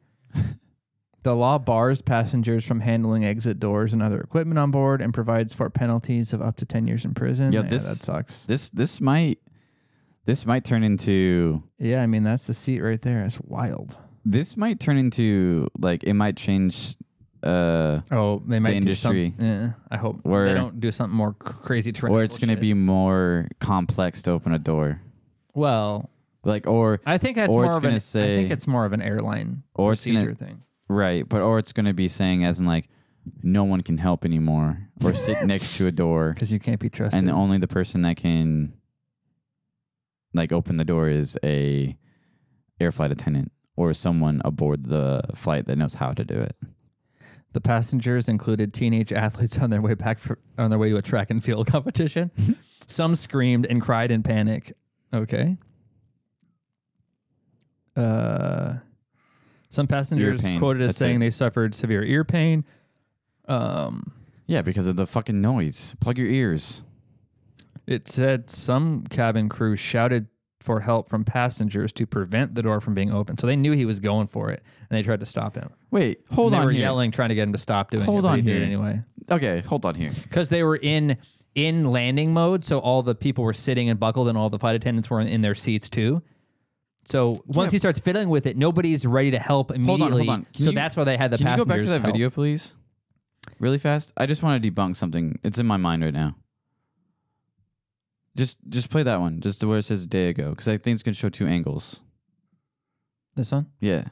[SPEAKER 3] The law bars passengers from handling exit doors and other equipment on board and provides for penalties of up to 10 years in prison.
[SPEAKER 4] Yo, this-
[SPEAKER 3] that sucks.
[SPEAKER 4] this this might this might turn into
[SPEAKER 3] Yeah, I mean, that's the seat right there. It's wild.
[SPEAKER 4] this might turn into like it might change. Uh,
[SPEAKER 3] Oh, they might do
[SPEAKER 4] industry.
[SPEAKER 3] something. Yeah, I hope
[SPEAKER 4] Where-
[SPEAKER 3] they don't do something more cr- crazy.
[SPEAKER 4] or it's
[SPEAKER 3] going
[SPEAKER 4] gonna be more complex to open a door.
[SPEAKER 3] Well,
[SPEAKER 4] Like or
[SPEAKER 3] I think that's
[SPEAKER 4] or
[SPEAKER 3] more
[SPEAKER 4] it's
[SPEAKER 3] of
[SPEAKER 4] gonna
[SPEAKER 3] an, I
[SPEAKER 4] say
[SPEAKER 3] think it's more of an airline
[SPEAKER 4] or it's
[SPEAKER 3] procedure
[SPEAKER 4] gonna-
[SPEAKER 3] thing.
[SPEAKER 4] Right, but or it's going to be saying as in like no one can help anymore or sit next to a door
[SPEAKER 3] Because you can't be trusted.
[SPEAKER 4] and only the person that can like open the door is a air flight attendant or someone aboard the flight that knows how to do it.
[SPEAKER 3] The passengers included teenage athletes on their way back for, on their way to a track and field competition.
[SPEAKER 4] Mm-hmm.
[SPEAKER 3] Some screamed and cried in panic. Okay. Uh, some passengers
[SPEAKER 4] pain.
[SPEAKER 3] quoted as
[SPEAKER 4] That's
[SPEAKER 3] saying
[SPEAKER 4] it.
[SPEAKER 3] they suffered severe ear pain. Um,
[SPEAKER 4] Yeah, because of the fucking noise. Plug your ears.
[SPEAKER 3] it said some cabin crew shouted for help from passengers to prevent the door from being open. So they knew he was going for it, and they tried to stop him.
[SPEAKER 4] Wait, hold
[SPEAKER 3] they
[SPEAKER 4] on
[SPEAKER 3] were
[SPEAKER 4] here.
[SPEAKER 3] yelling, trying to get him to stop doing it.
[SPEAKER 4] Hold
[SPEAKER 3] but
[SPEAKER 4] on
[SPEAKER 3] he did
[SPEAKER 4] here.
[SPEAKER 3] it anyway.
[SPEAKER 4] Okay, hold on here.
[SPEAKER 3] because they were in in landing mode, so all the people were sitting and buckled, and all the flight attendants were in, in their seats too. So once he starts fiddling with it, nobody's ready to help
[SPEAKER 4] Hold
[SPEAKER 3] immediately.
[SPEAKER 4] on, hold on. Can
[SPEAKER 3] so
[SPEAKER 4] you-
[SPEAKER 3] that's why they had the
[SPEAKER 4] Can you go
[SPEAKER 3] passengers.
[SPEAKER 4] back to that
[SPEAKER 3] help.
[SPEAKER 4] video please? Really fast. I just want to debunk something. It's in my mind right now. Just just play that one, just to where it says day ago, because I think it's gonna show two angles.
[SPEAKER 3] This one.
[SPEAKER 4] Yeah.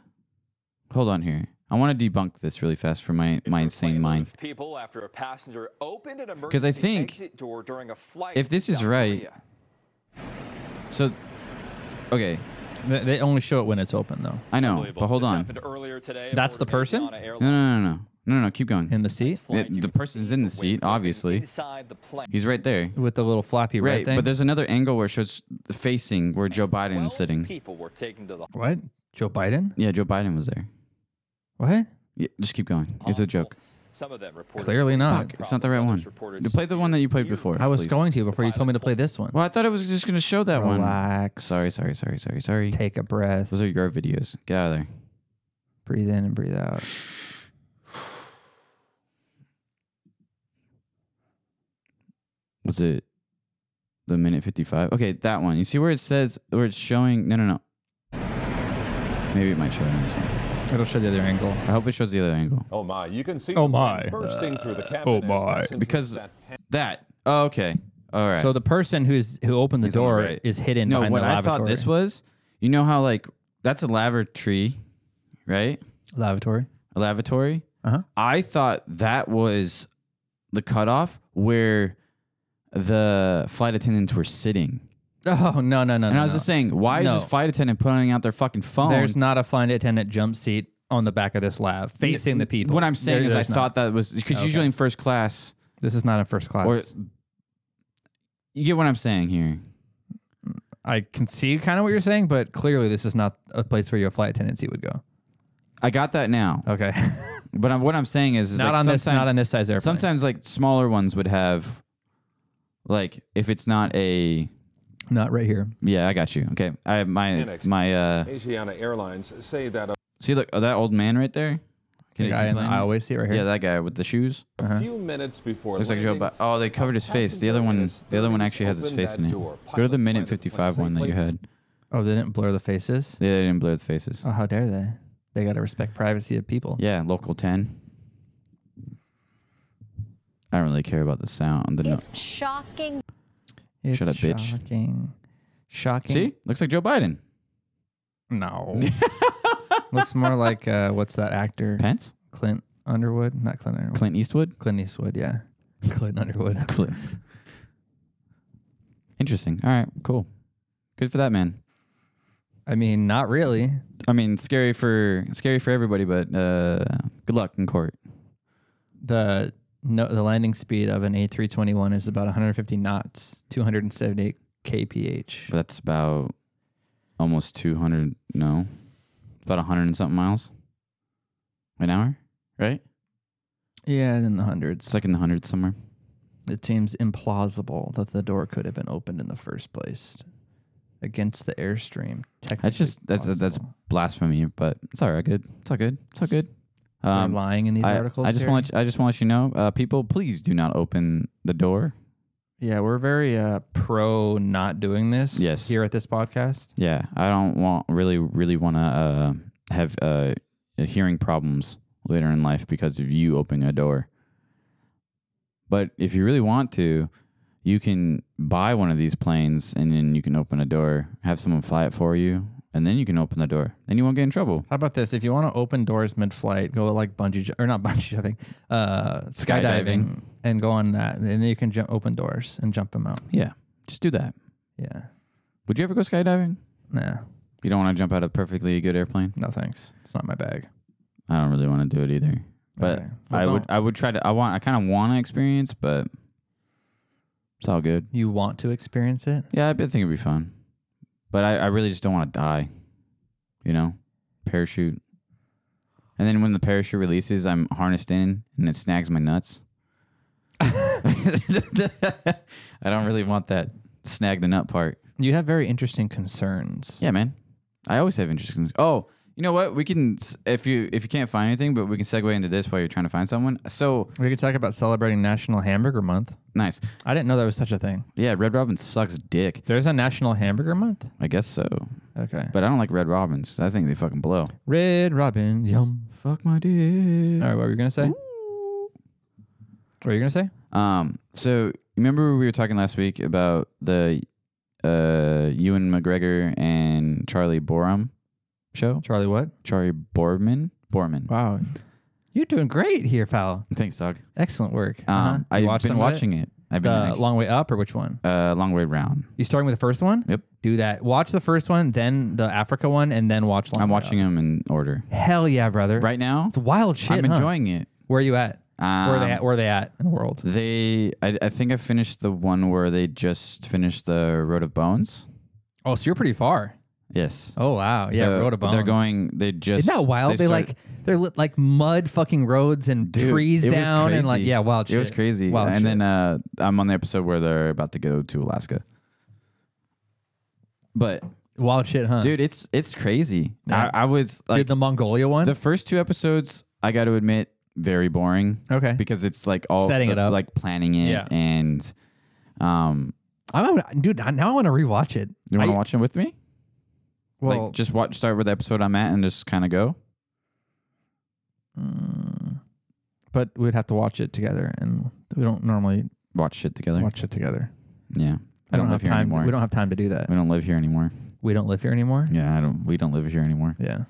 [SPEAKER 4] Hold on here. I want to debunk this really fast for my, my insane mind.
[SPEAKER 16] People after a passenger opened an emergency
[SPEAKER 4] 'Cause I think
[SPEAKER 16] exit door during a flight.
[SPEAKER 4] If this
[SPEAKER 16] to
[SPEAKER 4] is
[SPEAKER 16] South
[SPEAKER 4] right,
[SPEAKER 16] Korea.
[SPEAKER 4] so okay,
[SPEAKER 3] They, they only show it when it's open, though.
[SPEAKER 4] I know, but hold
[SPEAKER 16] this
[SPEAKER 4] on.
[SPEAKER 16] happened earlier today.
[SPEAKER 3] That's the person
[SPEAKER 4] No, no, no, no, no, no. Keep going.
[SPEAKER 3] in the seat
[SPEAKER 4] It- the person's in the seat, obviously.
[SPEAKER 16] Inside the plane.
[SPEAKER 4] He's right there.
[SPEAKER 3] with the little floppy red
[SPEAKER 4] Right,
[SPEAKER 3] thing.
[SPEAKER 4] but there's another angle where it shows facing where Joe Biden is sitting.
[SPEAKER 16] People were taken to the
[SPEAKER 3] what? Joe Biden?
[SPEAKER 4] Yeah, Joe Biden was there.
[SPEAKER 3] What?
[SPEAKER 4] Yeah, just keep going. It's a joke.
[SPEAKER 16] Some of them reported.
[SPEAKER 3] Clearly not.
[SPEAKER 4] It's not the right one. Play the one that you played before.
[SPEAKER 3] I was
[SPEAKER 4] please.
[SPEAKER 3] going to before you told me to play this one.
[SPEAKER 4] Well, I thought it was just going to show that one.
[SPEAKER 3] Relax.
[SPEAKER 4] Sorry, sorry, sorry, sorry, sorry.
[SPEAKER 3] Take a breath.
[SPEAKER 4] Those are your videos. Get out of there.
[SPEAKER 3] Breathe in and breathe out.
[SPEAKER 4] was it the minute 55 okay that one you see where it says where it's showing no no no maybe it might show on this one
[SPEAKER 3] it'll show the other angle i
[SPEAKER 4] hope it shows the other angle
[SPEAKER 17] Oh my! You can see
[SPEAKER 4] Oh
[SPEAKER 17] the
[SPEAKER 4] my.
[SPEAKER 17] light bursting through the cabin.
[SPEAKER 4] Oh
[SPEAKER 17] as
[SPEAKER 4] my.
[SPEAKER 17] passengers
[SPEAKER 4] Because-
[SPEAKER 17] sat
[SPEAKER 4] that oh, okay all right
[SPEAKER 3] So the person who's who opened the
[SPEAKER 4] He's on
[SPEAKER 3] door
[SPEAKER 4] right.
[SPEAKER 3] is hidden
[SPEAKER 4] no
[SPEAKER 3] behind
[SPEAKER 4] what
[SPEAKER 3] the
[SPEAKER 4] i
[SPEAKER 3] lavatory.
[SPEAKER 4] thought this was you know how like that's a lavatory right
[SPEAKER 3] lavatory.
[SPEAKER 4] a lavatory
[SPEAKER 3] Uh-huh.
[SPEAKER 4] i thought that was the cutoff where the flight attendants were sitting
[SPEAKER 3] Oh no no no!
[SPEAKER 4] and
[SPEAKER 3] no,
[SPEAKER 4] I was
[SPEAKER 3] no.
[SPEAKER 4] just saying, why
[SPEAKER 3] No.
[SPEAKER 4] is this flight attendant putting out their fucking phone?
[SPEAKER 3] There's not a flight attendant jump seat on the back of this lav facing the people.
[SPEAKER 4] What I'm saying
[SPEAKER 3] There-
[SPEAKER 4] is, I
[SPEAKER 3] there's not.
[SPEAKER 4] thought that was because
[SPEAKER 3] Okay.
[SPEAKER 4] usually in first class,
[SPEAKER 3] this is not a first class.
[SPEAKER 4] or you get what I'm saying here.
[SPEAKER 3] I can see kind of what you're saying, but clearly this is not a place where your flight attendant would go.
[SPEAKER 4] I got that now.
[SPEAKER 3] Okay.
[SPEAKER 4] But I'm, what I'm saying is, is
[SPEAKER 3] Oh. Not
[SPEAKER 4] like
[SPEAKER 3] on this-
[SPEAKER 4] sometimes,
[SPEAKER 3] not on this size airplane.
[SPEAKER 4] Sometimes like smaller ones would have, like if it's not a
[SPEAKER 3] Not right here.
[SPEAKER 4] yeah, I got you. Okay, I have my
[SPEAKER 17] Annex.
[SPEAKER 4] my uh.
[SPEAKER 17] Asiana Airlines say that a
[SPEAKER 4] See look oh, that old man right there.
[SPEAKER 3] The guy
[SPEAKER 4] keep
[SPEAKER 3] in the
[SPEAKER 4] playing?
[SPEAKER 3] aisle, wait, see it right here?
[SPEAKER 4] Yeah, that guy with the shoes.
[SPEAKER 17] few minutes before
[SPEAKER 4] Uh-huh. Looks like Joe.
[SPEAKER 17] landing,
[SPEAKER 4] Bi- oh, they covered his face. The other one, the other one actually has his face in it. Go to the minute fifty-five one that you had.
[SPEAKER 3] Oh, they didn't blur the faces.
[SPEAKER 4] Yeah, they didn't blur the faces.
[SPEAKER 3] Oh, how dare they? They got to respect privacy of people.
[SPEAKER 4] Yeah, local ten. I don't really care about the sound. The no-
[SPEAKER 13] It's shocking.
[SPEAKER 3] It's
[SPEAKER 4] Shut up, bitch.
[SPEAKER 3] Shocking. Shocking.
[SPEAKER 4] See, looks like Joe Biden.
[SPEAKER 3] No. Looks more like uh, what's that actor?
[SPEAKER 4] Pence,
[SPEAKER 3] Clint Underwood, not Clint Underwood.
[SPEAKER 4] Clint Eastwood,
[SPEAKER 3] Clint Eastwood, yeah. Clint Underwood.
[SPEAKER 4] Clint. Interesting. All right, cool. Good for that man.
[SPEAKER 3] I mean, not really.
[SPEAKER 4] I mean, scary for scary for everybody, but uh, good luck in court.
[SPEAKER 3] The no, the landing speed of an A321 is about 150 knots, 278 kph.
[SPEAKER 4] But that's about almost 200, no, about 100 and something miles an hour, right?
[SPEAKER 3] Yeah, in the hundreds.
[SPEAKER 4] It's like in the hundreds somewhere.
[SPEAKER 3] It seems implausible that the door could have been opened in the first place against the airstream. Technically,
[SPEAKER 4] That's just, that's, that's
[SPEAKER 3] possible.
[SPEAKER 4] blasphemy, but it's all right. Good. It's all good. It's all good.
[SPEAKER 3] They're lying in these
[SPEAKER 4] um, I,
[SPEAKER 3] articles,
[SPEAKER 4] I just want I just want to let you know, uh, people, please do not open the door.
[SPEAKER 3] yeah, we're very uh, pro not doing this.
[SPEAKER 4] Yes.
[SPEAKER 3] here at this podcast.
[SPEAKER 4] Yeah, I don't want really really want to uh, have uh, hearing problems later in life because of you opening a door. But if you really want to, you can buy one of these planes and then you can open a door, have someone fly it for you, and then you can open the door, and you won't get in trouble.
[SPEAKER 3] How about this? If you want to open doors mid-flight, go like bungee ju- or not bungee jumping, uh, skydiving,
[SPEAKER 4] Skydiving.
[SPEAKER 3] and go on that, and then you can jump open doors and jump them out.
[SPEAKER 4] Yeah, just do that.
[SPEAKER 3] Yeah,
[SPEAKER 4] Would you ever go skydiving?
[SPEAKER 3] nah,
[SPEAKER 4] You don't want to jump out of a perfectly good airplane.
[SPEAKER 3] no thanks. It's not my bag.
[SPEAKER 4] I don't really want to do it either. But
[SPEAKER 3] Okay. Well,
[SPEAKER 4] I would
[SPEAKER 3] don't.
[SPEAKER 4] I would try to I want I kind of want to experience, but it's all good.
[SPEAKER 3] You want to experience it?
[SPEAKER 4] Yeah, I I think it'd be fun. But I, I really just don't want to die. You know? Parachute. And then when the parachute releases, I'm harnessed in and it snags my nuts. I don't really want that snag the nut part.
[SPEAKER 3] You have very interesting concerns.
[SPEAKER 4] Yeah, man. I always have interesting. Oh, you know what? We can s- if you if you can't find anything, but we can segue into this while you're trying to find someone. So
[SPEAKER 3] We could talk about celebrating National Hamburger Month.
[SPEAKER 4] nice.
[SPEAKER 3] I didn't know there was such a thing.
[SPEAKER 4] Yeah, Red Robin sucks dick.
[SPEAKER 3] There's a National Hamburger Month.
[SPEAKER 4] I guess so.
[SPEAKER 3] Okay.
[SPEAKER 4] But I don't like Red Robins. I think they fucking blow.
[SPEAKER 3] Red Robin, yum.
[SPEAKER 4] Fuck my dick.
[SPEAKER 3] All right, what were you gonna say? What were you gonna say?
[SPEAKER 4] Um, so remember we were talking last week about the uh Ewan McGregor and Charlie Borum show?
[SPEAKER 3] Charlie, what?
[SPEAKER 4] Charlie Borman? Borman.
[SPEAKER 3] Wow, you're doing great here, pal.
[SPEAKER 4] Thanks, dog.
[SPEAKER 3] Excellent work.
[SPEAKER 4] Um,
[SPEAKER 3] Uh-huh. You
[SPEAKER 4] I've
[SPEAKER 3] watched
[SPEAKER 4] been
[SPEAKER 3] some of it?
[SPEAKER 4] watching it. I've been
[SPEAKER 3] the long way up or which one?
[SPEAKER 4] uh, long way round.
[SPEAKER 3] You starting with the first one?
[SPEAKER 4] Yep.
[SPEAKER 3] Do that. Watch the first one, then the Africa one, and then watch long.
[SPEAKER 4] I'm
[SPEAKER 3] Way
[SPEAKER 4] watching them in order
[SPEAKER 3] Up. Hell yeah, brother!
[SPEAKER 4] right now.
[SPEAKER 3] It's wild shit.
[SPEAKER 4] I'm
[SPEAKER 3] huh?
[SPEAKER 4] enjoying it.
[SPEAKER 3] Where are you at? where are
[SPEAKER 4] Um,
[SPEAKER 3] they at? Where are they at in the world?
[SPEAKER 4] They, I, I think I finished the one where they just finished the Road of Bones.
[SPEAKER 3] Oh, so you're pretty far.
[SPEAKER 4] Yes.
[SPEAKER 3] Oh wow, yeah.
[SPEAKER 4] So
[SPEAKER 3] road of bones.
[SPEAKER 4] They're going. They just.
[SPEAKER 3] Isn't that wild? They,
[SPEAKER 4] start-
[SPEAKER 3] like they're li- like mud fucking roads and
[SPEAKER 4] Dude,
[SPEAKER 3] trees
[SPEAKER 4] it was
[SPEAKER 3] down and like
[SPEAKER 4] crazy.
[SPEAKER 3] yeah, wild shit.
[SPEAKER 4] It was crazy.
[SPEAKER 3] Wild
[SPEAKER 4] and
[SPEAKER 3] shit.
[SPEAKER 4] then uh, I'm on the episode where they're about to go to Alaska. But
[SPEAKER 3] wild shit, huh?
[SPEAKER 4] dude, it's it's crazy.
[SPEAKER 3] Yeah.
[SPEAKER 4] I, I was
[SPEAKER 3] Did
[SPEAKER 4] like
[SPEAKER 3] the Mongolia one?
[SPEAKER 4] the first two episodes. I got to admit, very boring.
[SPEAKER 3] okay.
[SPEAKER 4] because it's like all
[SPEAKER 3] Setting
[SPEAKER 4] the-
[SPEAKER 3] it up.
[SPEAKER 4] like planning it
[SPEAKER 3] Yeah.
[SPEAKER 4] and Um,
[SPEAKER 3] I want, dude. I- Now I want to rewatch it.
[SPEAKER 4] you want
[SPEAKER 3] I-
[SPEAKER 4] to watch it with me?
[SPEAKER 3] Well-
[SPEAKER 4] like, just watch. Start with the episode I'm at, and just kind of go.
[SPEAKER 3] But we'd have to watch it together, and we don't normally
[SPEAKER 4] watch shit together.
[SPEAKER 3] Watch it together.
[SPEAKER 4] Yeah,
[SPEAKER 3] I don't, have
[SPEAKER 4] live here
[SPEAKER 3] time.
[SPEAKER 4] anymore.
[SPEAKER 3] We don't have time to do that.
[SPEAKER 4] We don't live here anymore.
[SPEAKER 3] We don't live here anymore.
[SPEAKER 4] Yeah, I don't. We don't live here anymore.
[SPEAKER 3] Yeah.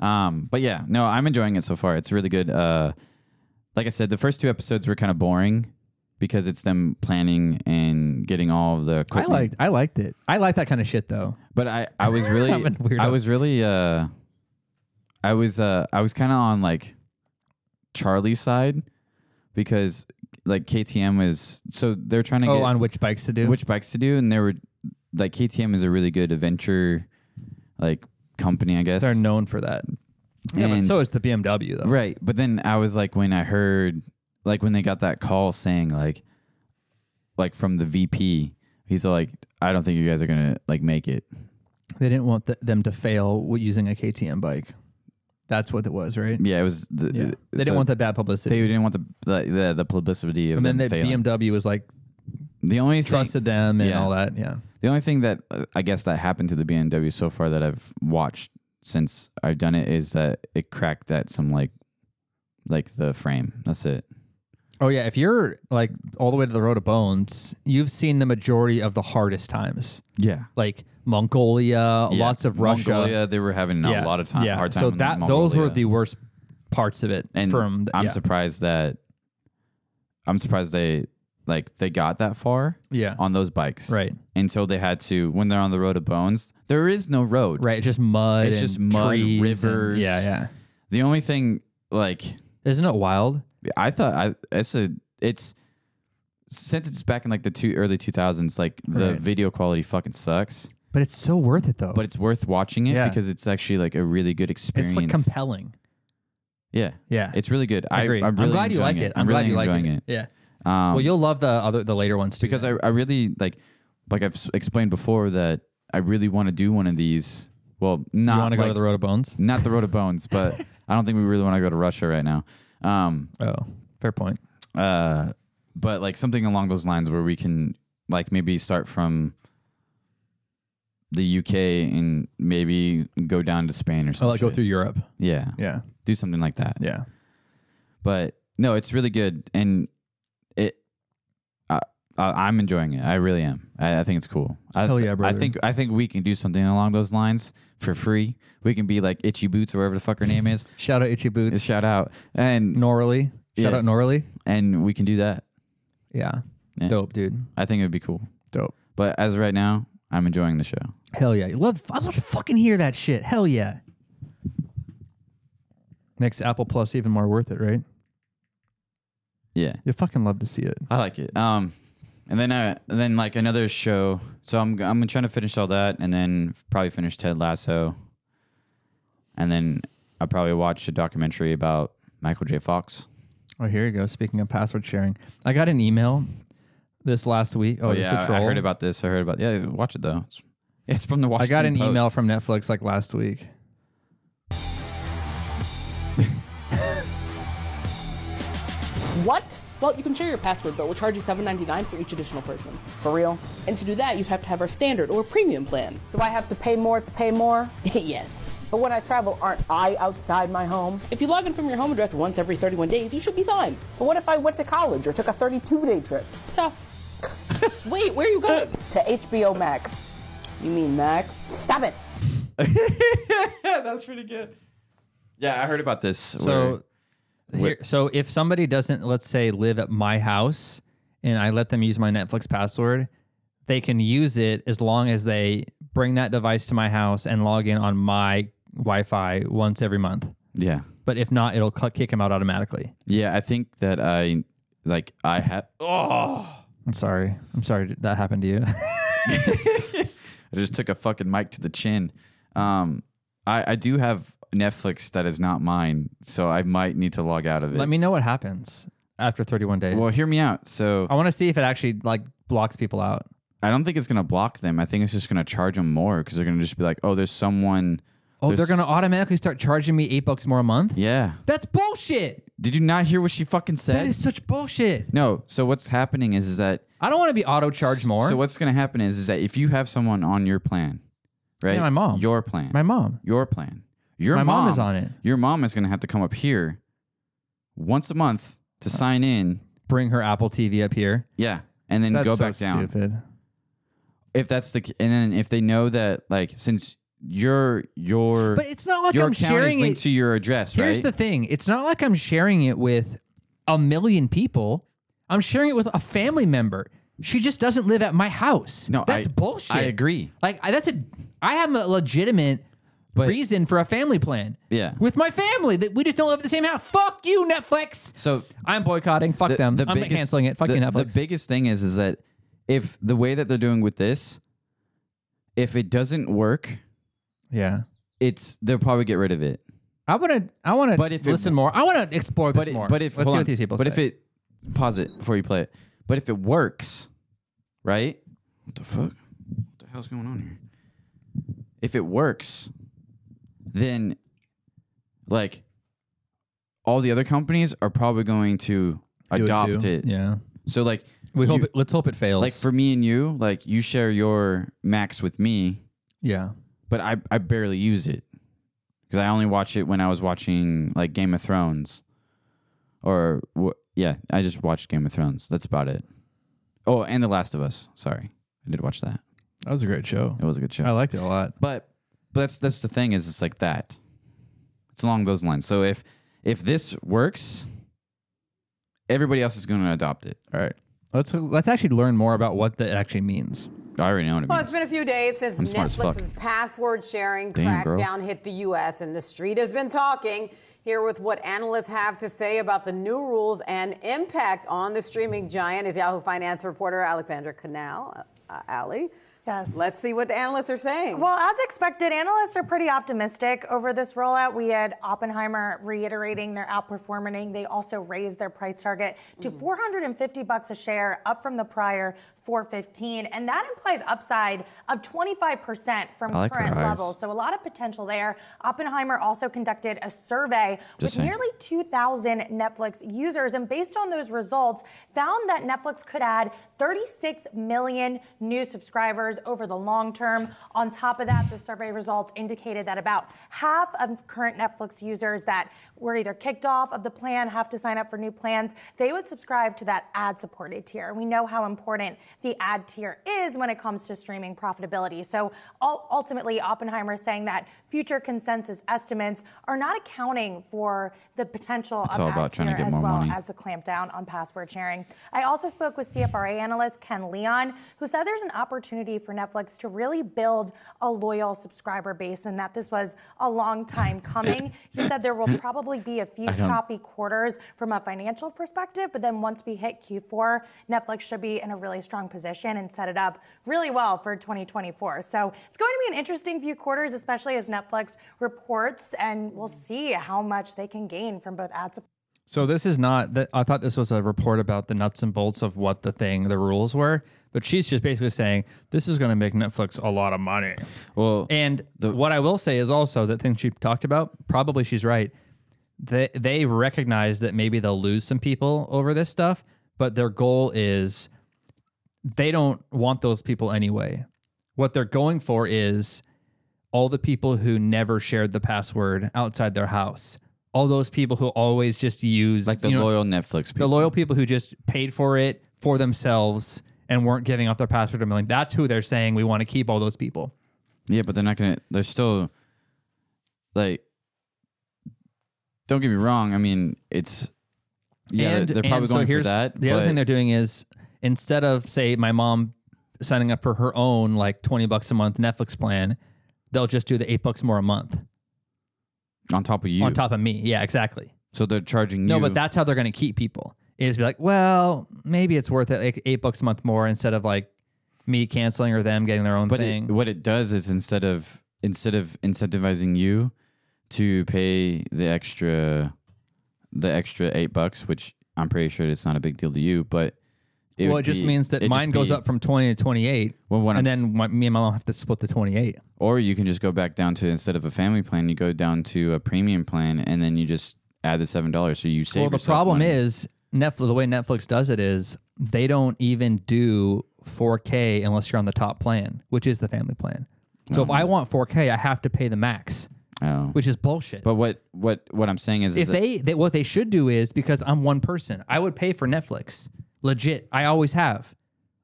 [SPEAKER 4] Um. But yeah, no, I'm enjoying it so far. It's really good. Uh, like I said, the first two episodes were kind of boring because it's them planning and getting all of the.
[SPEAKER 3] I
[SPEAKER 4] Equipment.
[SPEAKER 3] liked. I liked it. I like that kind of shit though.
[SPEAKER 4] But I, I was really,
[SPEAKER 3] I'm a weirdo.
[SPEAKER 4] I was really, uh, I was, uh, I was kind of on like Charlie's side because like KTM is so they're trying to
[SPEAKER 3] Oh,
[SPEAKER 4] get
[SPEAKER 3] on which bikes to do?
[SPEAKER 4] which bikes to do, and they were like KTM is a really good adventure like company, I guess
[SPEAKER 3] They're known for that. Yeah, but
[SPEAKER 4] And-
[SPEAKER 3] so is the BMW though.
[SPEAKER 4] Right. But then I was like, when I heard, like, when they got that call saying, like, like from the VP, he's like, I don't think you guys are gonna like make it.
[SPEAKER 3] They didn't want th- them to fail w- using a KTM bike. That's what it was, right?
[SPEAKER 4] Yeah, it was. The,
[SPEAKER 3] Yeah. They didn't want the bad publicity.
[SPEAKER 4] They didn't want the the the, the publicity of
[SPEAKER 3] and then
[SPEAKER 4] them
[SPEAKER 3] the
[SPEAKER 4] failing.
[SPEAKER 3] BMW was like
[SPEAKER 4] the only
[SPEAKER 3] trusted them and all that. Yeah.
[SPEAKER 4] The only thing that uh, I guess that happened to the BMW so far that I've watched since I've done it is that it cracked at some like like the frame. That's it.
[SPEAKER 3] Oh yeah, if you're like all the way to the road of bones, you've seen the majority of the hardest times.
[SPEAKER 4] Yeah.
[SPEAKER 3] like Mongolia,
[SPEAKER 4] Yeah.
[SPEAKER 3] lots of Russia.
[SPEAKER 4] Mongolia, they were having a lot of time- hard time
[SPEAKER 3] So
[SPEAKER 4] in
[SPEAKER 3] that those were
[SPEAKER 4] Mongolia.
[SPEAKER 3] the worst parts of it.
[SPEAKER 4] and
[SPEAKER 3] from the,
[SPEAKER 4] I'm
[SPEAKER 3] yeah.
[SPEAKER 4] surprised that I'm surprised they like they got that far.
[SPEAKER 3] Yeah.
[SPEAKER 4] On those bikes.
[SPEAKER 3] Right.
[SPEAKER 4] And so they had to when they're on the road of bones, there is no road.
[SPEAKER 3] Right. It's just mud.
[SPEAKER 4] It's
[SPEAKER 3] and
[SPEAKER 4] just mud,
[SPEAKER 3] trees and-
[SPEAKER 4] rivers.
[SPEAKER 3] yeah, yeah.
[SPEAKER 4] The only thing like
[SPEAKER 3] Isn't it wild?
[SPEAKER 4] I thought I it's a it's since it's back in like the two early two thousands, like the
[SPEAKER 3] Right.
[SPEAKER 4] video quality fucking sucks.
[SPEAKER 3] But it's so worth it though.
[SPEAKER 4] But it's worth watching it
[SPEAKER 3] Yeah.
[SPEAKER 4] because it's actually like a really good experience.
[SPEAKER 3] it's like compelling.
[SPEAKER 4] yeah,
[SPEAKER 3] Yeah.
[SPEAKER 4] it's really good. I,
[SPEAKER 3] Agreed.
[SPEAKER 4] I'm, really
[SPEAKER 3] glad you like
[SPEAKER 4] enjoying
[SPEAKER 3] it.
[SPEAKER 4] I'm,
[SPEAKER 3] I'm,
[SPEAKER 4] really
[SPEAKER 3] glad you like
[SPEAKER 4] enjoying
[SPEAKER 3] it.
[SPEAKER 4] it.
[SPEAKER 3] Yeah.
[SPEAKER 4] Um,
[SPEAKER 3] well, you'll love the other the later ones too.
[SPEAKER 4] because I, I really like like I've s- explained before that I really want to do one of these. Well, not
[SPEAKER 3] wanna go to
[SPEAKER 4] like-
[SPEAKER 3] the Road of Bones?
[SPEAKER 4] not the Road of Bones, but I don't think we really want to go to Russia right now. Um,
[SPEAKER 3] oh, fair point.
[SPEAKER 4] Uh, but like something along those lines where we can like maybe start from the UK and maybe go down to Spain or
[SPEAKER 3] Oh,
[SPEAKER 4] something.
[SPEAKER 3] like go through Europe.
[SPEAKER 4] Yeah.
[SPEAKER 3] Yeah.
[SPEAKER 4] Do something like that.
[SPEAKER 3] Yeah.
[SPEAKER 4] But no, it's really good and it I, I I'm enjoying it. I really am. I, I think it's cool. I
[SPEAKER 3] Hell
[SPEAKER 4] th-
[SPEAKER 3] yeah, brother.
[SPEAKER 4] I think I think we can do something along those lines for free. We can be like Itchy Boots or whatever the fuck her name is.
[SPEAKER 3] Shout out Itchy Boots.
[SPEAKER 4] Shout out. And
[SPEAKER 3] Norley. Shout
[SPEAKER 4] Yeah.
[SPEAKER 3] out Norley.
[SPEAKER 4] And we can do that.
[SPEAKER 3] Yeah.
[SPEAKER 4] Yeah.
[SPEAKER 3] Dope, dude.
[SPEAKER 4] I think it would be cool.
[SPEAKER 3] Dope.
[SPEAKER 4] But as of right now, I'm enjoying the show.
[SPEAKER 3] Hell yeah. You love I love to fucking hear that shit. Hell yeah. Makes Apple Plus even more worth it, right?
[SPEAKER 4] Yeah.
[SPEAKER 3] You fucking love to see it.
[SPEAKER 4] I like it. Um, and then uh, and then like another show. So I'm I'm trying to finish all that, and then probably finish Ted Lasso, and then I probably watch a documentary about Michael J. Fox.
[SPEAKER 3] Oh, here you go. Speaking of password sharing, I got an email this last week. Oh,
[SPEAKER 4] yeah,
[SPEAKER 3] it's a
[SPEAKER 4] I-
[SPEAKER 3] troll.
[SPEAKER 4] I heard about this. I heard about yeah. Watch it though. It's, it's from the
[SPEAKER 3] I
[SPEAKER 4] Washington.
[SPEAKER 3] got an
[SPEAKER 4] Post.
[SPEAKER 3] email from Netflix like last week.
[SPEAKER 18] What? Well, you can share your password, but we'll charge you $7.99 for each additional person. For real? And to do that, you'd have to have our standard or premium plan.
[SPEAKER 19] Do I have to pay more to pay more?
[SPEAKER 18] yes.
[SPEAKER 19] But when I travel, aren't I outside my home?
[SPEAKER 18] If you log in from your home address once every 31 days, you should be fine.
[SPEAKER 19] But what if I went to college or took a 32 day trip?
[SPEAKER 18] Tough. Wait, where are you going?
[SPEAKER 19] To HBO Max.
[SPEAKER 18] You mean Max?
[SPEAKER 19] Stop it.
[SPEAKER 4] yeah, that's pretty good. Yeah, I heard about this.
[SPEAKER 3] So, here, so if somebody doesn't, let's say, live at my house, and I let them use my Netflix password, they can use it as long as they bring that device to my house and log in on my Wi-Fi once every month.
[SPEAKER 4] yeah,
[SPEAKER 3] But if not, it'll cl- kick them out automatically.
[SPEAKER 4] yeah. I think that I like I had. Oh,
[SPEAKER 3] I'm sorry. I'm sorry that happened to you.
[SPEAKER 4] I just took a fucking mic to the chin. Um, I, I do have Netflix that is not mine, so I might need to log out of it.
[SPEAKER 3] let me know what Oh. happens after 31 days.
[SPEAKER 4] Well, hear me out. So
[SPEAKER 3] I want to see if it actually like blocks people out.
[SPEAKER 4] I don't think it's gonna block them. I think it's just gonna charge them more because they're gonna just be like, oh, there's someone
[SPEAKER 3] Oh,
[SPEAKER 4] There's-
[SPEAKER 3] they're gonna automatically start charging me eight bucks more a month.
[SPEAKER 4] Yeah.
[SPEAKER 3] That's bullshit.
[SPEAKER 4] Did you not hear what she fucking said?
[SPEAKER 3] That is such bullshit.
[SPEAKER 4] No. So what's happening is is that
[SPEAKER 3] I don't want to be auto charged more.
[SPEAKER 4] So what's going to happen is is that if you have someone on your plan, right?
[SPEAKER 3] Yeah, my mom.
[SPEAKER 4] Your plan.
[SPEAKER 3] My mom.
[SPEAKER 4] Your plan. Your
[SPEAKER 3] My mom is on it.
[SPEAKER 4] Your mom is going to have to come up here once a month to sign in.
[SPEAKER 3] Bring her Apple TV up here.
[SPEAKER 4] Yeah, and then
[SPEAKER 3] That's
[SPEAKER 4] go
[SPEAKER 3] so
[SPEAKER 4] back down.
[SPEAKER 3] Stupid.
[SPEAKER 4] If that's the c- and then if they know that like since your your
[SPEAKER 3] But it's not like
[SPEAKER 4] your
[SPEAKER 3] I'm
[SPEAKER 4] account
[SPEAKER 3] sharing
[SPEAKER 4] is linked
[SPEAKER 3] it-
[SPEAKER 4] to your address,
[SPEAKER 3] Here's
[SPEAKER 4] right?
[SPEAKER 3] the thing. It's not like I'm sharing it with a million people. I'm sharing it with a family member. She just doesn't live at my house. No, that's
[SPEAKER 4] I-
[SPEAKER 3] bullshit.
[SPEAKER 4] I agree.
[SPEAKER 3] Like I, that's a I have a legitimate reason for a family plan.
[SPEAKER 4] Yeah.
[SPEAKER 3] With my family that we just don't live at the same house. Fuck you, Netflix.
[SPEAKER 4] So
[SPEAKER 3] I'm boycotting. Fuck them. I'm canceling it. Fuck
[SPEAKER 4] the,
[SPEAKER 3] you, Netflix.
[SPEAKER 4] The biggest thing is is that if the way that they're doing with this, if it doesn't work,
[SPEAKER 3] yeah,
[SPEAKER 4] it's they'll probably get rid of it.
[SPEAKER 3] I want to. I want
[SPEAKER 4] But
[SPEAKER 3] to
[SPEAKER 4] if it-
[SPEAKER 3] listen more. I want to explore this
[SPEAKER 4] But it,
[SPEAKER 3] more.
[SPEAKER 4] but if
[SPEAKER 3] let's
[SPEAKER 4] hold
[SPEAKER 3] see
[SPEAKER 4] on.
[SPEAKER 3] what these people
[SPEAKER 4] But
[SPEAKER 3] say.
[SPEAKER 4] if it pause it before you play it. But if it works, right? What the fuck? What the hell's going on here? If it works, then like all the other companies are probably going to
[SPEAKER 3] Do it
[SPEAKER 4] adopt
[SPEAKER 3] too.
[SPEAKER 4] it.
[SPEAKER 3] Yeah.
[SPEAKER 4] So like
[SPEAKER 3] we hope
[SPEAKER 4] you-
[SPEAKER 3] it, let's hope it fails.
[SPEAKER 4] Like for me and you, like you share your Max with me,
[SPEAKER 3] yeah.
[SPEAKER 4] but I, I barely use it because I only watch it when I was watching like Game of Thrones, or wh- yeah, I just watched Game of Thrones. That's about it. Oh, and The Last of Us. Sorry, I did watch that.
[SPEAKER 3] That was a great show.
[SPEAKER 4] It was a good show.
[SPEAKER 3] I liked it a lot.
[SPEAKER 4] But but that's that's the thing is it's like that. It's along those lines. So if if this works, everybody else is going to adopt it.
[SPEAKER 3] All right. Let's let's actually learn more about what that actually means.
[SPEAKER 4] I already know what it
[SPEAKER 20] Well, it's been a few days since
[SPEAKER 3] I'm smart as fuck.
[SPEAKER 20] Netflix's password sharing
[SPEAKER 4] Damn, girl.
[SPEAKER 20] crackdown hit the U.S., and the street has been talking. Here with what analysts have to say about the new rules and impact on the streaming giant is Yahoo Finance reporter Alexandra Canal. Uh, Ali.
[SPEAKER 11] Yes.
[SPEAKER 20] Let's see what the analysts are saying.
[SPEAKER 11] Well, as expected, analysts are pretty optimistic over this rollout. We had Oppenheimer reiterating they're outperforming. They also raised their price target to
[SPEAKER 20] Mm-hmm.
[SPEAKER 11] 450 bucks a share, up from the prior 415, and that implies upside of 25% from
[SPEAKER 21] I like her
[SPEAKER 11] current
[SPEAKER 21] eyes.
[SPEAKER 11] levels. So a lot of potential there. Oppenheimer also conducted a survey
[SPEAKER 21] Just
[SPEAKER 11] with
[SPEAKER 21] saying.
[SPEAKER 11] nearly 2,000 Netflix users, and based on those results, found that Netflix could add 36 million new subscribers over the long term. On top of that, the survey results indicated that about half of current Netflix users that were either kicked off of the plan, have to sign up for new plans, they would subscribe to that ad supported tier. We know how important the ad tier is when it comes to streaming profitability. So ul- ultimately, Oppenheimer is saying that future consensus estimates are not accounting for the potential
[SPEAKER 4] It's
[SPEAKER 11] of
[SPEAKER 4] all
[SPEAKER 11] ad
[SPEAKER 4] about trying to
[SPEAKER 11] tier
[SPEAKER 4] get
[SPEAKER 11] as
[SPEAKER 4] more
[SPEAKER 11] well
[SPEAKER 4] money.
[SPEAKER 11] as the clampdown on password sharing. I also spoke with CFRA analyst Ken Leon, who said there's an opportunity for Netflix to really build a loyal subscriber base and that this was a long time coming. he said there will probably be a few
[SPEAKER 21] I don't-
[SPEAKER 11] choppy quarters from a financial perspective, but then once we hit Q4, Netflix should be in a really strong position and set it up really well for 2024. So it's going to be an interesting few quarters, especially as Netflix reports, and we'll see how much they can gain from both ad support.
[SPEAKER 3] So this is not that I thought this was a report about the nuts and bolts of what the thing the rules were, but she's just basically saying this is going to make Netflix a lot of money.
[SPEAKER 4] Well,
[SPEAKER 3] and what I will say is also that thing she talked about, probably she's right. They they recognize that maybe they'll lose some people over this stuff, but their goal is they don't want those people anyway. What they're going for is all the people who never shared the password outside their house. All those people who always just use
[SPEAKER 4] Like the
[SPEAKER 3] you know,
[SPEAKER 4] loyal Netflix people.
[SPEAKER 3] the loyal people who just paid for it for themselves and weren't giving up their password to a million. That's who they're saying we want to keep all those people.
[SPEAKER 4] Yeah, but they're not gonna. They're still like. Don't get me wrong. I mean, it's yeah. they're-
[SPEAKER 3] and,
[SPEAKER 4] they're probably
[SPEAKER 3] and
[SPEAKER 4] going
[SPEAKER 3] so here's
[SPEAKER 4] for that.
[SPEAKER 3] The other
[SPEAKER 4] but
[SPEAKER 3] thing they're doing is instead of say my mom signing up for her own like twenty bucks a month Netflix plan, they'll just do the eight bucks more a month
[SPEAKER 4] on top of you,
[SPEAKER 3] on top of me. Yeah, exactly.
[SPEAKER 4] So they're charging
[SPEAKER 3] No,
[SPEAKER 4] you.
[SPEAKER 3] but that's how they're going to keep people. Is be like, well, maybe it's worth it, like eight bucks a month more instead of like me canceling or them getting their own
[SPEAKER 4] But it-
[SPEAKER 3] thing.
[SPEAKER 4] what it does is instead of instead of incentivizing you to pay the extra, the extra eight bucks, which I'm pretty sure it's not a big deal to you, but It
[SPEAKER 3] well,
[SPEAKER 4] would
[SPEAKER 3] it just
[SPEAKER 4] be-
[SPEAKER 3] means that
[SPEAKER 4] it'd
[SPEAKER 3] mine
[SPEAKER 4] just
[SPEAKER 3] goes
[SPEAKER 4] be-
[SPEAKER 3] up from 20 to 28.
[SPEAKER 4] what
[SPEAKER 3] and
[SPEAKER 4] I'm s-
[SPEAKER 3] then my, me and my mom have to split the 28.
[SPEAKER 4] Or you can just go back down to instead of a family plan, you go down to a premium plan, and then you just add the seven dollars. So you save.
[SPEAKER 3] well, the
[SPEAKER 4] yourself
[SPEAKER 3] problem
[SPEAKER 4] money.
[SPEAKER 3] is Netflix. The way Netflix does it is they don't even do 4K unless you're on the top plan, which is the family plan. So if I want 4K, I have to pay the max,
[SPEAKER 4] Oh.
[SPEAKER 3] which is bullshit.
[SPEAKER 4] But what what what I'm saying is,
[SPEAKER 3] if
[SPEAKER 4] is that-
[SPEAKER 3] they, they what they should do is because I'm one person, I would pay for Netflix. Legit, I always have.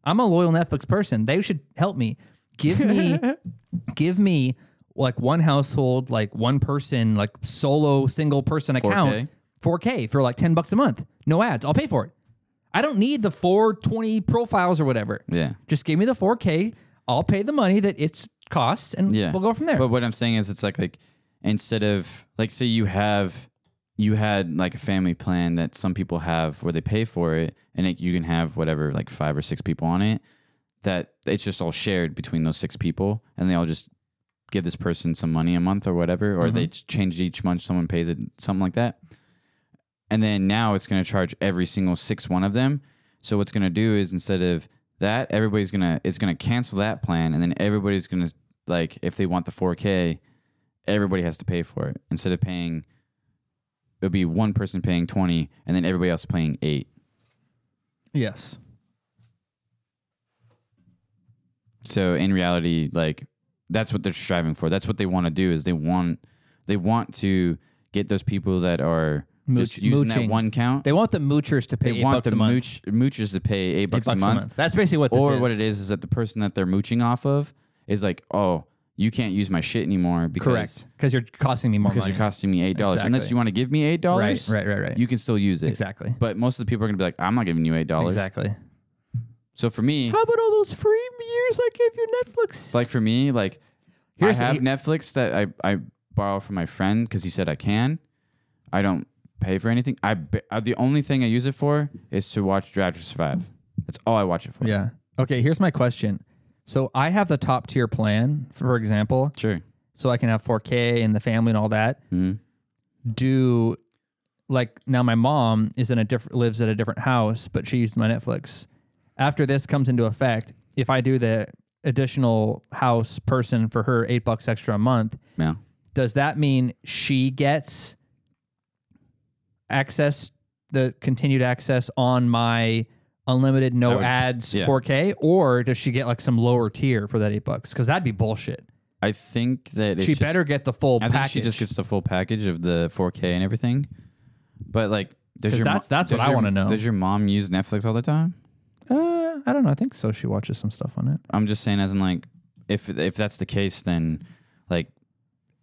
[SPEAKER 3] I'm a loyal Netflix person. They should help me. Give me give me like one household, like one person, like solo single person account 4K for like 10 bucks a month. No ads. I'll pay for it. I don't need the 420 profiles or whatever.
[SPEAKER 4] yeah.
[SPEAKER 3] Just give me the 4K. I'll pay the money that it's costs and
[SPEAKER 4] yeah
[SPEAKER 3] we'll go from there.
[SPEAKER 4] but what i'm saying is it's like like instead of like say you have you had like a family plan that some people have where they pay for it and it, you can have whatever like five or six people on it that it's just all shared between those six people and they all just give this person some money a month or whatever or they
[SPEAKER 3] Mhm.
[SPEAKER 4] ch- change each month someone pays it something like that and then now it's going to charge every single six one of them so what's going to do is instead of that everybody's going to it's going to cancel that plan and then everybody's going to like if they want the 4k everybody has to pay for it instead of paying it'll be one person paying 20 and then everybody else paying 8
[SPEAKER 3] yes.
[SPEAKER 4] so in reality like that's what they're striving for that's what they want to do is they want they want to get those people that are just
[SPEAKER 3] Mooch-
[SPEAKER 4] using that
[SPEAKER 3] mooching.
[SPEAKER 4] one count
[SPEAKER 3] They want the moochers to pay
[SPEAKER 4] they
[SPEAKER 3] eight
[SPEAKER 4] want
[SPEAKER 3] bucks
[SPEAKER 4] the
[SPEAKER 3] a month.
[SPEAKER 4] mooch, moochers to pay eight bucks,
[SPEAKER 3] bucks a month. That's basically what this
[SPEAKER 4] or
[SPEAKER 3] is.
[SPEAKER 4] what it is is that the person that they're mooching off of is like, oh, you can't use my shit anymore because
[SPEAKER 3] Correct. Because you're costing me more
[SPEAKER 4] because
[SPEAKER 3] money.
[SPEAKER 4] you're costing me eight dollars. Unless
[SPEAKER 3] Exactly.
[SPEAKER 4] you want to give me eight dollars,
[SPEAKER 3] Right, right, right, right.
[SPEAKER 4] You can still use it
[SPEAKER 3] Exactly.
[SPEAKER 4] But most of the people are gonna be like, I'm not giving you eight dollars.
[SPEAKER 3] Exactly.
[SPEAKER 4] So for me,
[SPEAKER 3] about all those free years I gave you Netflix?
[SPEAKER 4] like for me, like
[SPEAKER 3] Here's the-
[SPEAKER 4] I have Netflix that I I borrow from my friend because he said I can. I don't pay for anything. I, ba- I the only thing I use it for is to watch Drive to Survive. That's all I watch it for.
[SPEAKER 3] Yeah. Okay, here's my question. So I have the top tier plan, for example.
[SPEAKER 4] Sure.
[SPEAKER 3] So I can have 4K and the family and all that.
[SPEAKER 4] Mm-hmm.
[SPEAKER 3] Do like now my mom is in a different lives at a different house, but she uses my Netflix. After this comes into effect, if I do the additional house person for her eight bucks extra a month,
[SPEAKER 4] Yeah.
[SPEAKER 3] does that mean she gets access the continued access on my unlimited
[SPEAKER 4] I
[SPEAKER 3] no
[SPEAKER 4] would-
[SPEAKER 3] ads
[SPEAKER 4] yeah.
[SPEAKER 3] 4k or does she get like some lower tier for that eight bucks because that'd be bullshit
[SPEAKER 4] I think that it's
[SPEAKER 3] she
[SPEAKER 4] just-
[SPEAKER 3] better get the full
[SPEAKER 4] I think
[SPEAKER 3] package
[SPEAKER 4] she just gets the full package of the 4K and everything. But like, does
[SPEAKER 3] 'Cause
[SPEAKER 4] your mo-
[SPEAKER 3] that's- that's what
[SPEAKER 4] does
[SPEAKER 3] I
[SPEAKER 4] your-
[SPEAKER 3] wanna know.
[SPEAKER 4] Does your mom use Netflix all the time?
[SPEAKER 3] uh, i don't know i think so she watches some stuff on it
[SPEAKER 4] I'm just saying, as in like, if if that's the case, then like,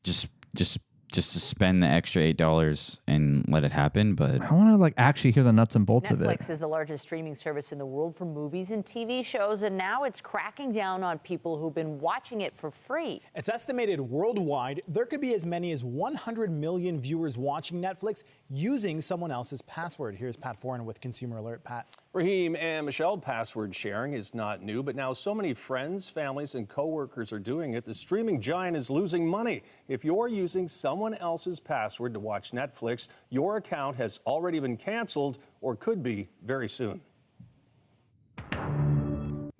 [SPEAKER 4] just just just to spend the extra eight dollars and let it happen. But
[SPEAKER 3] i want to like actually hear the nuts and bolts of it
[SPEAKER 5] Netflix is the largest streaming service in the world for movies and TV shows, and now it's cracking down on people who've been watching it for free.
[SPEAKER 21] It's estimated worldwide there could be as many as 100 million viewers watching Netflix using someone else's password. Here's Pat Foran with Consumer Alert. Pat.
[SPEAKER 22] Raheem and Michelle password sharing is not new, but now so many friends, families, and coworkers are doing it. The streaming giant is losing money. If you're using someone else's password to watch Netflix, your account has already been canceled or could be very soon.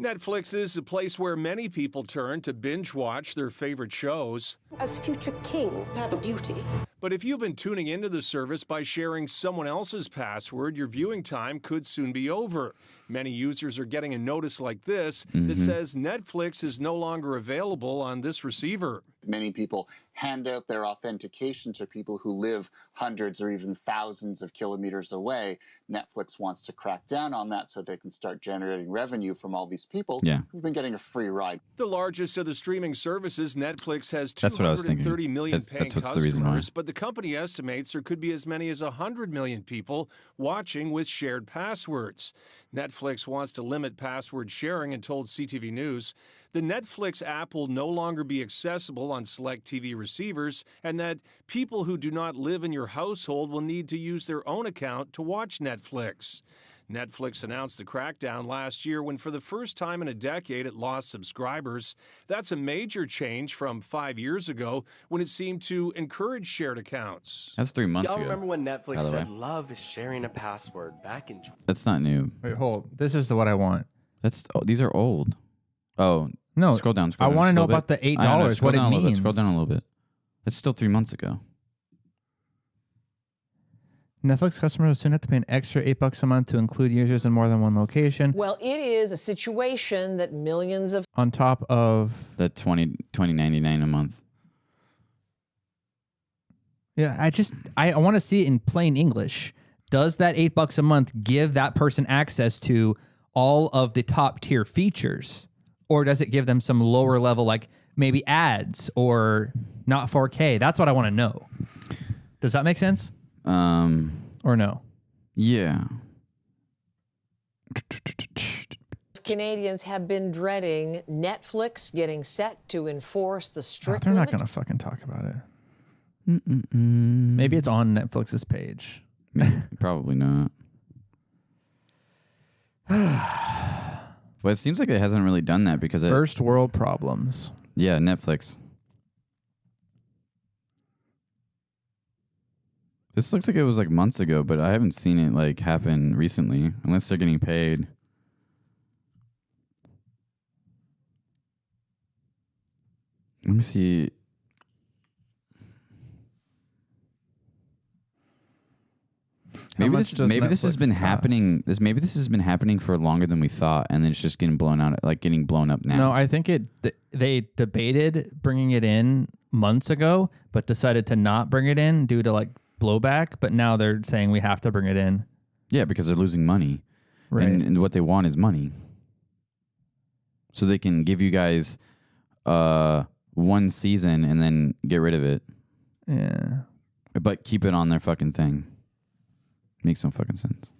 [SPEAKER 14] Netflix is a place where many people turn to binge watch their favorite shows.
[SPEAKER 23] As future king, I have a duty.
[SPEAKER 14] But if you've been tuning into the service by sharing someone else's password, your viewing time could soon be over. Many users are getting a notice like this that
[SPEAKER 24] Mhm.
[SPEAKER 14] says Netflix is no longer available on this receiver.
[SPEAKER 24] Many people hand out their authentication to people who live hundreds or even thousands of kilometers away. Netflix wants to crack down on that so they can start generating revenue from all these people
[SPEAKER 4] Yeah.
[SPEAKER 24] who've been getting a free ride.
[SPEAKER 14] The largest of the streaming services, Netflix has
[SPEAKER 4] That's what I was thinking.
[SPEAKER 14] 230 million
[SPEAKER 4] That's-
[SPEAKER 14] paying
[SPEAKER 4] that's what's the
[SPEAKER 14] customers,
[SPEAKER 4] reason why.
[SPEAKER 14] but the company estimates there could be as many as 100 million people watching with shared passwords. Netflix wants to limit password sharing and told CTV News the Netflix app will no longer be accessible on select TV receivers and that people who do not live in your household will need to use their own account to watch Netflix. Netflix announced the crackdown last year when, for the first time in a decade, it lost subscribers. That's a major change from five years ago when it seemed to encourage shared accounts.
[SPEAKER 4] That's three months
[SPEAKER 2] Y'all
[SPEAKER 4] ago.
[SPEAKER 2] remember when
[SPEAKER 4] by
[SPEAKER 2] Netflix
[SPEAKER 4] the
[SPEAKER 2] said
[SPEAKER 4] way.
[SPEAKER 2] love is sharing a password back in
[SPEAKER 4] That's not new.
[SPEAKER 3] Wait, hold. This is the what I want.
[SPEAKER 4] That's oh, these are old. Oh
[SPEAKER 3] No,
[SPEAKER 4] scroll down. Scroll
[SPEAKER 3] I
[SPEAKER 4] down
[SPEAKER 3] wanna
[SPEAKER 4] just a
[SPEAKER 3] know
[SPEAKER 4] little
[SPEAKER 3] about
[SPEAKER 4] bit.
[SPEAKER 3] the
[SPEAKER 4] I know,
[SPEAKER 3] $8,
[SPEAKER 4] Scroll
[SPEAKER 3] what it
[SPEAKER 4] down a little bit. Scroll
[SPEAKER 3] means.
[SPEAKER 4] down a little bit. It's still three months ago.
[SPEAKER 3] Netflix customers will soon have to pay an extra eight bucks a month to include users in more than one location.
[SPEAKER 6] Well, it is a situation that millions of
[SPEAKER 3] On top of
[SPEAKER 4] The 20 20.99 a month.
[SPEAKER 3] yeah, I just I, I want to see it in plain English. Does that eight bucks a month give that person access to all of the top tier features, or does it give them some lower level like maybe ads or not 4K? That's what I want to know. Does that make sense?
[SPEAKER 4] Um,
[SPEAKER 3] or no?
[SPEAKER 4] Yeah.
[SPEAKER 6] Canadians have been dreading Netflix getting set to enforce the strict
[SPEAKER 3] Oh, They're not
[SPEAKER 6] limit-
[SPEAKER 3] gonna fucking talk about it. Maybe it's on Netflix's page.
[SPEAKER 4] Probably not. Well, it seems like it hasn't really done that because it,
[SPEAKER 3] First world problems.
[SPEAKER 4] Yeah, Netflix. This looks like it was like months ago, but I haven't seen it like happen recently, unless they're getting paid. Let me see. Maybe
[SPEAKER 3] much
[SPEAKER 4] this
[SPEAKER 3] does
[SPEAKER 4] maybe this has
[SPEAKER 3] Netflix
[SPEAKER 4] been
[SPEAKER 3] cost?
[SPEAKER 4] happening. This maybe this has been happening for longer than we thought, and then it's just getting blown out, like getting blown up now.
[SPEAKER 3] No, I think it. th- They debated bringing it in months ago, but decided to not bring it in due to like blowback. But now they're saying we have to bring it in.
[SPEAKER 4] Yeah, because they're losing money.
[SPEAKER 3] Right.
[SPEAKER 4] And, and what they want is money. So they can give you guys uh one season and then get rid of it.
[SPEAKER 3] Yeah.
[SPEAKER 4] But keep it on their fucking thing. Makes no fucking sense.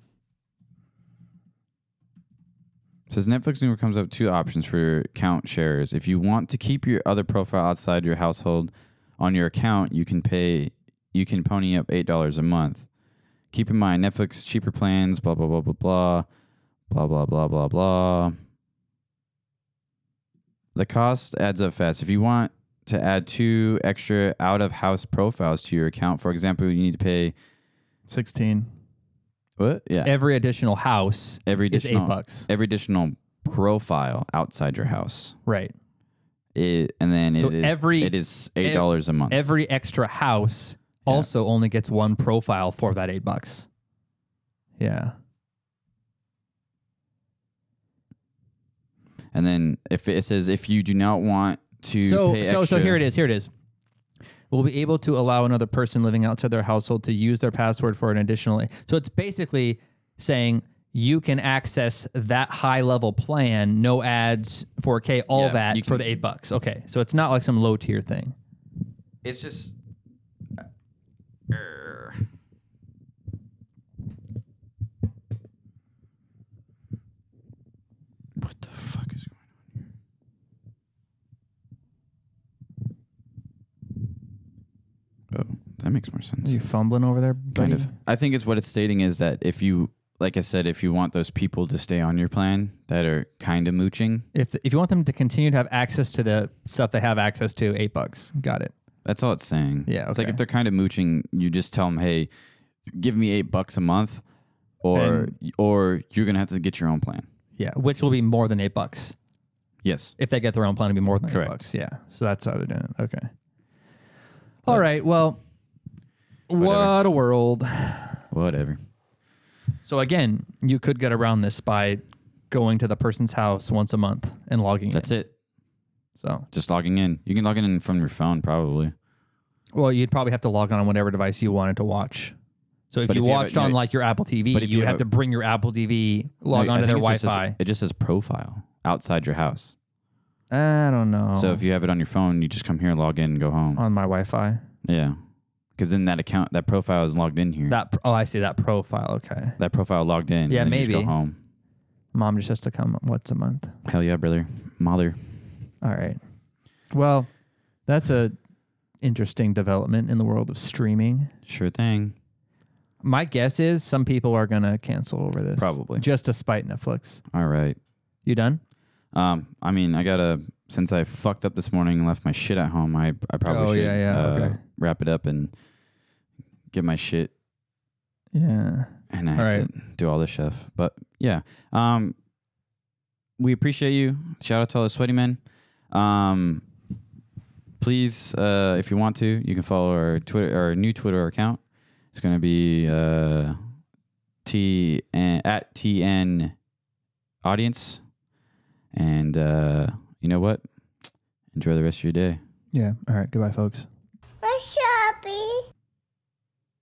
[SPEAKER 4] Says Netflix Newer comes up with two options for your account shares. If you want to keep your other profile outside your household on your account, you can pay you can pony up eight dollars a month. Keep in mind Netflix cheaper plans, blah blah blah blah blah blah blah blah blah blah. The cost adds up fast. If you want to add two extra out of house profiles to your account, for example, you need to pay
[SPEAKER 3] sixteen.
[SPEAKER 4] What? Yeah.
[SPEAKER 3] Every additional house.
[SPEAKER 4] Every
[SPEAKER 3] is eight
[SPEAKER 4] additional
[SPEAKER 3] bucks.
[SPEAKER 4] Every additional profile outside your house.
[SPEAKER 3] Right.
[SPEAKER 4] It, and then
[SPEAKER 3] so
[SPEAKER 4] it is
[SPEAKER 3] every
[SPEAKER 4] it is eight dollars a month.
[SPEAKER 3] Every extra house also only gets one profile for that eight bucks. Yeah.
[SPEAKER 4] and then if it says if you do not want to
[SPEAKER 3] so
[SPEAKER 4] pay
[SPEAKER 3] so
[SPEAKER 4] extra,
[SPEAKER 3] so here it is here it is we'll be able to allow another person living outside their household to use their password for an additional so it's basically saying you can access that high level plan no ads 4k all
[SPEAKER 4] Yeah,
[SPEAKER 3] that
[SPEAKER 4] you
[SPEAKER 3] for
[SPEAKER 4] can-
[SPEAKER 3] the 8 bucks okay so it's not like some low tier thing
[SPEAKER 4] It's just. uh. What the fuck is going on here? Oh, that makes more sense.
[SPEAKER 3] are you fumbling over there buddy?
[SPEAKER 4] Kind of. I think it's what it's stating is that if you, like I said, if you want those people to stay on your plan that are kind of mooching,
[SPEAKER 3] if if you want them to continue to have access to the stuff they have access to 8 bucks got it
[SPEAKER 4] That's all it's saying.
[SPEAKER 3] Yeah,
[SPEAKER 4] It's like
[SPEAKER 3] okay.
[SPEAKER 4] if they're kind of mooching, you just tell them, "Hey, give me eight bucks a month, or or you're gonna have to get your own plan."
[SPEAKER 3] yeah which will be more than 8 bucks
[SPEAKER 4] Yes.
[SPEAKER 3] if they get their own plan to be more than
[SPEAKER 4] Correct.
[SPEAKER 3] eight bucks. Yeah. So that's how they're doing it. Okay. All right. Well, what a world.
[SPEAKER 4] Whatever.
[SPEAKER 3] So again, you could get around this by going to the person's house once a month and logging
[SPEAKER 4] That's it.
[SPEAKER 3] So
[SPEAKER 4] just logging in. You can log in from your phone, probably.
[SPEAKER 3] Well, you'd probably have to log on on whatever device you wanted to watch. So if
[SPEAKER 4] But
[SPEAKER 3] you
[SPEAKER 4] if you have
[SPEAKER 3] watched
[SPEAKER 4] a-
[SPEAKER 3] on
[SPEAKER 4] no,
[SPEAKER 3] like your Apple TV,
[SPEAKER 4] but if
[SPEAKER 3] you
[SPEAKER 4] you
[SPEAKER 3] would have
[SPEAKER 4] have
[SPEAKER 3] to
[SPEAKER 4] a-
[SPEAKER 3] bring your Apple TV, log
[SPEAKER 4] No, I
[SPEAKER 3] onto their
[SPEAKER 4] think
[SPEAKER 3] Wi
[SPEAKER 4] it's just
[SPEAKER 3] Fi.
[SPEAKER 4] says- it just says profile outside your house.
[SPEAKER 3] I don't know.
[SPEAKER 4] So if you have it on your phone, you just come here, log in, and go home.
[SPEAKER 3] on my Wi Fi,
[SPEAKER 4] Yeah. Because then that account, that profile is logged in here.
[SPEAKER 3] that oh, I see that profile. Okay.
[SPEAKER 4] That profile logged in.
[SPEAKER 3] Yeah,
[SPEAKER 4] and then you just
[SPEAKER 3] maybe.
[SPEAKER 4] go home.
[SPEAKER 3] Mom just has to come once a month.
[SPEAKER 4] Hell yeah, brother, mother.
[SPEAKER 3] All right. Well, that's a interesting development in the world of streaming.
[SPEAKER 4] Sure thing.
[SPEAKER 3] my guess is some people are gonna cancel over this,
[SPEAKER 4] Probably.
[SPEAKER 3] just to spite Netflix.
[SPEAKER 4] All right.
[SPEAKER 3] You done?
[SPEAKER 4] Um, I mean, I gotta since I fucked up this morning and left my shit at home, I I probably
[SPEAKER 3] Oh,
[SPEAKER 4] should
[SPEAKER 3] yeah, yeah,
[SPEAKER 4] uh,
[SPEAKER 3] okay.
[SPEAKER 4] wrap it up and get my shit.
[SPEAKER 3] Yeah.
[SPEAKER 4] And I
[SPEAKER 3] All
[SPEAKER 4] have to do all this stuff. But yeah. Um we appreciate you. Shout out to all the sweaty men. Um please uh if you want to, you can follow our Twitter our new Twitter account. It's gonna be uh T at TN audience. And uh you know what? Enjoy the rest of your day.
[SPEAKER 3] Yeah. All right. Goodbye, folks.
[SPEAKER 7] Bye, Sharpie.